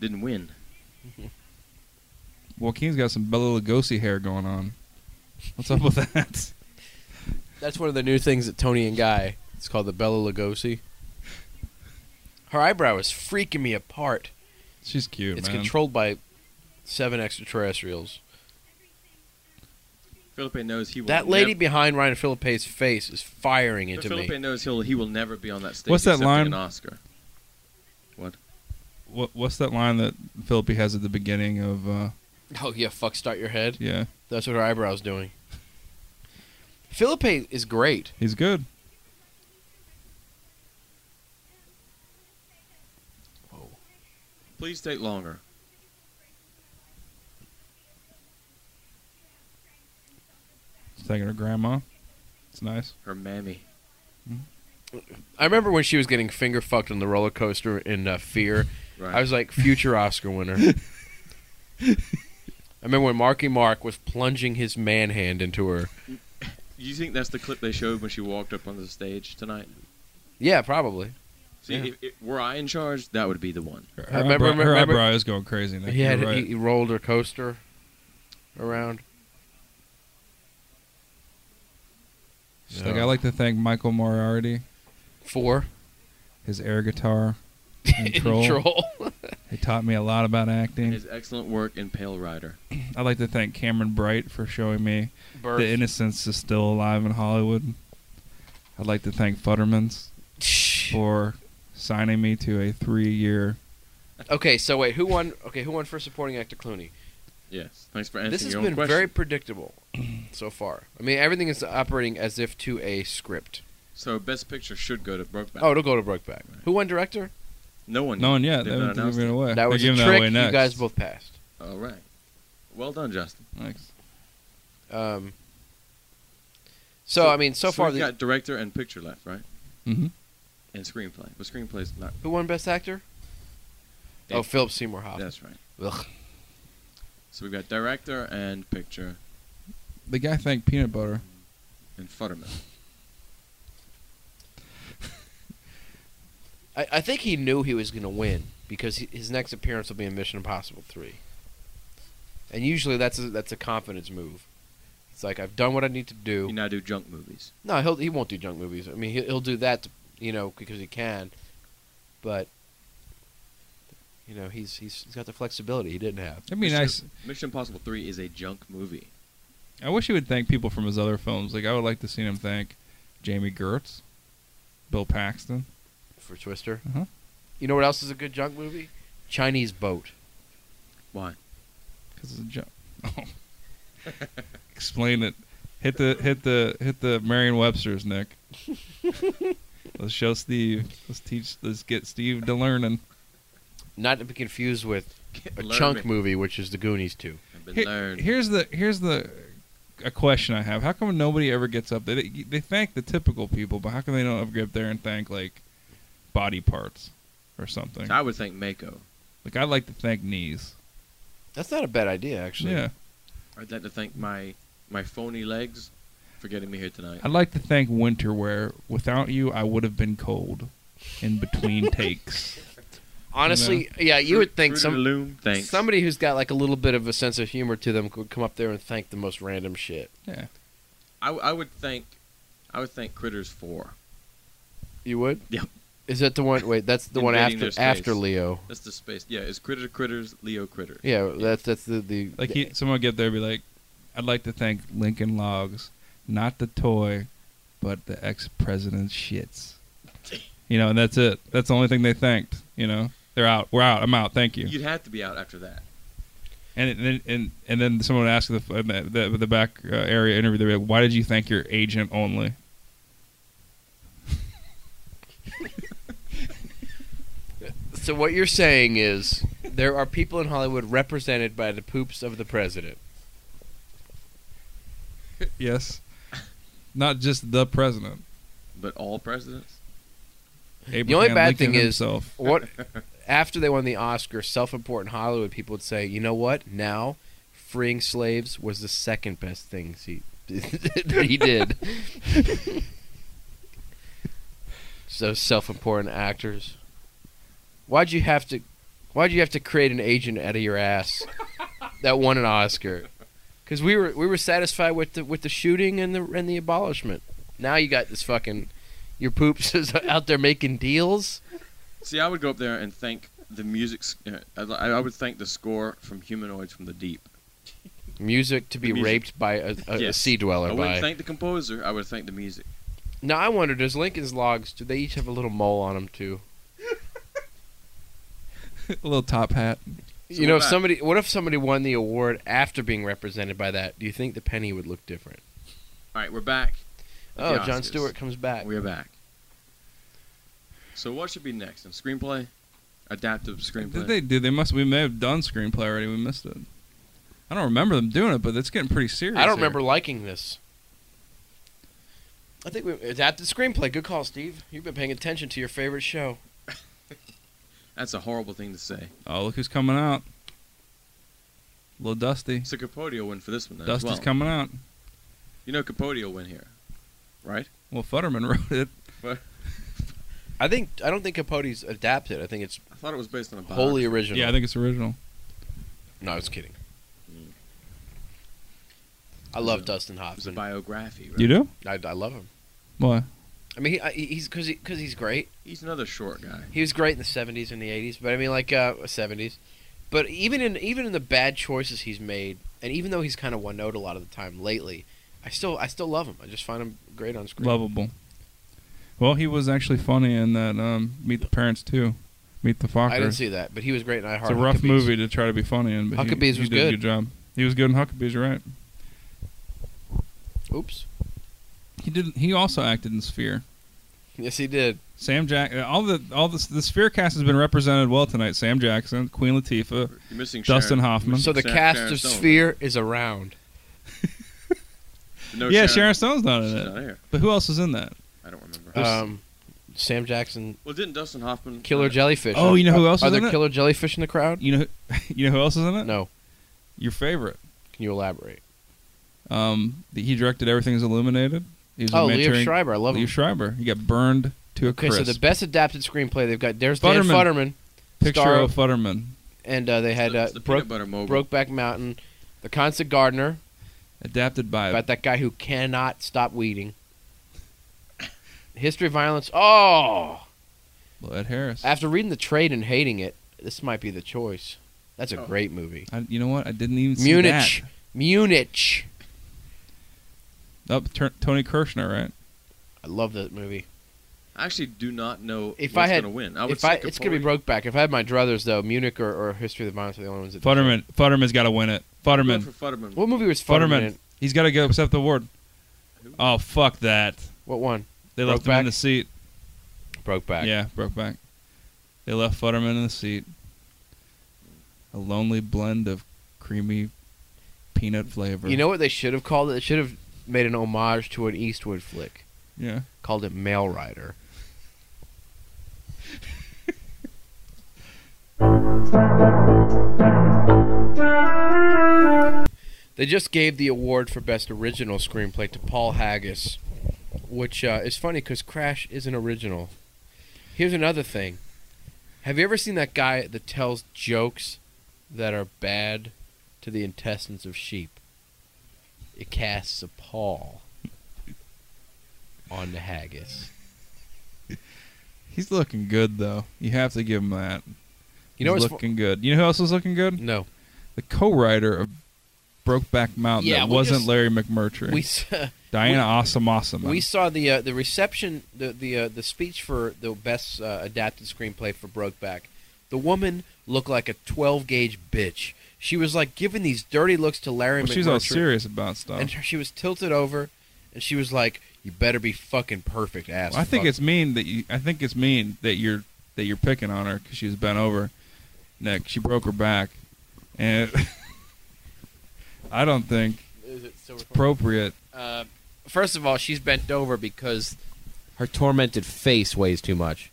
S3: Didn't win.
S2: Joaquin's got some Bella Lugosi hair going on. What's up with that?
S1: That's one of the new things at Tony and Guy. It's called the Bella Lugosi. Her eyebrow is freaking me apart.
S2: She's cute,
S1: it's
S2: man.
S1: controlled by seven extraterrestrials.
S3: Philippe knows he will.
S1: That
S3: nev-
S1: lady behind Ryan Philippe's face is firing
S3: But
S1: into
S3: Philippe
S1: me.
S3: knows he'll he will never be on that stage.
S2: What's that
S3: accepting
S2: line?
S3: An Oscar.
S2: What, what's that line that Philippi has at the beginning of? uh
S1: Oh yeah, fuck, start your head.
S2: Yeah,
S1: That's what her eyebrow's doing. Philippe is great.
S2: he's good.
S3: Please take longer.
S2: She's taking her grandma. It's nice.
S3: Her mammy.
S1: I remember when she was getting finger fucked on the roller coaster in uh, Fear.
S3: Right.
S1: I was like, future Oscar winner. I remember when Marky Mark was plunging his man hand into her.
S3: you think that's the clip they showed when she walked up on the stage tonight?
S1: Yeah, probably.
S3: See,
S1: Yeah.
S3: if, if- were I in charge, that would be the one.
S2: Her,
S1: I remember-
S2: eyebrow, her
S1: remember-
S2: eyebrow is going crazy. Nick.
S1: He had
S2: You're right.
S1: he, he rolled her coaster around.
S2: She's like, I like to thank Michael Moriarty,
S1: Four
S2: his air guitar, and troll.
S1: troll.
S2: He taught me a lot about
S1: Mm.
S2: acting.
S3: His excellent work in Pale Rider.
S2: I'd like to thank Cameron Bright for showing me
S1: Birth.
S2: the innocence is still alive in Hollywood. I'd like to thank Futterman's for signing me to a three-year.
S1: Okay, so wait, who won? Okay, who won for supporting actor Clooney?
S3: Yes. Thanks for answering
S1: This has
S3: your
S1: been
S3: own question.
S1: very predictable so far. I mean, everything is operating as if to a script.
S3: So Best Picture should go to Brokeback.
S1: Oh, it'll go to Brokeback. Who won director?
S3: no one.
S2: No one yet.
S3: They've
S2: They haven't
S3: not announced
S2: given it
S3: it.
S2: away.
S1: That was
S2: They're
S1: a
S2: giving
S1: trick.
S2: away next.
S1: You guys both passed.
S3: All right. Well done, Justin.
S2: Next.
S1: Um, so, I mean, so, far,
S3: we've
S1: the,
S3: got director and picture left, right?
S2: hmm
S3: And screenplay. But screenplay's not.
S1: who won best actor?
S3: Dave.
S1: Oh, Philip Seymour Hoffman.
S3: That's right.
S1: Ugh.
S3: So we've got director and picture
S2: The guy thanked peanut butter.
S3: and Futterman.
S1: I, I think he knew he was going to win because he, his next appearance will be in Mission Impossible Three. And usually, that's a, that's a confidence move. It's like I've done what I need to do.
S3: You now do junk movies.
S1: No, he'll he won't do junk movies. I mean, he'll, he'll do that, you know, because he can. But you know, he's he's, he's got the flexibility he didn't have.
S2: That'd be
S3: Mission-
S2: nice.
S3: Mission Impossible 3 is a junk movie.
S2: I wish he would thank people from his other films. Like I would like to see him thank Jamie Gertz, Bill Paxton.
S1: For Twister,
S2: Uh-huh.
S1: you know what else is a good junk movie? Chinese Boat.
S3: Why?
S2: Because it's a jump. Explain it. Hit the hit the hit the Merriam Webster's Nick. let's show Steve. Let's teach. Let's get Steve to learning.
S1: Not to be confused with a
S3: Learn
S1: chunk
S3: me.
S1: movie, which is The Goonies too.
S3: I've been
S2: Here-
S3: learned.
S2: here's the here's the a question I have. How come nobody ever gets up? They they thank the typical people, but how come they don't ever get up there and thank like body parts or something?
S3: So I would think Mako.
S2: Like I'd like to thank knees.
S1: That's not a bad idea, actually.
S2: Yeah,
S3: I'd like to thank my my phony legs for getting me here tonight.
S2: I'd like to thank winter wear. Without you, I would have been cold in between takes.
S1: Honestly, yeah, you would think
S3: Fruit of
S1: some
S3: the loom. Thanks.
S1: somebody who's got like a little bit of a sense of humor to them could come up there and thank the most random shit.
S2: Yeah.
S3: I, I would thank I would thank Critters 4.
S1: You would?
S3: Yep.
S1: Is that the one? Wait, that's the one
S3: Invading
S1: after
S3: their space.
S1: after Leo.
S3: That's the space. Yeah, it's Critter Critters, Leo Critter.
S1: Yeah, that's that's the the
S2: Like he, someone would get there and be like, I'd like to thank Lincoln Logs, not the toy, but the ex president's shits. You know, and that's it. That's the only thing they thanked. You know, they're out. We're out. I'm out. Thank you.
S3: You'd have to be out after that.
S2: And it- then and and then someone asked the uh, the, the, the back uh, area interview. They're like, "Why did you thank your agent only?"
S1: So what you're saying is there are people in Hollywood represented by the poops of the president.
S2: yes, not just the president.
S3: But all presidents?
S2: Abraham
S1: only bad
S2: Lincoln
S1: thing is-
S2: himself.
S1: What after they won the Oscar, self-important Hollywood people would say, "You know what? Now freeing slaves was the second best thing he that he did." so self-important actors. Why'd you have to why'd you have to create an agent out of your ass that won an Oscar? Cuz we were we were satisfied with the with the shooting and the and the abolishment. Now you got this fucking your poops is out there making deals.
S3: See, I would go up there and thank the music. s- uh, I I would thank the score from Humanoids from the Deep.
S1: music to be
S3: music.
S1: raped by a, a, a
S3: Yes.
S1: sea dweller
S3: I
S1: by.
S3: wouldn't thank the composer. I would thank the music.
S1: now I wonder, does Lincoln's logs do they each have a little mole on them too?
S2: a little top hat.
S3: So
S1: you know,
S3: what
S1: if
S3: about-
S1: somebody, what if somebody won the award after being represented by that? Do you think the penny would look different?
S3: All right, we're back.
S1: Oh,
S3: The
S1: John
S3: Oscars.
S1: Stewart comes back.
S3: We're back. So what should be next? In screenplay, adaptive screenplay.
S2: Did they do? They must. We may have done screenplay already. We missed it. I don't remember them doing it, but it's getting pretty serious.
S1: I don't
S2: here.
S1: remember liking this. I think we adapted screenplay. Good call, Steve. You've been paying attention to your favorite show.
S3: That's a horrible thing to say.
S2: Oh, look who's coming out! Little Dusty.
S3: So Capote will win for this one. Then, as
S2: Dusty's
S3: well.
S2: coming out.
S3: You know Capote will win here, right?
S2: Well, Futterman wrote it.
S1: I think I don't think Capote's adapted. I think it's
S3: I thought it was based on a biography.
S1: wholly original.
S2: Yeah, I think it's original.
S1: no, I was kidding.
S3: Mm.
S1: I love
S3: Yeah.
S1: Dustin
S3: It was a
S1: Hoffman.
S3: biography. Right?
S2: You do?
S1: I, I love him.
S2: Why?
S1: I mean, he, I- he's because because he's great.
S3: He's another short guy.
S1: He was great in the '70s and the '80s, but I mean, like uh, '70s. But even in even in the bad choices he's made, and even though he's kind of one note a lot of the time lately, I still I still love him. I just find him great on screen.
S2: Lovable. Well, he was actually funny in that um, Meet the Parents too. Meet the Fockers.
S1: I didn't see that, but he was great in I
S2: it's
S1: Heart.
S2: a rough
S1: Huckabees.
S2: movie to try to be funny in, but he-
S1: Huckabees
S2: he,
S1: was
S2: did a
S1: good.
S2: good job. He was good in Huckabees, you're right?
S1: Oops.
S2: He did. He also acted in Sphere.
S1: Yes, he did.
S2: Sam Jack. uh, All the all the the Sphere cast has been represented well tonight. Sam Jackson, Queen Latifah,
S3: You're missing
S2: Dustin
S3: Sharon-
S2: Hoffman.
S1: So the
S3: Sharon-
S1: cast
S3: Sharon
S1: of
S3: Stone, right?
S1: Sphere is around.
S3: No
S2: yeah, Sharon Stone's not
S3: She's
S2: in
S3: not
S2: it.
S3: here.
S2: But who else is in that?
S3: I don't remember.
S1: Um, Sam Jackson,
S3: well, didn't Dustin Hoffman
S1: Killer Jellyfish.
S2: Oh, you know who else
S1: Are
S2: is
S1: there
S2: in it?
S1: Killer Jellyfish in the crowd?
S2: You know, who- you know who else is in it?
S1: No.
S2: Your favorite.
S1: Can you elaborate?
S2: Um, the, he directed Everything's Illuminated. He was a
S1: Oh, Liev
S2: mentoring-
S1: Schreiber. I love him.
S2: Liev Schreiber. He got burned to a
S1: Okay,
S2: crisp.
S1: so the best adapted screenplay they've got. There's Dan
S2: Futterman.
S1: Futterman,
S2: Picture
S1: star-
S2: of Futterman.
S1: and uh, they
S3: It's
S1: had
S3: the,
S1: uh,
S3: it's the
S1: Broke,
S3: peanut butter mogul.
S1: Brokeback Mountain, The Constant Gardener,
S2: Adapted by
S1: about that guy who cannot stop weeding. History of Violence. Oh,
S2: Ed Harris.
S1: after reading the trade and hating it, this might be the choice. That's a
S3: Oh.
S1: great movie.
S2: I, you know what? I didn't even see
S1: Munich,
S2: that.
S1: Munich.
S2: Oh, tur- Tony Kirshner, right?
S1: I love that movie.
S3: I actually do not know
S1: If
S3: what's
S1: I had-
S3: going to win. I would
S1: If I,
S3: say
S1: it's gonna be
S3: Capote.
S1: Brokeback. If I had my druthers though, Munich or, or History of the Violence are the only ones. That
S2: Futterman. Futterman's got to win it.
S3: Go
S2: Futterman.
S3: for Futterman.
S1: What movie was Futterman?
S2: Futterman.
S1: in?
S2: He's got to go accept the award. Oh fuck that!
S1: What one?
S2: They left him
S1: Brokeback?
S2: in the seat.
S1: Brokeback.
S2: Yeah, broke back. They left Futterman in the seat. A lonely blend of creamy peanut flavor.
S1: You know what they should have called it? They should have made an homage to an Eastwood flick.
S2: Yeah.
S1: Called it Mail Rider. they just gave the award for best original screenplay to Paul Haggis, which uh, is funny because Crash is an original. Here's another thing: Have you ever seen that guy that tells jokes that are bad to the intestines of sheep? It casts a pall on the haggis.
S2: He's looking good though. You have to give him that.
S1: You know
S2: He's
S1: what's fu-
S2: looking good. You know who else was looking good?
S1: no?
S2: The co-writer of Brokeback Mountain
S1: Yeah,
S2: that
S1: we
S2: wasn't
S1: just-
S2: Larry McMurtry.
S1: We s-
S2: Diana Awesome Awesome.
S1: We saw the uh, the reception, the the uh, the speech for the best uh, adapted screenplay for Brokeback. The woman looked like a twelve gauge bitch. She was like giving these dirty looks to Larry.
S2: Well, she's all
S1: McMurtry,
S2: serious about stuff.
S1: and her- she was tilted over, and she was like, "You better be fucking perfect, ass."
S2: Well, I think
S1: fuck."
S2: it's mean that you. I think it's mean that you're that you're picking on her because she was bent over. Nick, she broke her back, and I don't think
S1: Is it still recording?
S2: appropriate.
S1: Uh, first of all, she's bent over because her tormented face weighs too much.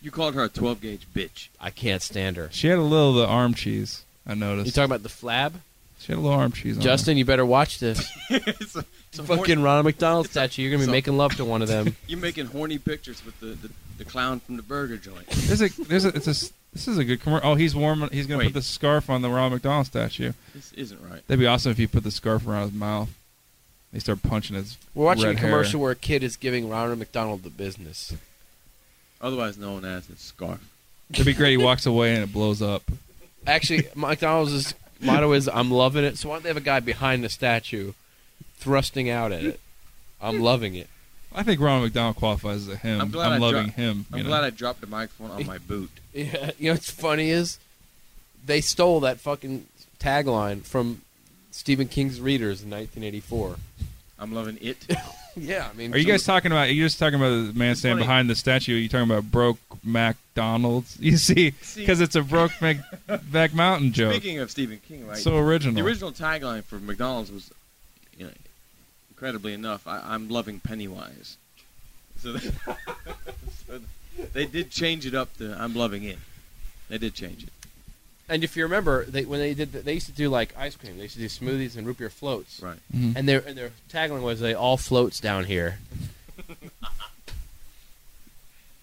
S3: You called her a 12 gauge bitch.
S1: I can't stand her.
S2: She had a little of the arm cheese. I
S1: You
S2: noticed.
S1: talking about the flab?
S2: she had a little arm cheese. on
S1: Justin, you better watch this.
S3: it's a, it's a horny-
S1: Fucking Ronald McDonald statue. You're gonna be
S3: so-
S1: making love to one of them.
S3: you're making horny pictures with the, the, the clown from the burger joint.
S2: Her. There's a. There's a. It's a. s- This is a good commercial. Oh, he's warming. He's gonna
S3: Wait.
S2: put the scarf on the Ronald McDonald statue.
S3: This isn't right.
S2: That'd be awesome if you put the scarf around his mouth. They start punching his.
S1: We're watching
S2: red
S1: a
S2: hair.
S1: commercial where a kid is giving Ronald McDonald the business.
S3: Otherwise known as a scarf.
S2: It'd be great. He walks away and it blows up.
S1: Actually, McDonald's motto is "I'm loving it." So why don't they have a guy behind the statue, thrusting out at it? I'm loving it.
S2: I think Ronald McDonald qualifies as a him.
S3: I'm
S2: I'm,
S3: glad I
S2: loving
S3: dro-
S2: him.
S3: I'm
S2: you know?
S3: glad I dropped the microphone on my boot.
S1: Yeah, you know what's funny is they stole that fucking tagline from Stephen King's readers in 1984.
S3: I'm loving it.
S1: Yeah, I mean,
S2: Are you guys talking about? Are you just talking about the man standing
S3: funny.
S2: behind the statue? Are you talking about broke McDonald's? You see,
S3: See-
S2: because it's a broke Mac, Mac Mountain joke.
S3: Speaking of Stephen King, right?
S2: so original.
S3: the original tagline for McDonald's was, you know, incredibly enough, I, I'm loving Pennywise. So they, so they did change it up to I'm loving it. They did change it.
S1: and if you remember, they when they did, the, they used to do like ice cream. They used to do smoothies and root beer floats.
S3: Right.
S2: Mhm.
S1: And their and their tagline was "They all floats down here."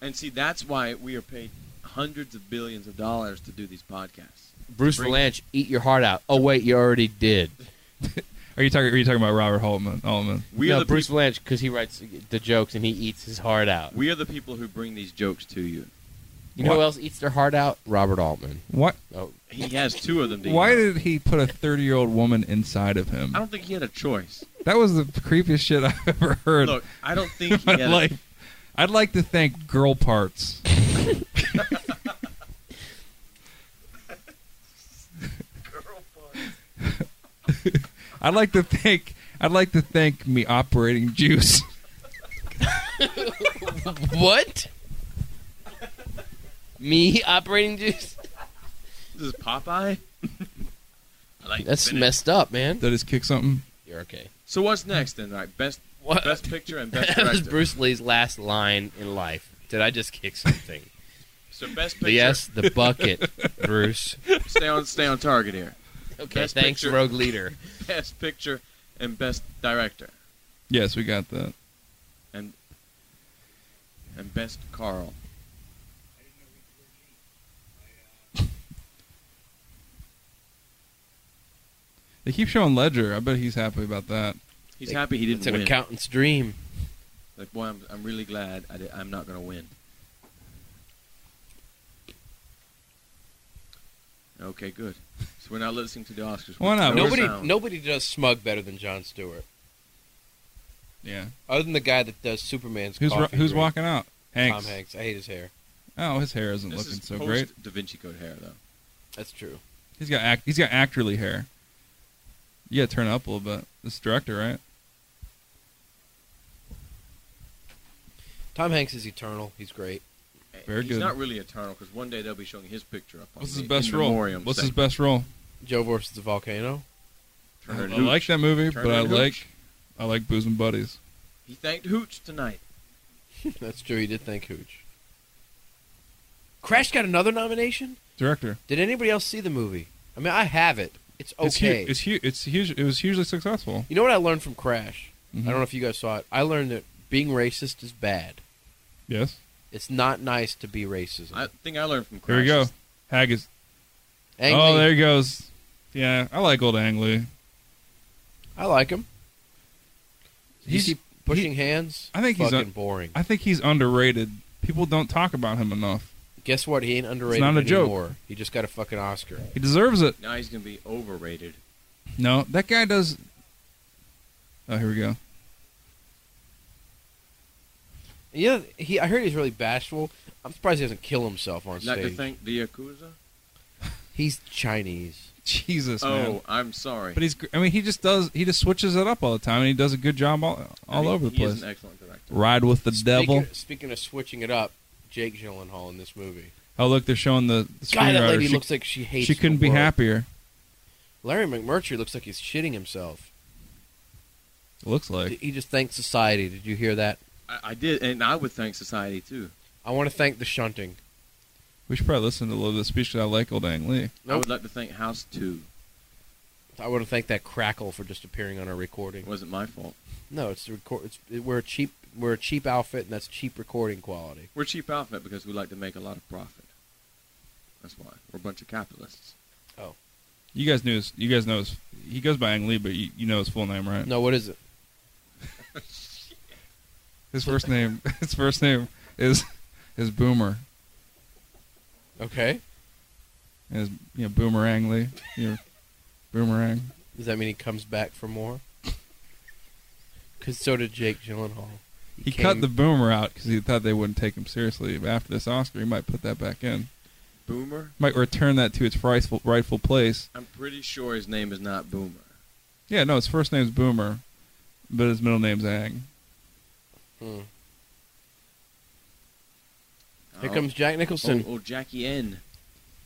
S3: And see, that's why we are paid hundreds of billions of dollars to do these podcasts.
S1: Bruce
S3: Bring-
S1: Valanche, eat your heart out. Oh wait, you already did.
S2: Are you talking? Are you talking about Robert Altman? Altman.
S3: We
S1: no,
S3: are the
S1: Bruce
S3: peop-
S1: Valanche because he writes the jokes and he eats his heart out.
S3: we are the people who bring these jokes to you.
S1: You know
S2: What?
S1: who else eats their heart out? Robert Altman.
S2: What?
S1: Oh,
S3: He has two of them. to
S2: Why
S3: eat.
S2: did he put a thirty-year-old woman inside of him?
S3: uh, I don't think he had a choice.
S2: That was the creepiest shit I've ever heard
S3: Look, I don't think
S2: in
S3: he
S2: my
S3: had.
S2: life. i I'd like to thank Girl Parts. I'd like to thank I'd like to thank me operating juice.
S1: what? Me operating juice?
S3: A, this is Popeye. I like
S1: That's
S3: spinach.
S1: messed up, man.
S2: Did I just kick something?
S1: You're okay.
S3: So what's next then? Right, best
S1: What?
S3: best picture and best
S1: That was
S3: director.
S1: Bruce Lee's last line in life. Did I just kick something?
S3: So best picture.
S1: The yes, the bucket, Bruce.
S3: Stay on stay on target here.
S1: Okay,
S3: Best
S1: thanks,
S3: picture.
S1: Rogue Leader.
S3: Best picture and best director
S2: Yes, we got that.
S3: and and best Carl.
S2: They keep showing Ledger. I bet he's happy about that.
S3: He's happy he didn't
S1: It's an
S3: win.
S1: accountant's dream.
S3: Like boy, I'm I'm really glad I did, I'm not gonna win. Okay, good. So we're not listening to the Oscars.
S2: Why not?
S3: No
S1: Nobody,
S3: sound.
S1: nobody does smug better than John Stewart,
S2: Yeah.
S1: other than the guy that does Superman's.
S2: Who's
S1: coffee
S2: who's
S1: drink.
S2: walking out?
S1: Tom
S2: Hanks.
S1: Hanks. I hate his hair.
S2: Oh, his hair isn't
S3: This
S2: looking
S3: is
S2: so
S3: post
S2: great.
S3: Da Vinci Code hair though.
S1: That's true.
S2: He's got act, he's got actorly hair. You gotta turn up a little bit. This director, right?
S1: Tom Hanks is eternal. He's great.
S2: Very
S3: He's
S2: good.
S3: not really eternal because one day they'll be showing his picture up. On
S2: What's
S3: the,
S2: his best
S3: in
S2: role?
S3: memoriam
S2: What's his
S3: thing.
S2: best role?
S1: Joe versus the volcano.
S2: I
S3: Turner Hooch.
S2: like that movie,
S3: Turner
S2: but I
S3: and
S2: like
S3: Hooch.
S2: I like Booze and Buddies.
S3: He thanked Hooch tonight.
S1: That's true. He did thank Hooch. Crash got another nomination.
S2: Director.
S1: Did anybody else see the movie? I mean, I have it. It's
S2: It's hu-
S1: okay.
S2: It's huge. It's huge. It was hugely successful.
S1: you know what I learned from Crash?
S2: Mhm.
S1: I don't know if you guys saw it. I learned that being racist is bad.
S2: Yes.
S1: It's not nice to be racist.
S3: I think I learned from.
S2: Here we go.
S3: Crash.
S2: Hag is.
S1: Ang
S2: Oh,
S1: Lee,
S2: there he goes. Yeah, I like old Ang Lee.
S1: I like him. You
S2: He's-
S1: see pushing hands.
S2: I think he's
S1: fucking
S2: un-
S1: boring.
S2: I think he's underrated. People don't talk about him enough.
S1: Guess what? He ain't underrated
S2: not a joke.
S1: anymore. He just got a fucking Oscar.
S2: He deserves it.
S3: Now he's gonna be overrated.
S2: No, that guy does. Oh, here we go.
S1: Yeah, he. I heard he's really bashful. I'm surprised he doesn't kill himself on
S3: Not to
S1: stage.
S3: thank the Yakuza?
S1: He's Chinese.
S2: Jesus, man.
S3: Oh, I'm sorry.
S2: But he's. gr- I mean, he just does. He just switches it up all the time, and he does a good job all,
S3: I
S2: all
S3: mean,
S2: over the
S3: he is
S2: place.
S3: an excellent director.
S2: Ride with the devil.
S1: Speaking, speaking of switching it up, Jake Gyllenhaal in this movie.
S2: Oh look, they're showing the, the
S1: God, that
S2: screenwriter.
S1: lady
S2: She,
S1: looks like she hates.
S2: she couldn't
S1: the
S2: be
S1: world.
S2: happier.
S1: Larry McMurtry looks like he's shitting himself.
S2: Looks like.
S1: he just thanks society. Did you hear that?
S3: I, I did, and I would thank society too.
S1: I want to thank the shunting.
S2: We should probably listen to a little of the speech that I like old Ang Lee.
S3: I
S1: Nope.
S3: would like to thank House Two.
S1: I want to thank that crackle for just appearing on our recording.
S3: It wasn't my fault.
S1: No, it's the record. It's, it, we're a cheap. We're a cheap outfit, and that's cheap recording quality.
S3: We're cheap outfit because we like to make a lot of profit. That's why we're a bunch of capitalists.
S2: You guys knew. His, you guys know his. He goes by Ang Lee, but you, you know his full name, right?
S1: No, what is it?
S2: His first name. His first name is is Boomer.
S1: Okay.
S2: Is you know Boomerang Lee. You know, boomerang.
S1: Does that mean he comes back for more? Because so did Jake Gyllenhaal.
S2: He
S1: came-
S2: cut the boomer out because he thought they wouldn't take him seriously. After this Oscar, he might put that back in.
S3: Boomer.
S2: Might return that to its rightful rightful place.
S3: I'm pretty sure his name is not Boomer.
S2: Yeah, no, his first name's Boomer, but his middle name's Ang.
S1: Hmm.
S3: Oh,
S1: Here comes Jack
S3: oh,
S1: Nicholson.
S3: oh Jackie N.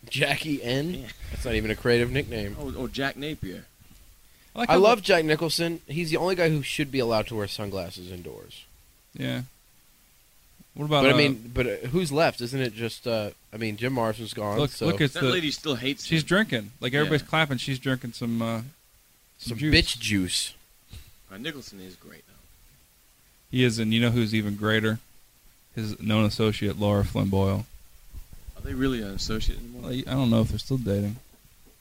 S1: Jackie N.
S3: Yeah.
S1: That's not even a creative nickname.
S3: Oh, oh Jack Napier.
S2: like
S1: I
S2: how-
S1: love Jack Nicholson. He's the only guy who should be allowed to wear sunglasses indoors.
S2: Yeah. What about?
S1: But I
S2: uh,
S1: mean, but uh, who's left? Isn't it just? Uh, I mean, Jim Morrison's gone.
S2: look,
S1: so
S2: look, it's
S3: That
S2: the
S3: lady still hates.
S2: she's
S3: him.
S2: drinking. Like
S3: Yeah.
S2: everybody's clapping. She's drinking some uh,
S1: some
S2: juice.
S1: bitch juice.
S3: Uh, Nicholson is great though.
S2: He is, and you know who's even greater? His known associate Laura Flynn Boyle.
S3: Are they really an associate anymore?
S2: Like, I don't know if they're still dating.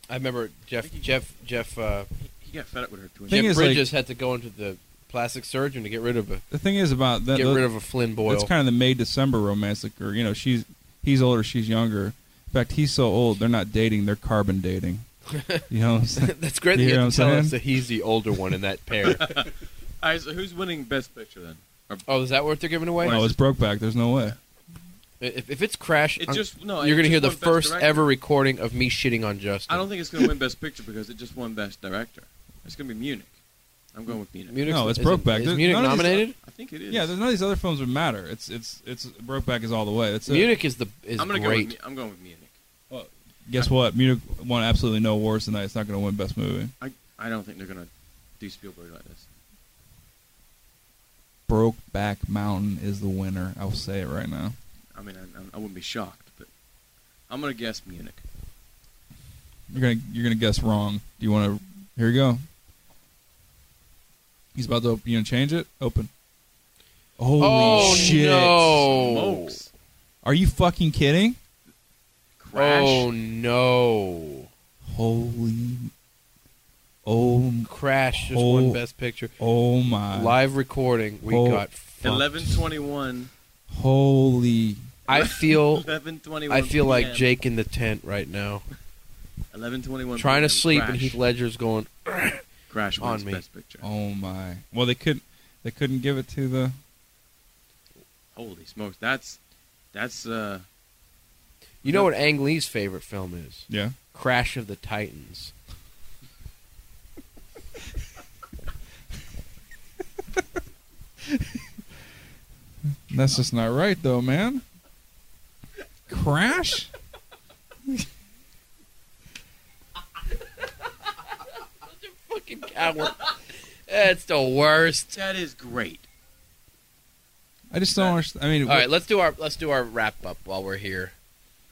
S1: I remember Jeff Jeff Jeff uh,
S3: he got fed up with her twin.
S2: Thing
S1: Jeff
S2: is, like-
S1: Bridges had to go into the plastic surgeon to get rid of a
S2: The thing is about that.
S1: get
S2: tho-
S1: rid of a Flynn Boyle.
S2: That's kind of the May December romance, like, or you know, she's he's older, she's younger. In fact, he's so old, they're not dating; they're carbon dating. You know, what I'm saying?
S1: That's great. That
S2: You
S1: you
S2: hear
S1: have
S2: what
S1: to
S2: I'm
S1: tell us that
S2: saying?
S1: he's the older one in that pair.
S3: All right, so who's winning Best Picture then?
S1: oh, is that what they're giving away?
S2: no, it's Brokeback. There's no way.
S1: If, if it's Crash,
S3: It
S1: I'm-
S3: just no.
S1: you're gonna
S3: it just
S1: hear the
S3: won Best
S1: first
S3: Director.
S1: ever recording of me shitting on Justin.
S3: I don't think it's gonna win Best Picture because it just won Best Director. It's gonna be Munich. I'm going with Munich.
S1: Munich's-
S2: No, it's
S1: is it-
S2: Brokeback.
S1: Is
S2: There's-
S1: Munich
S2: none of these-
S1: nominated?
S3: I think it is.
S2: Yeah, there's none of these other films would matter. It's it's it's Brokeback is all the way. That's it.
S1: Munich is the is
S3: I'm gonna go. With,
S1: great.
S3: Mu- I'm going with Munich.
S2: Guess what? Munich won absolutely no awards tonight. It's not going to win Best Movie.
S3: I I don't think they're gonna do Spielberg like this.
S2: Brokeback Mountain is the winner. I'll say it right now.
S3: I mean, I, I wouldn't be shocked, but I'm gonna guess Munich.
S2: You're gonna you're gonna guess wrong. Do you want to? Here you go. He's about to op- you know change it. Open. Holy
S1: Oh,
S2: shit!
S1: no.
S3: Smokes.
S2: Are you fucking kidding?
S3: Crash.
S1: Oh no!
S2: Holy. Oh. m-
S1: Crash just
S2: Oh.
S1: won Best Picture.
S2: Oh my.
S1: Live recording. We
S2: Oh.
S1: got. fucked.
S3: 11:21.
S2: Holy.
S1: I feel.
S3: 11:21.
S1: I feel like
S3: PM.
S1: Jake in the tent right now,
S3: 11:21.
S1: trying to
S3: PM,
S1: sleep,
S3: Crash.
S1: and Heath Ledger's going.
S3: Crash
S1: on
S3: wins
S1: me.
S3: Best Picture.
S2: Oh my. Well, they couldn't. They couldn't give it to the.
S3: Holy smokes, that's that's uh
S1: You know what Ang Lee's favorite film is?
S2: Yeah.
S1: Crash of the Titans.
S2: That's just not right, though, man. Crash.
S1: Fucking coward. That's the worst.
S3: that is great.
S2: I just don't understand. I mean,
S1: All right, let's do our let's do our wrap up while we're here.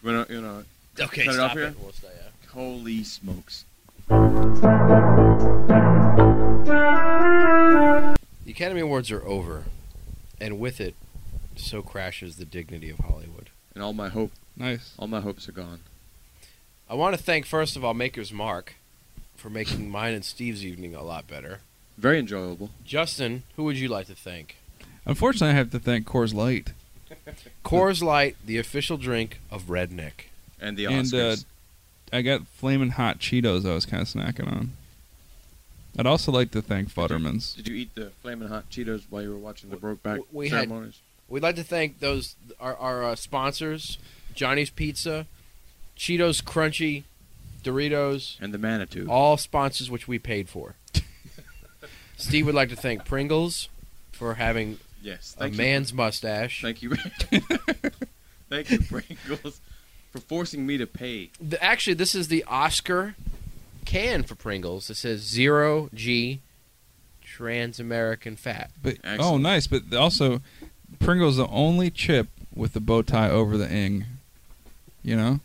S3: You know, you know,
S1: Okay,
S3: Cut it
S1: stop
S3: off
S1: it.
S3: here?
S1: We'll stay, yeah.
S3: holy smokes.
S1: The Academy Awards are over, and with it, so crashes the dignity of Hollywood.
S3: And all my hope,
S2: nice.
S3: all my hopes are gone.
S1: I want to thank first of all Maker's Mark for making mine and Steve's evening a lot better.
S3: Very enjoyable.
S1: Justin, who would you like to thank?
S2: Unfortunately, I have to thank Coors Light.
S1: Coors Light, the official drink of Redneck.
S3: And the
S2: And,
S3: Oscars.
S2: uh, I got flaming hot Cheetos I was kind of snacking on. I'd also like to thank Futterman's.
S3: Did you eat the flaming hot Cheetos while you were watching the Brokeback
S1: w- we had-
S3: ceremonies?
S1: We'd like to thank those our, our uh, sponsors: Johnny's Pizza, Cheetos Crunchy, Doritos,
S3: and the Manitou.
S1: all sponsors which we paid for. Steve would like to thank Pringles for having
S3: yes,
S1: a
S3: thank you.
S1: man's mustache.
S3: Thank you. thank you, Pringles, for forcing me to pay.
S1: The- actually, this is the Oscar can for Pringles. It says zero G, trans American fat.
S2: But oh,
S3: Excellent.
S2: nice. But also, Pringle's the only chip with the bow tie over the ing. You know?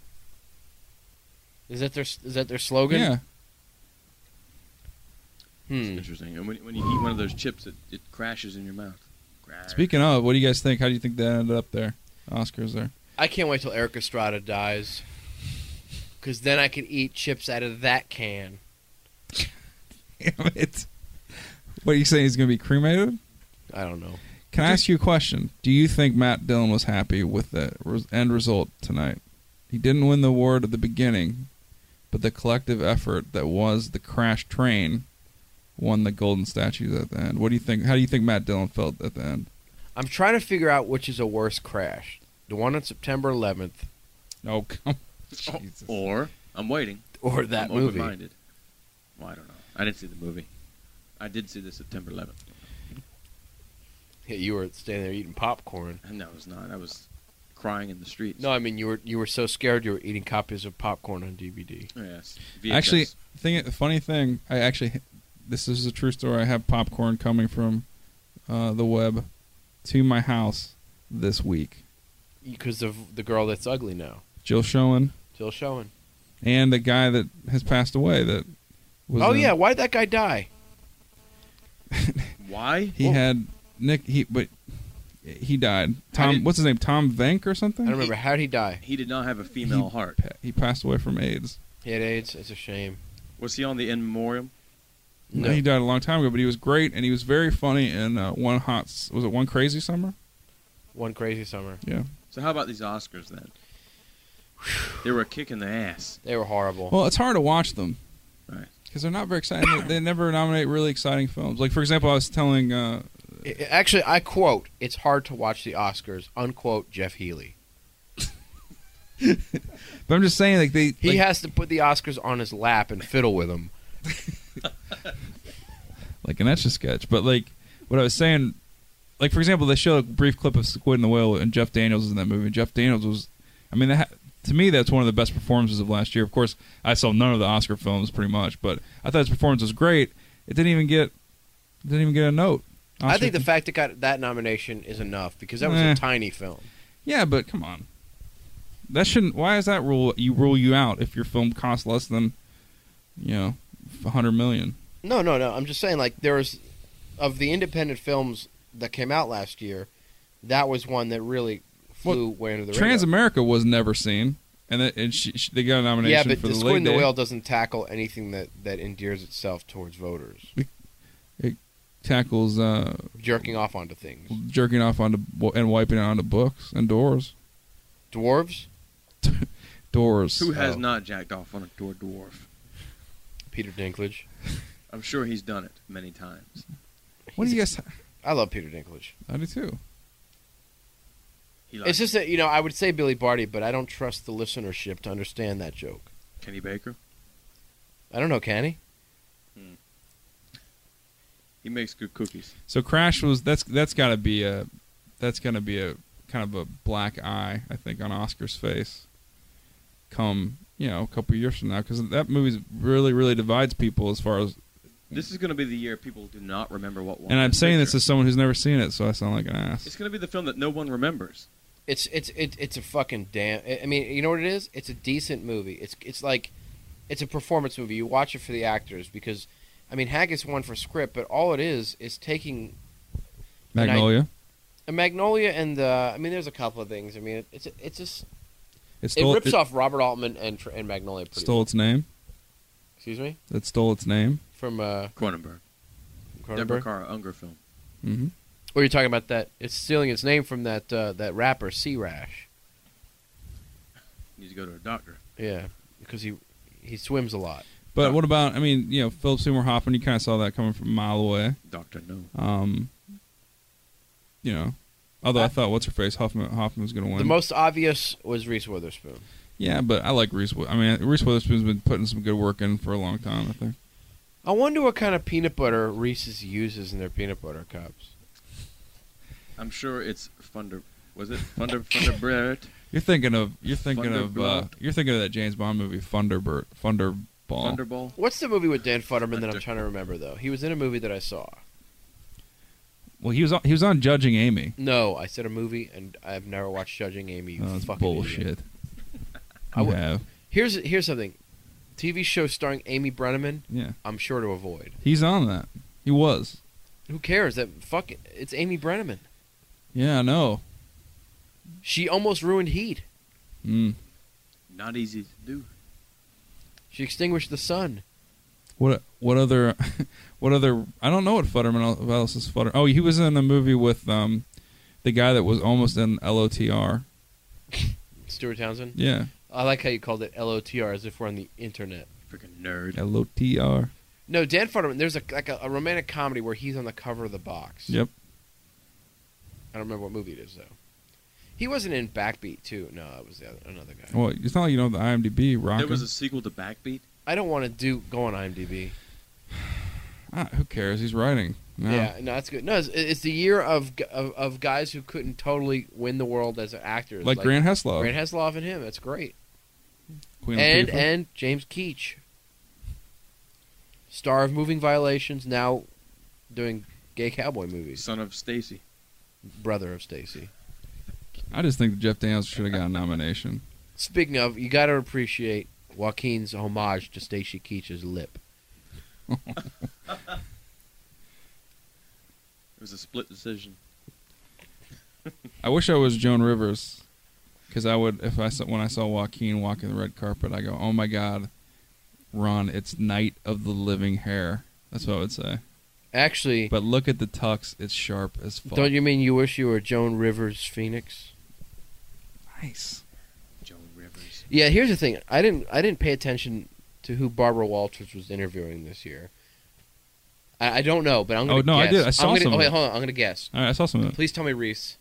S1: Is that their is that their slogan?
S2: Yeah.
S1: Hmm.
S3: Interesting. And when, when you eat one of those chips, it, it crashes in your mouth. Crash.
S2: Speaking of, what do you guys think? How do you think that ended up there? Oscars there.
S1: I can't wait till Eric Estrada dies. Because then I can eat chips out of that can.
S2: Damn it. What are you saying? He's going to be cremated?
S1: I don't know.
S2: Can I ask you a question? Do you think Matt Dillon was happy with the res- end result tonight? He didn't win the award at the beginning, but the collective effort that was the crash train won the golden statues at the end. What do you think? How do you think Matt Dillon felt at the end?
S1: I'm trying to figure out which is a worse crash. The one on September 11th
S2: Oh, come.
S3: Oh,
S2: Jesus.
S3: Or I'm waiting.
S1: or that
S3: I'm
S1: movie.
S3: Open-minded. Well, I don't know. I didn't see the movie. I did see the September 11th.
S1: Yeah, you were standing there eating popcorn.
S3: And that was not. I was crying in the streets.
S1: No, I mean you were you were so scared you were eating copies of popcorn on DVD.
S3: Yes.
S2: Actually,
S3: VHS.
S2: thing, the funny thing, I actually, this is a true story. I have popcorn coming from uh, the web to my house this week.
S1: Because of the girl that's ugly now,
S2: Jill Schoen
S1: still showing.
S2: and the guy that has passed away that was.
S1: oh
S2: in-
S1: yeah, why'd that guy die?
S3: why?
S2: he
S1: Oh.
S2: had Nick. He but he died. Tom,
S3: did-
S2: what's his name? Tom Venk or
S1: I
S2: something.
S1: don't remember. How'd he die?
S3: He did not have a female heart.
S2: Pa- He passed away from AIDS.
S1: He had AIDS. It's a shame.
S3: Was he on the In Memoriam?
S1: No.
S2: He died a long time ago, but he was great and he was very funny. And uh, one hot S- was it one crazy summer?
S1: One crazy summer.
S2: Yeah.
S3: So how about these Oscars then? They were a kick in the ass.
S1: They were horrible.
S2: Well, it's hard to watch them
S3: Right.
S2: because they're not very exciting. They- they never nominate really exciting films. Like for example, I was telling uh,
S1: I- I- Actually, I quote, "It's hard to watch the Oscars." Unquote, Jeff Healy.
S2: But I'm just saying, like they,
S1: He
S2: like,
S1: has to put the Oscars on his lap and fiddle with them.
S2: like an etch a sketch. But like what I was saying, like for example, they show a brief clip of Squid and the Whale, and Jeff Daniels is in that movie. Jeff Daniels was, I mean, that, to me, that's one of the best performances of last year. Of course, I saw none of the Oscar films pretty much, but I thought his performance was great. It didn't even get, it didn't even get a note.
S1: I think the
S2: Oscar-
S1: fact it got that nomination is enough because that was
S2: Eh.
S1: a tiny film.
S2: yeah, but come on, that shouldn't. Why is that rule? You rule you out if your film costs less than, you know, a hundred million.
S1: No, no, no. I'm just saying, like there was of the independent films that came out last year, that was one that really flew way under the
S2: Trans
S1: radar.
S2: America was never seen, and it, and she, she, they got a nomination
S1: Yeah, but
S2: for
S1: the
S2: the
S1: Squid
S2: Lady
S1: and the
S2: Day.
S1: Whale doesn't tackle anything that that endears itself towards voters,
S2: tackles uh,
S1: jerking off onto things.
S2: jerking off onto bo- and wiping it onto books and doors,
S1: Dwarves,
S2: doors.
S3: Who has
S1: Oh.
S3: not jacked off on a door dwarf?
S1: Peter Dinklage.
S3: I'm sure he's done it many times.
S2: What do you guys?
S1: I love Peter Dinklage.
S2: I do too.
S3: He
S1: It's
S3: likes
S1: just that you know I would say Billy Barty, but I don't trust the listenership to understand that joke.
S3: Kenny Baker.
S1: I don't know, can he?
S3: He makes good cookies.
S2: So Crash was that's that's got to be a that's gonna be a kind of a black eye I think on Oscar's face. Come you know a couple years from now because that movie really really divides people as far as
S3: This is going to be the year people do not remember what won.
S2: and I'm saying this
S3: picture.
S2: as someone who's never seen it so I sound like an ass.
S3: It's going to be the film that no one remembers.
S1: It's it's it, it's a fucking damn. I I mean, you know what it is? It's a decent movie. It's it's like it's a performance movie. You watch it for the actors because, I mean, Haggis won for script, but all it is is taking and I-
S2: Magnolia.
S1: a Magnolia and uh, I mean, there's a couple of things. I mean, it, it's it's just
S2: it
S1: it
S2: stole
S1: rips off Robert Altman and Tr- and Magnolia. Pretty
S2: stole its name.
S1: Excuse me
S2: That stole its name.
S1: from uh,
S3: Cronenberg. Deborah
S1: Cronenberg.
S3: Cara Unger film.
S2: hmm
S1: Or you're talking about that? It's stealing its name from that uh, that rapper C Rash.
S3: Need to go to a doctor.
S1: Yeah, because he he swims a lot.
S2: But what about? I mean, you know, Philip Seymour Hoffman. You kind of saw that coming from a mile away.
S3: Doctor, no.
S2: Um, you know, Although I thought what's her face Hoffman Hoffman was going to win.
S1: The most obvious was Reese Witherspoon.
S2: yeah, but I like Reese. Wi- I mean, Reese Witherspoon's been putting some good work in for a long time. I think.
S1: I wonder what kind of peanut butter Reese's uses in their peanut butter cups.
S3: I'm sure it's Thunder. Was it Thunder Thunderbird?
S2: You're thinking of you're thinking of uh,
S3: Thunderbird.
S2: you're thinking of that James Bond movie Thunderbird Thunderball.
S3: Thunderball?
S1: What's the movie with Dan Futterman that I'm
S3: Hunter.
S1: trying to remember though? He was in a movie that I saw.
S2: Well, he was on, he was on Judging Amy.
S1: No, I said a movie, and I've never watched Judging Amy. You
S2: Oh, that's
S1: fucking idiot.
S2: bullshit.
S1: I
S2: You
S1: would-
S2: have.
S1: Here's here's something. TV show starring Amy Brenneman.
S2: Yeah,
S1: I'm sure to avoid.
S2: he's on that. He was.
S1: Who cares? That fuck. It's Amy Brenneman.
S2: Yeah, I know.
S1: She almost ruined Heat.
S2: Mm.
S3: Not easy to do.
S1: She extinguished the sun.
S2: What what other what other I don't know what Futterman el- what else is Futter. Oh, he was in a movie with um the guy that was almost in LOTR.
S1: Stuart Townsend.
S2: Yeah,
S1: I like how you called it LOTR as if we're on the internet.
S3: Freaking nerd.
S2: LOTR.
S1: No, Dan Futterman. There's a like a, a romantic comedy where he's on the cover of the box.
S2: Yep.
S1: I don't remember what movie it is though. He wasn't in Backbeat too. No, it was the other, another guy.
S2: Well, it's not like you know the IMDb rocker.
S3: There was a sequel to Backbeat.
S1: I don't want to do go on IMDb.
S2: ah, who cares? He's writing. No.
S1: Yeah, no, that's good. No, it's, it's the year of, gu- of of guys who couldn't totally win the world as actors,
S2: Like, Grant Heslov,
S1: Grant Hasselhoff and him. That's great.
S2: Queen
S1: and
S2: Latifah.
S1: and James Keach, star of Moving Violations, now doing gay cowboy movies.
S3: Son of Stacy.
S1: Brother of Stacy.
S2: I just think Jeff Daniels should have got a nomination.
S1: Speaking of, you got to appreciate Joaquin's homage to Stacy Keach's lip.
S3: It was a split decision.
S2: I wish I was Joan Rivers, because I would if I saw, when I saw Joaquin walking the red carpet, I go, "Oh my God, Ron, it's Night of the Living Hair." That's what I would say.
S1: Actually,
S2: But look at the tux; it's sharp as fuck.
S1: don't you mean you wish you were Joan Rivers Phoenix?
S2: Nice.
S3: Joan Rivers.
S1: Yeah, here's the thing. I didn't I didn't pay attention to who Barbara Walters was interviewing this year. I, I don't know, but I'm gonna.
S2: Oh, no, I
S1: guess.
S2: did. I saw
S1: am gonna,
S2: some of
S1: okay,
S2: it.
S1: hold on. I'm gonna guess.
S2: All right, I saw some of it.
S1: Please tell me Reese.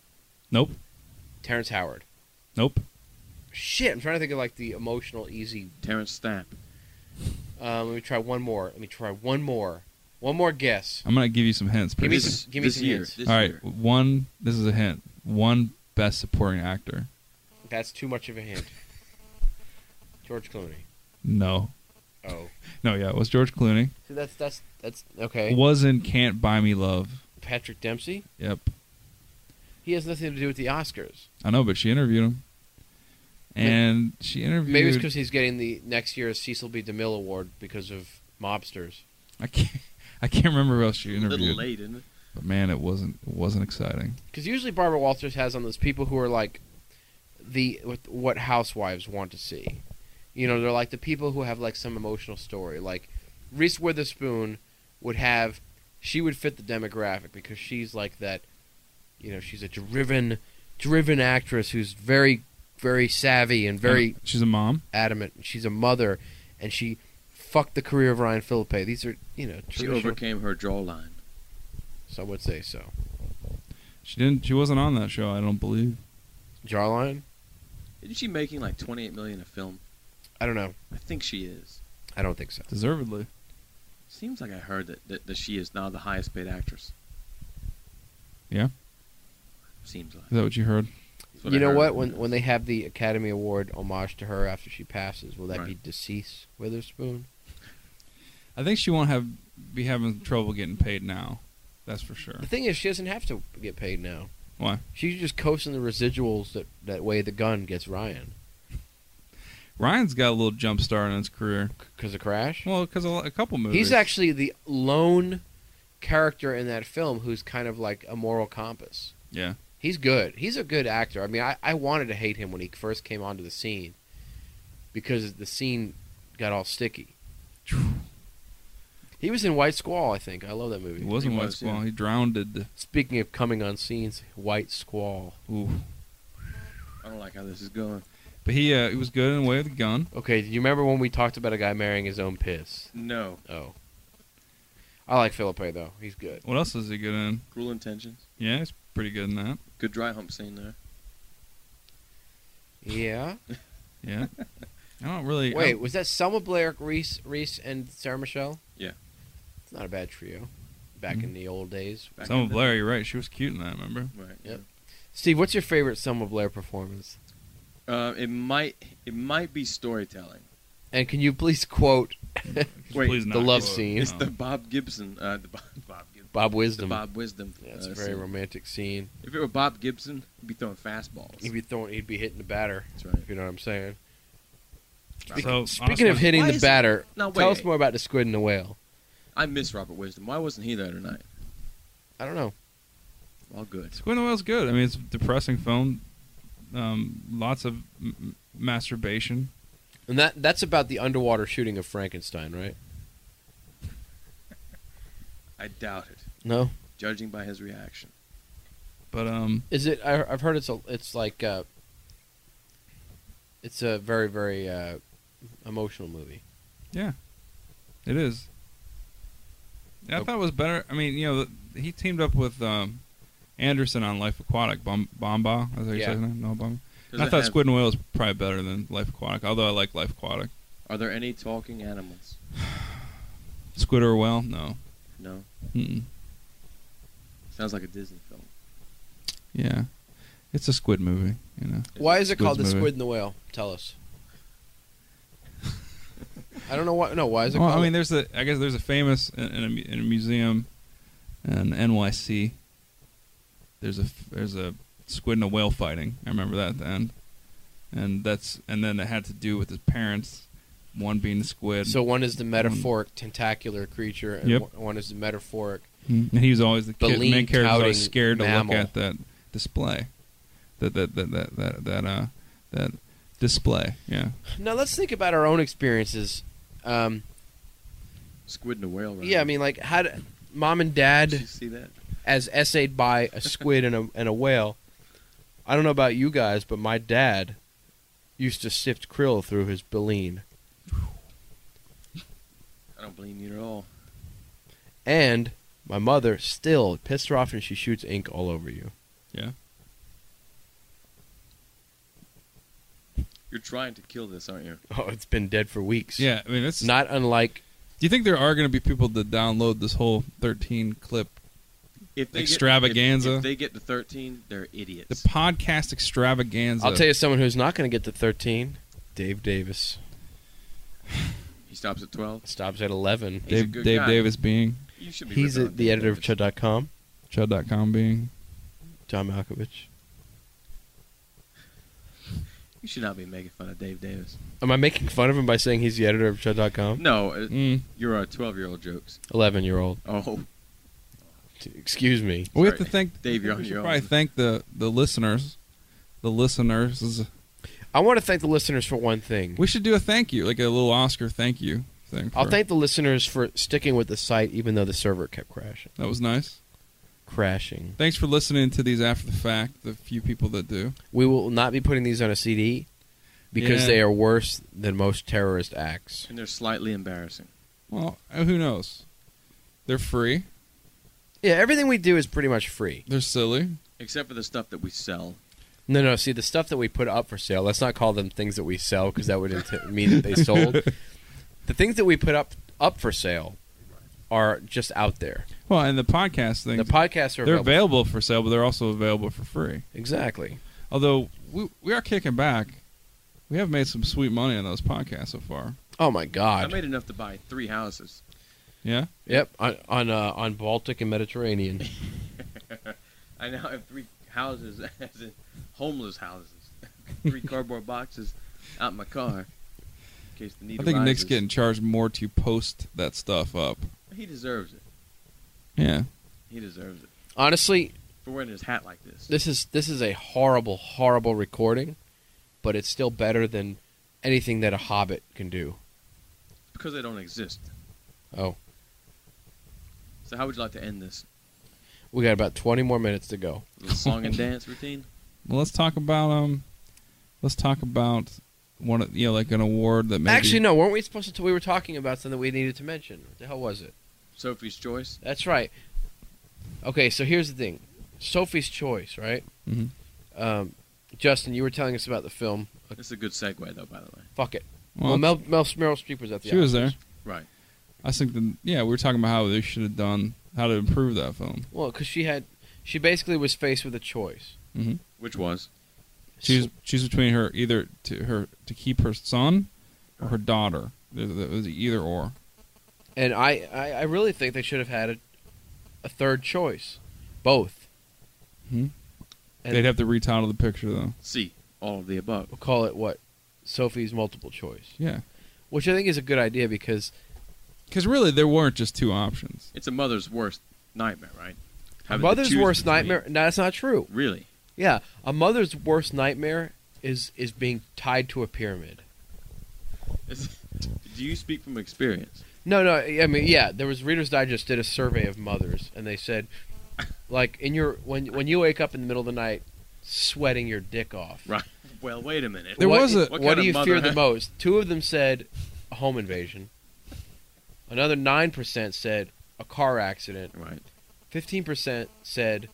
S2: Nope.
S1: Terrence Howard.
S2: Nope.
S1: Shit, I'm trying to think of like the emotional, easy.
S3: Terrence Stamp.
S1: Um, let me try one more. Let me try one more. One more guess.
S2: I'm gonna give you some hints.
S1: Give me
S2: pretty
S1: some-
S2: soon.
S1: give me
S3: this
S1: some
S3: year.
S1: hints.
S3: This
S2: All right,
S3: year.
S2: one. This is a hint. One best supporting actor.
S1: That's too much of a hint. George Clooney.
S2: No.
S1: Oh,
S2: No. Yeah, it was George Clooney.
S1: so that's that's that's okay.
S2: Was in Can't Buy Me Love.
S1: Patrick Dempsey.
S2: Yep.
S1: He has nothing to do with the Oscars.
S2: I know, but she interviewed him, and she interviewed.
S1: Maybe it's because he's getting the next year's Cecil B. DeMille Award because of mobsters.
S2: I can't. I can't remember who else she
S3: A little
S2: interviewed.
S3: late, isn't it?
S2: But man, it wasn't. It wasn't exciting.
S1: Because usually Barbara Walters has on those people who are like the what- what housewives want to see. You know, they're like the people who have like some emotional story. Like Reese Witherspoon would have, she would fit the demographic because she's like that. You know, she's a driven, driven actress who's very, very savvy and very
S2: And She's a mom.
S1: adamant. She's a mother, and she fucked the career of Ryan Philippe. These are you know
S3: She
S1: traditional.
S3: overcame her jawline.
S1: Some would say so.
S2: She didn't. She wasn't on that show. I don't believe.
S1: Jarline,
S3: Isn't she making like 28 million a film?
S1: I don't know.
S3: I think she is.
S1: I don't think so.
S2: Deservedly.
S3: Seems like I heard that, that, that she is now the highest paid actress.
S2: Yeah.
S3: Seems like.
S2: Is that what you heard?
S3: That's
S1: you
S3: I
S1: know
S3: heard.
S1: what? When when they have the Academy Award homage to her after she passes, will that be
S3: Right.
S1: deceased Witherspoon?
S2: I think she won't have be having trouble getting paid now. That's for sure.
S1: The thing is, she doesn't have to get paid now.
S2: Why?
S1: She's just coasting the residuals that that way the gun gets Ryan
S2: Ryan's got a little jump start in his career.
S1: because of Crash.
S2: Well, because a, lo- a couple movies.
S1: He's actually the lone character in that film who's kind of like a moral compass.
S2: Yeah.
S1: He's good. He's a good actor. I mean, I, I wanted to hate him when he first came onto the scene because the scene got all sticky. He was in White Squall, I think. I love that movie.
S2: He wasn't
S3: He
S2: White
S3: was,
S2: Squall.
S3: yeah.
S2: He drowned.
S1: Speaking of coming on scenes, White Squall.
S2: Ooh.
S3: I don't like how this is going.
S2: But he uh, he was good in Way of the Gun.
S1: Okay, do you remember when we talked about a guy marrying his own piss?
S3: No.
S1: Oh. I like Philippe, though. He's good.
S2: What else is he good in?
S3: Cruel Intentions.
S2: Yeah, he's Pretty good in that.
S3: Good dry hump scene there.
S1: Yeah.
S2: Yeah. I don't really. I
S3: Oh.
S1: Wait,
S2: don't-
S1: was that Selma Blair, Reese, Reese, and Sarah Michelle?
S3: Yeah. Mm-hmm.
S1: It's not a bad trio. Back in the old days.
S3: Back
S2: Selma
S3: in the-
S2: Blair, you're right. She was cute in that. Remember?
S3: Right.
S1: Yep. Steve, what's your favorite Selma Blair performance?
S3: Uh, it might it might be storytelling.
S1: And can you please quote
S2: Could you
S3: Wait,
S2: please
S1: the
S2: not
S1: love
S2: quote?
S1: scene.
S3: It's
S2: No.
S3: the Bob Gibson. Uh, the Bob, Bob Gibson.
S1: Bob
S3: The
S1: Wisdom?
S3: Bob Wisdom.
S1: That's
S3: uh,
S1: a very
S3: scene.
S1: romantic scene.
S3: If it were Bob Gibson, he'd be throwing fastballs.
S1: He'd be throwing, he'd be hitting the batter.
S3: That's right.
S1: If you know what I'm saying.
S2: So,
S1: Speaking of
S2: honestly,
S1: hitting
S3: Why
S1: the
S3: is-
S1: batter,
S3: No,
S1: tell
S3: wait.
S1: us more about the squid and the whale.
S3: I miss Robert Wisdom. Why wasn't he there tonight?
S1: I don't know.
S3: All good.
S2: Squid and the Whale's good. I mean, it's a depressing film. Um, lots of m- m- masturbation.
S1: And that that's about the underwater shooting of Frankenstein, right?
S3: I doubt it.
S1: No.
S3: Judging by his reaction,
S2: But um,
S1: Is it? I, I've heard it's a, it's like uh, it's a very very uh, emotional movie.
S2: yeah, it is. Yeah, I
S1: Nope.
S2: thought it was better. I mean, you know, the, he teamed up with um, Anderson on Life Aquatic. Bom- Bomba, is that how you
S1: Yeah.
S2: say his name? No, Bomba.
S3: Does
S2: And I
S3: it
S2: thought
S3: have-
S2: Squid and the Whale was probably better than Life Aquatic, although I like Life Aquatic.
S3: Are there any talking animals?
S2: Squid or Whale? No.
S3: No.
S2: Mm-mm.
S3: Sounds like a Disney film.
S2: Yeah, it's a squid movie. You know,
S1: Why is it called
S2: Squid's
S1: the
S2: movie.
S1: Squid and the Whale? Tell us. I don't know why. No, why is it
S2: well,
S1: called?
S2: I mean, there's a. I guess there's a famous uh, in, in, a, mu- in a museum in NYC. There's a f- there's a squid and a whale fighting. I remember that at the end, and that's and then it had to do with his parents, one being the squid.
S1: so one is the metaphoric tentacular creature, and
S2: mm. Yep.
S1: one- one is the metaphoric.
S2: Mm, and he was always the,
S1: The
S2: kid, the main
S1: lean,
S2: character was always
S1: pouting
S2: scared to
S1: mammal.
S2: look at that display, that that that that that that uh that display. Yeah,
S1: Now let's think about our own experiences. Um,
S3: Squid and a whale. Right
S1: Yeah, I mean, like how d mom and dad.
S3: Did you see that?
S1: as essayed by a squid and a and a whale. I don't know about you guys, but my dad used to sift krill through his baleen,
S3: I don't blame you at all.
S1: and my mother still pissed her off and she shoots ink all over you.
S2: yeah.
S3: You're trying to kill this, aren't you?
S1: Oh, it's been dead for weeks.
S2: Yeah, I mean, it's
S1: not unlike
S2: Do you think there are going to be people that download this whole 13 clip?
S3: If get- if-
S2: Extravaganza?
S3: if they get to 13, they're idiots.
S2: The podcast extravaganza.
S1: I'll tell you someone who's not going to get to thirteen. Dave Davis
S3: he stops at 12.
S1: stops at eleven.
S3: He's a
S2: Dave,
S3: good
S2: Dave
S3: guy.
S2: Davis being,
S3: You should be.
S1: He's
S3: ripping
S1: a,
S3: on
S1: the
S3: Dave
S1: editor of
S3: Davis.
S1: Chud.com.
S2: Chud.com being.
S1: John Malkovich.
S3: You should not be making fun of Dave Davis.
S1: Am I making fun of him by saying he's the editor of Chud.com?
S3: No, uh,
S2: Mm.
S3: you're a 12 year old jokes.
S1: Eleven-year-old.
S3: Oh,
S1: Excuse me.
S2: We have to
S3: Sorry.
S2: thank
S3: Dave, you're
S2: we
S3: on
S2: should
S3: your
S2: probably
S3: own.
S2: thank the, the listeners. The listeners. is-
S1: I want to thank the listeners for one thing.
S2: We should do a thank you, like a little Oscar thank you thing.
S1: I'll
S2: for-
S1: thank the listeners for sticking with the site even though the server kept crashing.
S2: That was nice.
S1: Crashing.
S2: Thanks for listening to these after the fact. The few people that do.
S1: We will not be putting these on a CD because
S2: Yeah.
S1: they are worse than most terrorist acts.
S3: and they're slightly embarrassing.
S2: Well, uh, who knows? They're free.
S1: Yeah, everything we do is pretty much free.
S2: They're silly.
S3: Except for the stuff that we sell.
S1: No, no, see, the stuff that we put up for sale, let's not call them things that we sell because that would int- mean that they sold. The things that we put up up for sale are just out there.
S2: Well, and the podcast thing.
S1: The podcasts are
S2: they're
S1: available.
S2: available for sale, but they're also available for free.
S1: Exactly.
S2: Although we we are kicking back, we have made some sweet money on those podcasts so far.
S1: Oh my
S3: I
S1: god.
S3: made enough to buy three houses.
S2: Yeah,
S1: yep, on on, uh, on Baltic and Mediterranean.
S3: I now have three houses, as in homeless houses. three cardboard boxes out in my car in case the need
S2: I think Nick's
S3: arises.
S2: getting charged more to post that stuff up.
S3: He deserves it.
S2: Yeah,
S3: He deserves it
S1: Honestly,
S3: for wearing his hat like this.
S1: this is this is a horrible, horrible recording, but it's still better than anything that a hobbit can do.
S3: Because they don't exist.
S1: Oh,
S3: So how would you like to end this?
S1: we got about twenty more minutes to go.
S3: Little song and dance routine?
S2: well, let's talk about um, let's talk about one of you know like an award that maybe
S1: Actually, no, weren't we supposed to? We were talking about something we needed to mention. What the hell was it?
S3: Sophie's Choice?
S1: That's right. Okay, so here's the thing. Sophie's Choice, right?
S2: Mhm.
S1: Um, Justin, you were telling us about the film.
S3: It's a good segue, though, by the way.
S1: Fuck it. Well,
S2: Well,
S1: Mel, Mel Meryl Streep was at the.
S2: she was there.
S1: Oscars.
S3: Right.
S2: I think the, yeah, we were talking about how they should have done how to improve that film.
S1: Well, because she had, she basically was faced with a choice.
S2: Mm-hmm.
S3: Which was
S2: She was she's between her either to her to keep her son or her daughter. There- there was either or.
S1: and I, I, I really think they should have had a, a third choice, both.
S2: Mhm.
S1: And
S2: They'd have to retitle the picture though.
S3: C. All of the above.
S1: we'll call it what, Sophie's multiple choice,
S2: Yeah,
S1: which I think is a good idea because
S2: because really there weren't just two options.
S3: It's a mother's worst nightmare, right?
S1: a
S3: Having to
S1: mother's
S3: choose
S1: worst
S3: between-
S1: nightmare. No, that's not true.
S3: Really?
S1: Yeah, a mother's worst nightmare is is being tied to a pyramid.
S3: It's- do you speak from experience?
S1: No, no. I mean, yeah. There was Reader's Digest did a survey of mothers, and they said, like, in your when when you wake up in the middle of the night, sweating your dick off.
S3: Right. Well, wait a minute.
S2: There
S1: what,
S2: was a-
S1: What,
S3: What kind
S1: do
S3: of
S1: you
S3: mother
S1: fear the
S3: ha-
S1: most? Two of them said a home invasion. Another nine percent said a car accident.
S3: Right.
S1: Fifteen percent said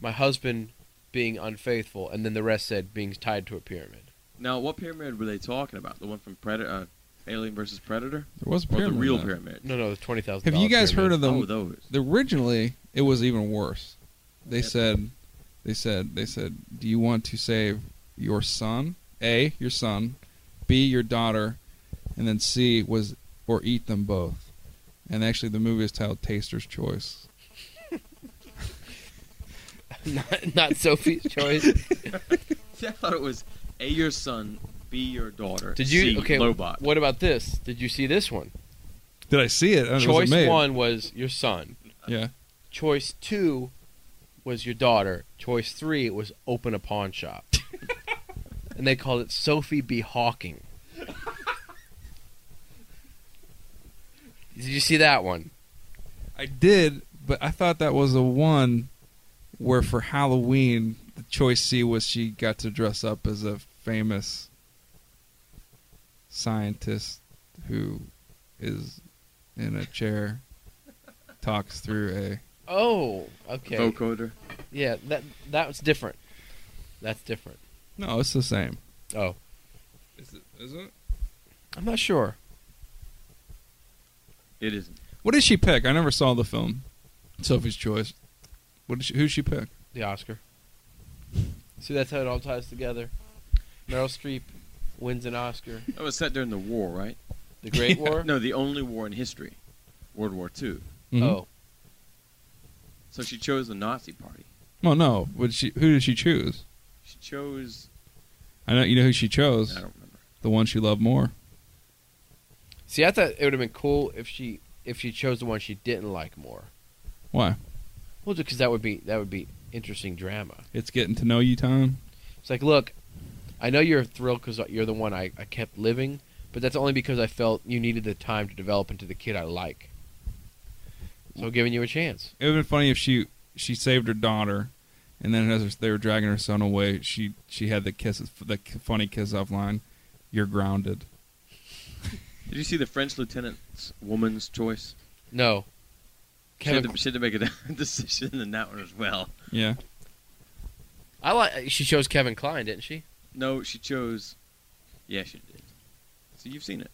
S1: my husband being unfaithful, and then the rest said being tied to a pyramid.
S3: Now, what pyramid were they talking about? The one from Predator, uh, Alien versus Predator,
S2: There was a
S3: or the
S2: pyramid
S3: real
S2: though.
S3: pyramid?
S1: No, no, the twenty thousand.
S2: Have you guys heard of the
S3: oh, those.
S2: originally it was even worse. They
S3: Yep.
S2: said, they said, they said, do you want to save your son? A, your son, B, your daughter, and then C was or eat them both. And actually, the movie is titled Taster's Choice.
S1: not, not Sophie's choice?
S3: See, I thought it was A, your son, B, your daughter.
S1: Did you?
S3: C,
S1: okay.
S3: Lobot.
S1: What about this? Did you see this one?
S2: Did I see it? I was
S1: Choice
S2: amazed.
S1: one was your son.
S2: Yeah.
S1: Choice two was your daughter. Choice three was open a pawn shop. and they called it Sophie B. Hawking. Did you see that one?
S2: I did, but I thought that was the one where for Halloween, the choice C was she got to dress up as a famous scientist who is in a chair, talks through a.
S1: Oh, okay.
S3: Vocoder.
S1: Yeah, that that was different. That's different.
S2: No, it's the same.
S1: Oh,
S2: Is it? Is it?
S1: I'm not sure.
S3: It isn't.
S2: What did she pick? I never saw the film. Sophie's Choice. What did she, who she pick?
S1: The Oscar. See, that's how it all ties together. Meryl Streep wins an Oscar.
S3: That was set during the war, right?
S1: The Great
S2: Yeah.
S1: War.
S3: No, the only war in history, World War II. Mm-hmm.
S1: Oh,
S3: So she chose the Nazi Party.
S2: Well, Oh, no. What did she? Who did she choose?
S3: She chose.
S2: I know you know who she
S3: I
S2: chose.
S3: don't remember.
S2: The one she loved more.
S1: see, I thought it would have been cool if she if she chose the one she didn't like more.
S2: Why?
S1: Well, because that would be that would be interesting drama.
S2: It's getting to know you time.
S1: It's like, look, I know you're thrilled because you're the one I, I kept living, but that's only because I felt you needed the time to develop into the kid I like. So I'm giving you a chance.
S2: It would have been funny if she she saved her daughter, and then as her- they were dragging her son away, she she had the kiss the k- funny kiss off line. You're grounded.
S3: Did you see the French lieutenant's woman's choice?
S1: No.
S3: She had,
S1: Kevin,
S3: to, she had to make a decision in that one as well.
S2: Yeah,
S1: I like. She chose Kevin Klein, didn't she?
S3: No, she chose. Yeah, she did. So you've seen it.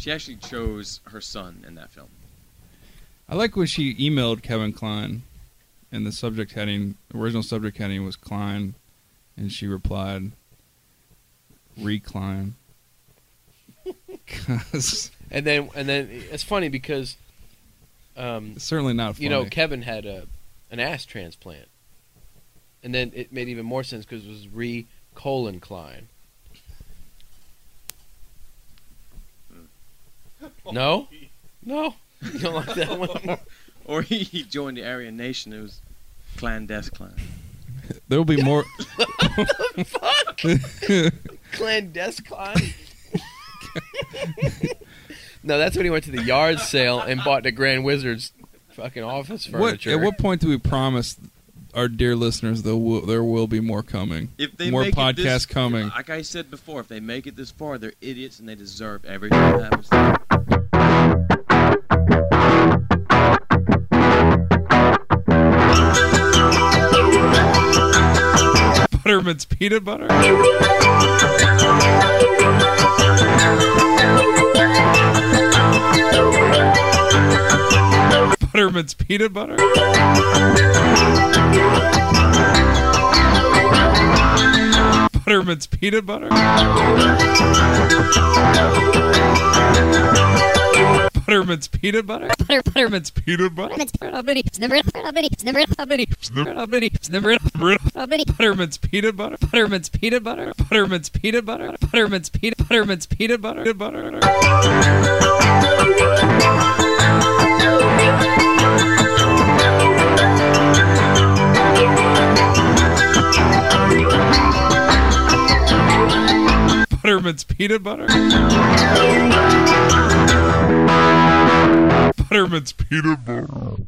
S3: She actually chose her son in that film.
S2: I like when she emailed Kevin Klein, and the subject heading original subject heading was Klein, and she replied, "Recline." Because
S1: And then and then it's funny because, um,
S2: it's certainly not funny.
S1: you know, Kevin had a an ass transplant, and then it made even more sense because it was re colon Klein.
S2: Hmm.
S1: No, no, you don't like that one.
S3: Or he, he joined the Aryan Nation. It was clandestine.
S2: there'll be more.
S1: Fuck, clandestine. no, that's when he went to the yard sale and bought the Grand Wizard's fucking office
S2: What,
S1: furniture.
S2: at what point do we promise our dear listeners there will, there will be more coming?
S3: If they
S2: more
S3: make it
S2: podcasts
S3: this-
S2: coming.
S3: Like I said before, if they make it this far, they're idiots and they deserve everything that happens. to them.
S2: Peppermint's peanut butter? Butterman's peanut butter? Butterman's peanut butter? Butterman's peanut butter?
S6: Butter, buttermint's
S2: Peanut butter?
S6: buttermint's how many? It's never how many? It's never how many? It's never how many? It's never how many?
S2: Butterman's peanut butter? Butterman's peanut butter? Butterman's peanut butter? Butterman's peanut Butterman's peanut butter? Peanut butter? Butterman's peanut butter? Butterman's peanut butter?